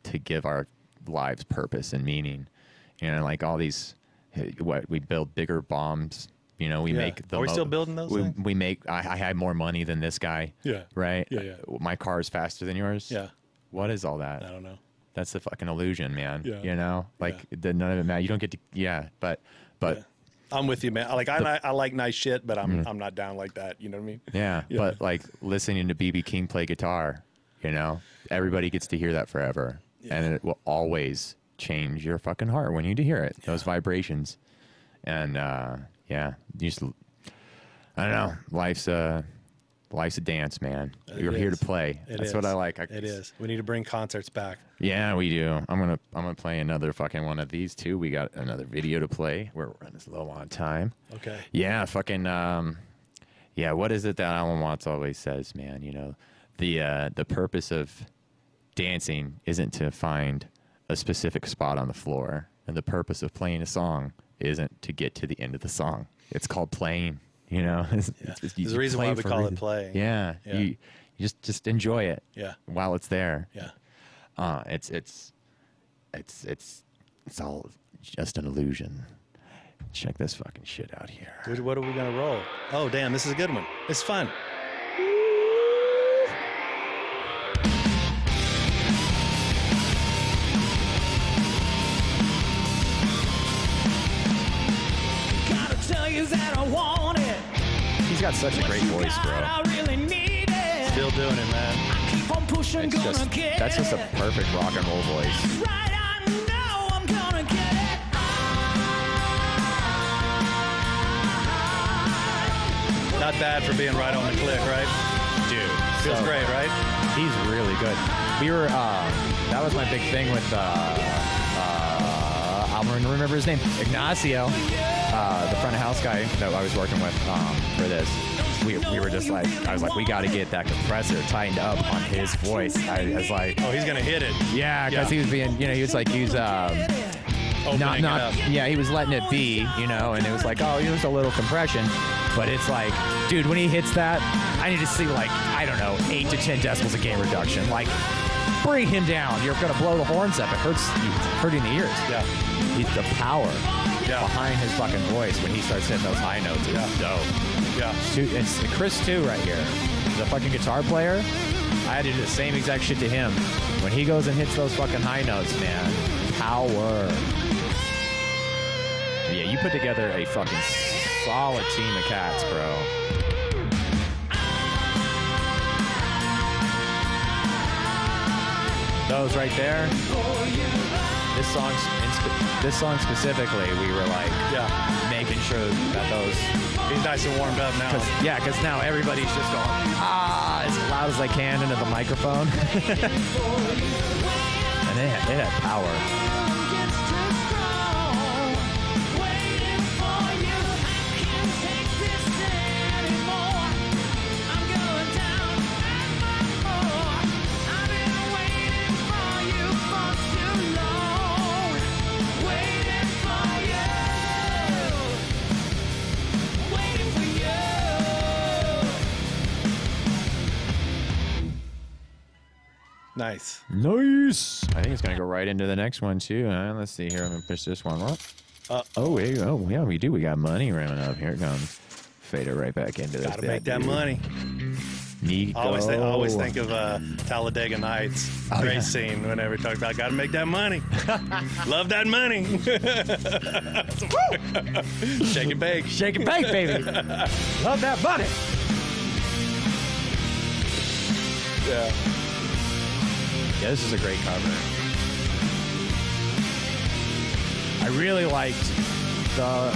to give our lives purpose and meaning? You know, like all these uh, what we build bigger bombs. You know, we Yeah. make the Are we still building those We, things? we make. I, I had more money than this guy. Yeah. Right. Yeah, yeah. Uh, My car's faster than yours. Yeah. What is all that? I don't know. That's the fucking illusion, man. Yeah. You know, like the, none of it matters. You don't get to. Yeah, but but. Mm. I'm with you, man. I Like I, I like nice shit, but I'm I'm not down like that. You know what I mean? Yeah, Yeah. but like listening to BB King play guitar, you know, everybody gets to hear that forever, and it will always change your fucking heart when you do hear it. Those vibrations, and uh, yeah, you just I don't know. Life's a life's a dance, man. You're here to is. play. It That's what is. I like. I, It is. We need to bring concerts back. Yeah, we do. I'm gonna I'm gonna play another fucking one of these too. We got another video to play. We're running low on time. Okay. Yeah, fucking um yeah, what is it that Alan Watts always says, man? You know, the uh the purpose of dancing isn't to find a specific spot on the floor, and the purpose of playing a song isn't to get to the end of the song. It's called playing, you know. <laughs> It's, it's- it's- you There's a reason why play we for a call it reason. playing. Yeah. Yeah. You, you just just enjoy it Yeah. while it's there. Yeah. Uh, it's it's it's it's it's all just an illusion. Check this fucking shit out here. What, what are we gonna roll? Oh, damn! This is a good one. It's fun. Gotta tell you that I want it. He's got such a What great you voice, got, bro. I really need it. Still doing it, man. I keep on pushing, It's gonna just get that's just a it. perfect rock and roll voice. Right, I know I'm gonna get it. Not bad for being right on the click, right? Dude, Feels great, right? He's really good. We were uh, that was my big thing with uh, uh, I'm gonna remember his name, Ignacio. uh, the front of house guy that I was working with um, for this, we, we were just like, I was like, we got to get that compressor tightened up on his voice. I, was like, Oh, he's gonna hit it. yeah, because he was being, you know, he was like, he's um, Opening not, it not, up. yeah, he was letting it be, you know, and it was like, oh, there's a little compression, but it's like, dude, when he hits that, I need to see like, I don't know, eight to ten decibels of gain reduction, like. Bring him down. You're gonna blow the horns up. It hurts you, hurting the ears. Yeah. He's the power Yeah. behind his fucking voice when he starts hitting those high notes. It's dope. Yeah. Dude, it's Chris too right here. The fucking guitar player. I had to do the same exact shit to him. When he goes and hits those fucking high notes, man. Power. Yeah, you put together a fucking solid team of cats, bro. Those right there. This song, this song specifically, we were like Yeah. making sure that those He's nice and warmed up now. Cause, yeah, because now everybody's just going, ah, as loud as they can into the microphone. <laughs> and it had, it had power. Nice. Nice. I think it's going to go right into the next one, too. Uh, let's see here. I'm going to push this one up. Uh, oh, wait. Oh, yeah, we do. We got money running up. Here it comes. Fader right back into this. Gotta bad make that dude. money. Nico. I always think, I always think of uh, Talladega Nights. Oh, Great scene whenever we talk about gotta make <laughs> that money. Love that money. Shake and bake. Shake and bake, <laughs> baby. Love that money. Yeah. Yeah, this is a great cover. I really liked the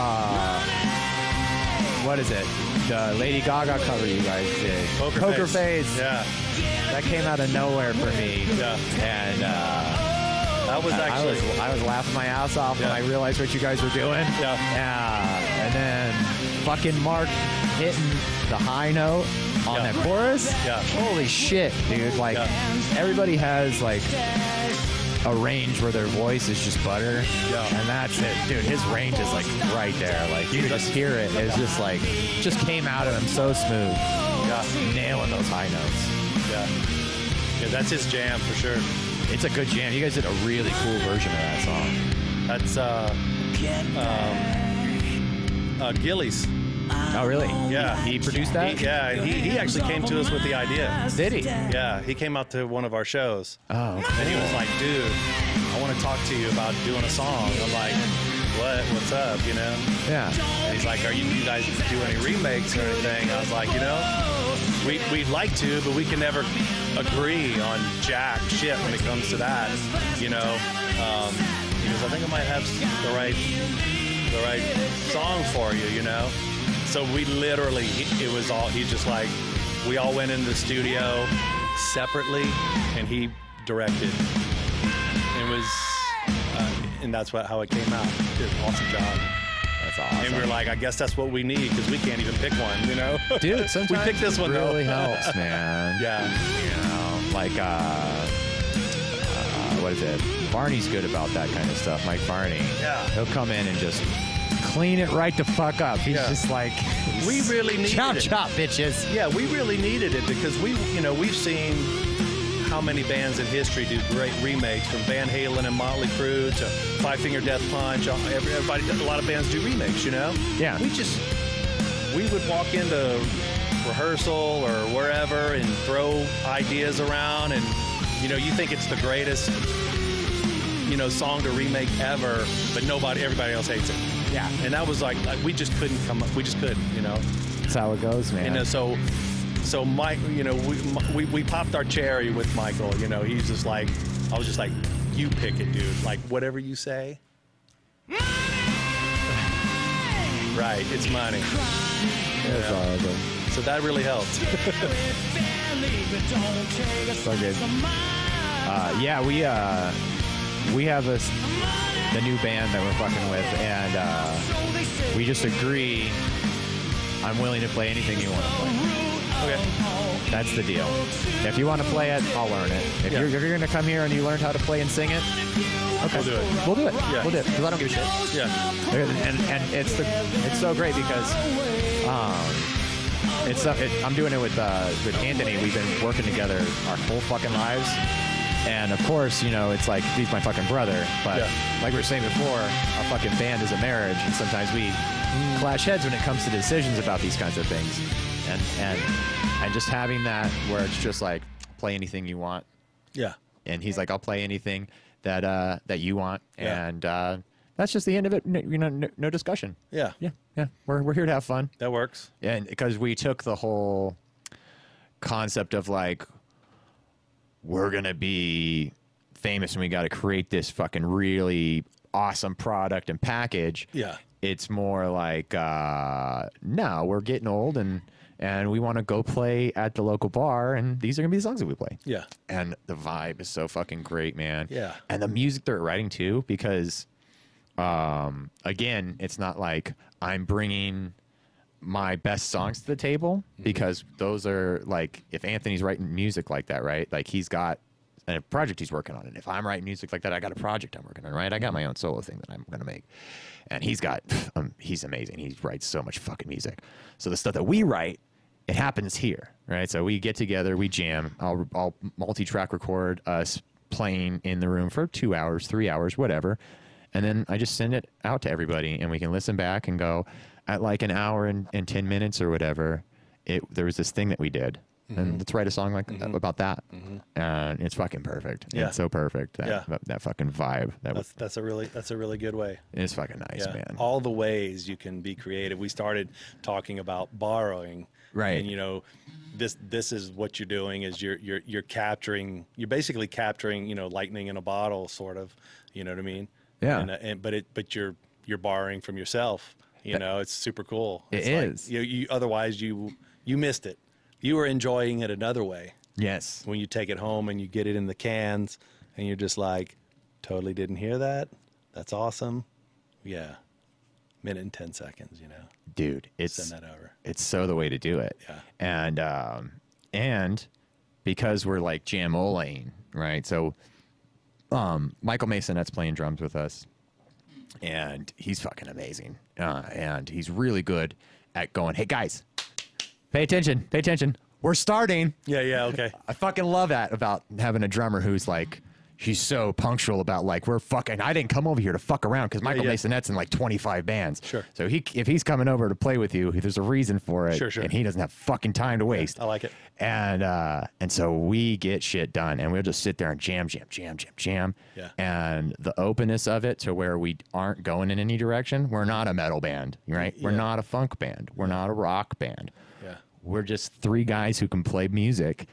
uh, what is it? The Lady Gaga cover you guys did. Poker, face. Yeah. That came out of nowhere for me. Yeah. And uh, That was I actually. was I was laughing my ass off Yeah. when I realized what you guys were doing. Yeah. Yeah. And then fucking Mark hitting the high note on Yeah. that chorus. Yeah. Holy shit, dude. Like, Yeah. everybody has, like, a range where their voice is just butter. Yeah. And that's it. Dude, his range is, like, right there. Like, you could just hear it. It's just, like, just came out of him so smooth. yeah. Nailing those high notes. Yeah. Yeah, that's his jam for sure. It's a good jam. You guys did a really cool version of that song. That's uh, um, uh, Gillies. Oh, really? Yeah. He produced that? He, yeah, he, he actually came to us with the idea. Did he? Yeah, he came out to one of our shows. Oh. And he was like, dude, I want to talk to you about doing a song. I'm like, what? What's up? You know? Yeah. And he's like, are you, you guys do any remakes or anything? I was like, you know, we, we'd like to, but we can never agree on jack shit when it comes to that. You know? Um, he goes, I think I might have the right, the right song for you, you know? So we literally, he- it was all, he's just like, we all went into the studio separately and he directed it was, uh, and that's what how it came out. It was an awesome job. That's awesome. And we were like, I guess that's what we need because we can't even pick one, you know? Dude, sometimes <laughs> we picked this one it really though. <laughs> helps, man. yeah, you know, like uh, uh, what is it? Barney's good about that kind of stuff. Mike Barney. Yeah. He'll come in and just clean it right the fuck up. He's Yeah. just like, <laughs> We really needed chop it. chop bitches. yeah, we really needed it because we, you know, we've seen how many bands in history do great remakes from Van Halen and Motley Crue to Five Finger Death Punch. uh, every- Everybody, a lot of bands do remakes, you know? Yeah. We just, we would walk into rehearsal or wherever and throw ideas around and you know you think it's the greatest you know song to remake ever but nobody everybody else hates it Yeah. and that was like, like we just couldn't come up we just couldn't you know That's how it goes, man. you know, so so Mike, you know, we, we we popped our cherry with Michael. You know, he's just like, I was just like, you pick it, dude. Like whatever you say. Right, it's money. That's awesome. So that really helped. So good. Uh, yeah, we uh, we have a s- the new band that we're fucking with, and uh, we just agree. I'm willing to play anything you want to play. Okay. That's the deal. If you want to play it, I'll learn it. If Yeah. you're, if you're gonna come here and you learned how to play and sing it, okay, We'll do it. We'll do it. Yeah. We'll do it because I don't give a shit. Yeah. And, and, and it's the it's so great because um, it's so- it, I'm doing it with uh, with Anthony. We've been working together our whole fucking lives, and of course, you know, it's like he's my fucking brother. But Yeah. like we were saying before, a fucking band is a marriage, and sometimes we clash heads when it comes to decisions about these kinds of things. And and and just having that where it's just like play anything you want, Yeah. and he's like, "I'll play anything that uh, that you want," Yeah. and uh, that's just the end of it. No, you know, no, no discussion. Yeah. Yeah, yeah, we're we're here to have fun, That works. and because we took the whole concept of like, we're gonna be famous, and we got to create this fucking really awesome product and package. Yeah. It's more like, uh, no, we're getting old, and and we want to go play at the local bar, and these are gonna be the songs that we play Yeah. and the vibe is so fucking great, man. Yeah. And the music they're writing too, because, um, again, it's not like I'm bringing my best songs to the table Mm-hmm. because those are like if Anthony's writing music like that, right? Like he's got a project he's working on, and if I'm writing music like that, I got a project I'm working on, right? I got my own solo thing that I'm gonna make, and he's got <sighs> um, he's amazing. He writes so much fucking music. So the stuff that we write, it happens here, right? So we get together, we jam. I'll I'll multi-track record us playing in the room for two hours, three hours, whatever. And then I just send it out to everybody, and we can listen back and go at like an hour and, and ten minutes or whatever. It there was this thing that we did, Mm-hmm. and let's write a song like about that, and it's fucking perfect. Yeah. It's so perfect. That, Yeah. that, that fucking vibe. That That's was that's a really that's a really good way. it's fucking nice, yeah. man. All the ways you can be creative. We started talking about borrowing. Right. And you know, this this is what you're doing is you're you're you're capturing you're basically capturing, you know, lightning in a bottle sort of, you know what I mean? Yeah. And, uh, and but it but you're you're borrowing from yourself. You know, it's super cool. It It's like, is. you, you otherwise you you missed it. You were enjoying it another way yes. when you take it home and you get it in the cans and you're just like, totally didn't hear that. That's awesome. Yeah. Minute and 10 seconds, you know, dude it's send that over. it's so the way to do it Yeah. and um and because we're like jamoling right so um michael mason that's playing drums with us and he's fucking amazing uh, and he's really good at going hey guys pay attention pay attention we're starting Yeah. Yeah. Okay. I fucking love that about having a drummer who's like, he's so punctual about like we're fucking. I didn't come over here to fuck around because Michael yeah. Masonette's in like 25 bands. Sure. So he if he's coming over to play with you, there's a reason for it. Sure, sure. And he doesn't have fucking time to waste. I like it. And uh, and so we get shit done, and we'll just sit there and jam, jam, jam, jam, jam. Yeah. And the openness of it to where we aren't going in any direction. We're not a metal band, right? We're yeah. not a funk band. We're not a rock band Yeah. we're just three guys who can play music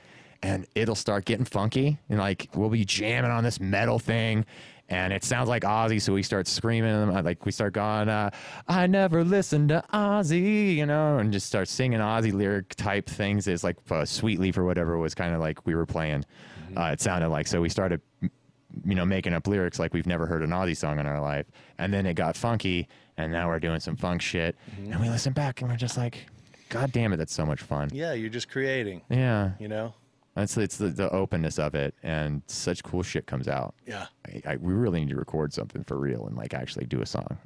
and it'll start getting funky and like we'll be jamming on this metal thing and it sounds like Ozzy, so we start screaming, like we start going, uh, "I never listened to Ozzy," you know, and just start singing Ozzy lyric type things. It's like uh, "Sweet Leaf" or whatever was kind of like we were playing. Uh, it sounded like so we started, you know, making up lyrics like we've never heard an Ozzy song in our life, and then it got funky, and now we're doing some funk shit, and we listen back and we're just like, "God damn it, that's so much fun!" Yeah. You're just creating, Yeah, you know? that's it's the, the openness of it, and such cool shit comes out. Yeah. I, I, we really need to record something for real and like actually do a song.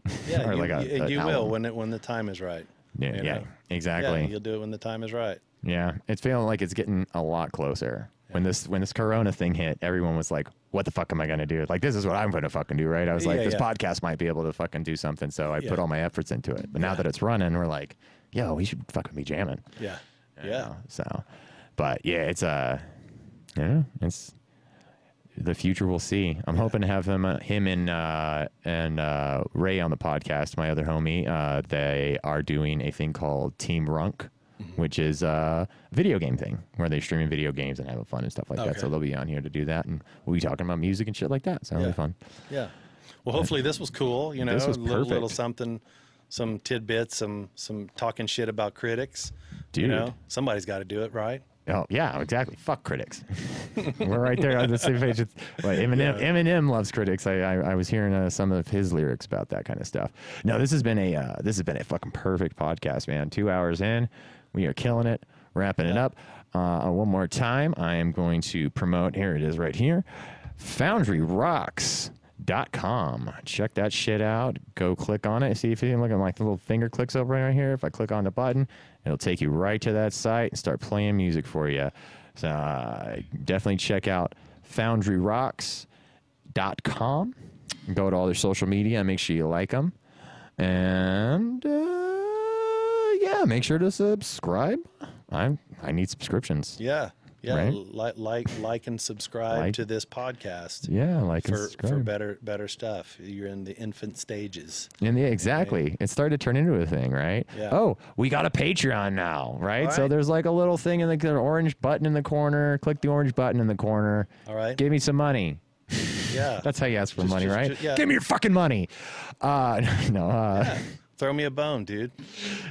<laughs> Yeah. or you, like a, you- and an you will album. when it, when the time is right. Yeah, you yeah, know? exactly. Yeah. Yeah, You'll do it when the time is right. it's feeling like it's getting a lot closer. When this when this Corona thing hit, everyone was like, "What the fuck am I gonna do? Like, this is what I'm gonna fucking do, right?" I was like, Yeah, "This yeah. podcast might be able to fucking do something," so I Yeah. put all my efforts into it. But now that it's running, we're like, "Yo, we should fucking be jamming." Yeah. you Yeah. know, So, but yeah, it's uh, yeah, it's the future. We'll see. I'm hoping to have him, uh, him and uh, and uh, Ray on the podcast. My other homie. Uh, they are doing a thing called Team Runk. Mm-hmm. Which is uh, a video game thing where they stream in video games and having fun and stuff like that. Okay. So they'll be on here to do that, and we'll be talking about music and shit like that. So it'll Yeah. be fun. Yeah. Well, hopefully this was cool. You know, This was little, little perfect. something, some tidbits, some some talking shit about critics. Dude. You know, somebody's got to do it, right? Oh yeah, exactly. Fuck critics. <laughs> We're right there on the same page. With, like, Eminem, Eminem loves critics. I, I, I was hearing uh, some of his lyrics about that kind of stuff. No, this has been a uh, this has been a fucking perfect podcast, man. Two hours in, we are killing it. Wrapping it up. Uh, one more time, I am going to promote. Here it is, right here. FoundryRocks.com. Check that shit out. Go click on it. See if you look at my little finger clicks up right here. If I click on the button, it'll take you right to that site and start playing music for you. So uh, definitely check out FoundryRocks.com. Go to all their social media and make sure you like them. And uh, yeah, make sure to subscribe. I'm I need subscriptions. Yeah. Yeah. Right? Like, like, like, and subscribe Like- to this podcast. Yeah, like and For, for subscribe. better better stuff. You're in the infant stages. And yeah, exactly. It started to turn into a thing, right? Yeah. Oh, we got a Patreon now, right? So Alright. there's like a little thing in the an orange button in the corner. Click the orange button in the corner. All right. Give me some money. Yeah. <laughs> That's how you ask for money, just- right? just- yeah. Give me your fucking money. Uh, <laughs> no, uh, Throw me a bone, dude.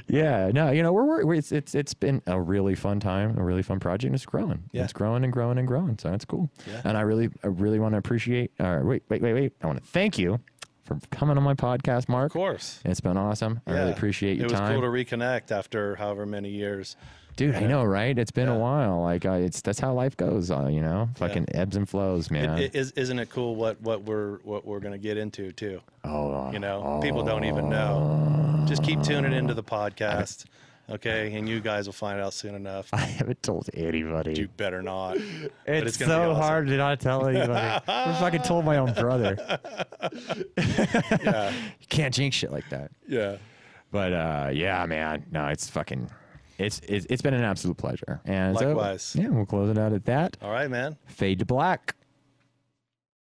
yeah, no, you know, we're, we're- we're it's, it's it's been a really fun time, a really fun project, and it's growing. Yeah. It's growing and growing and growing, so it's cool. Yeah. And I really, I really want to appreciate. Or wait, wait, wait, wait. I want to thank you for coming on my podcast, Mark. Of course. It's been awesome. I really appreciate your it time, It was cool to reconnect after however many years. dude. I know, right? It's been Yeah. a while. Like, uh, it's that's how life goes. Uh, you know, fucking ebbs and flows, It- man. it is, isn't it cool what, what we're what we're gonna get into too? oh, You know, people don't even know. Just keep tuning into the podcast, okay? And you guys will find out soon enough. <laughs> I haven't told anybody. You better not. <laughs> It's, It's, so hard to not tell anybody. I fucking told my own brother. you can't jinx shit like that. Yeah. But uh, yeah, man, no, it's fucking, it's, it's it's been an absolute pleasure. And so, Likewise. yeah, we'll close it out at that. All right, man. Fade to black.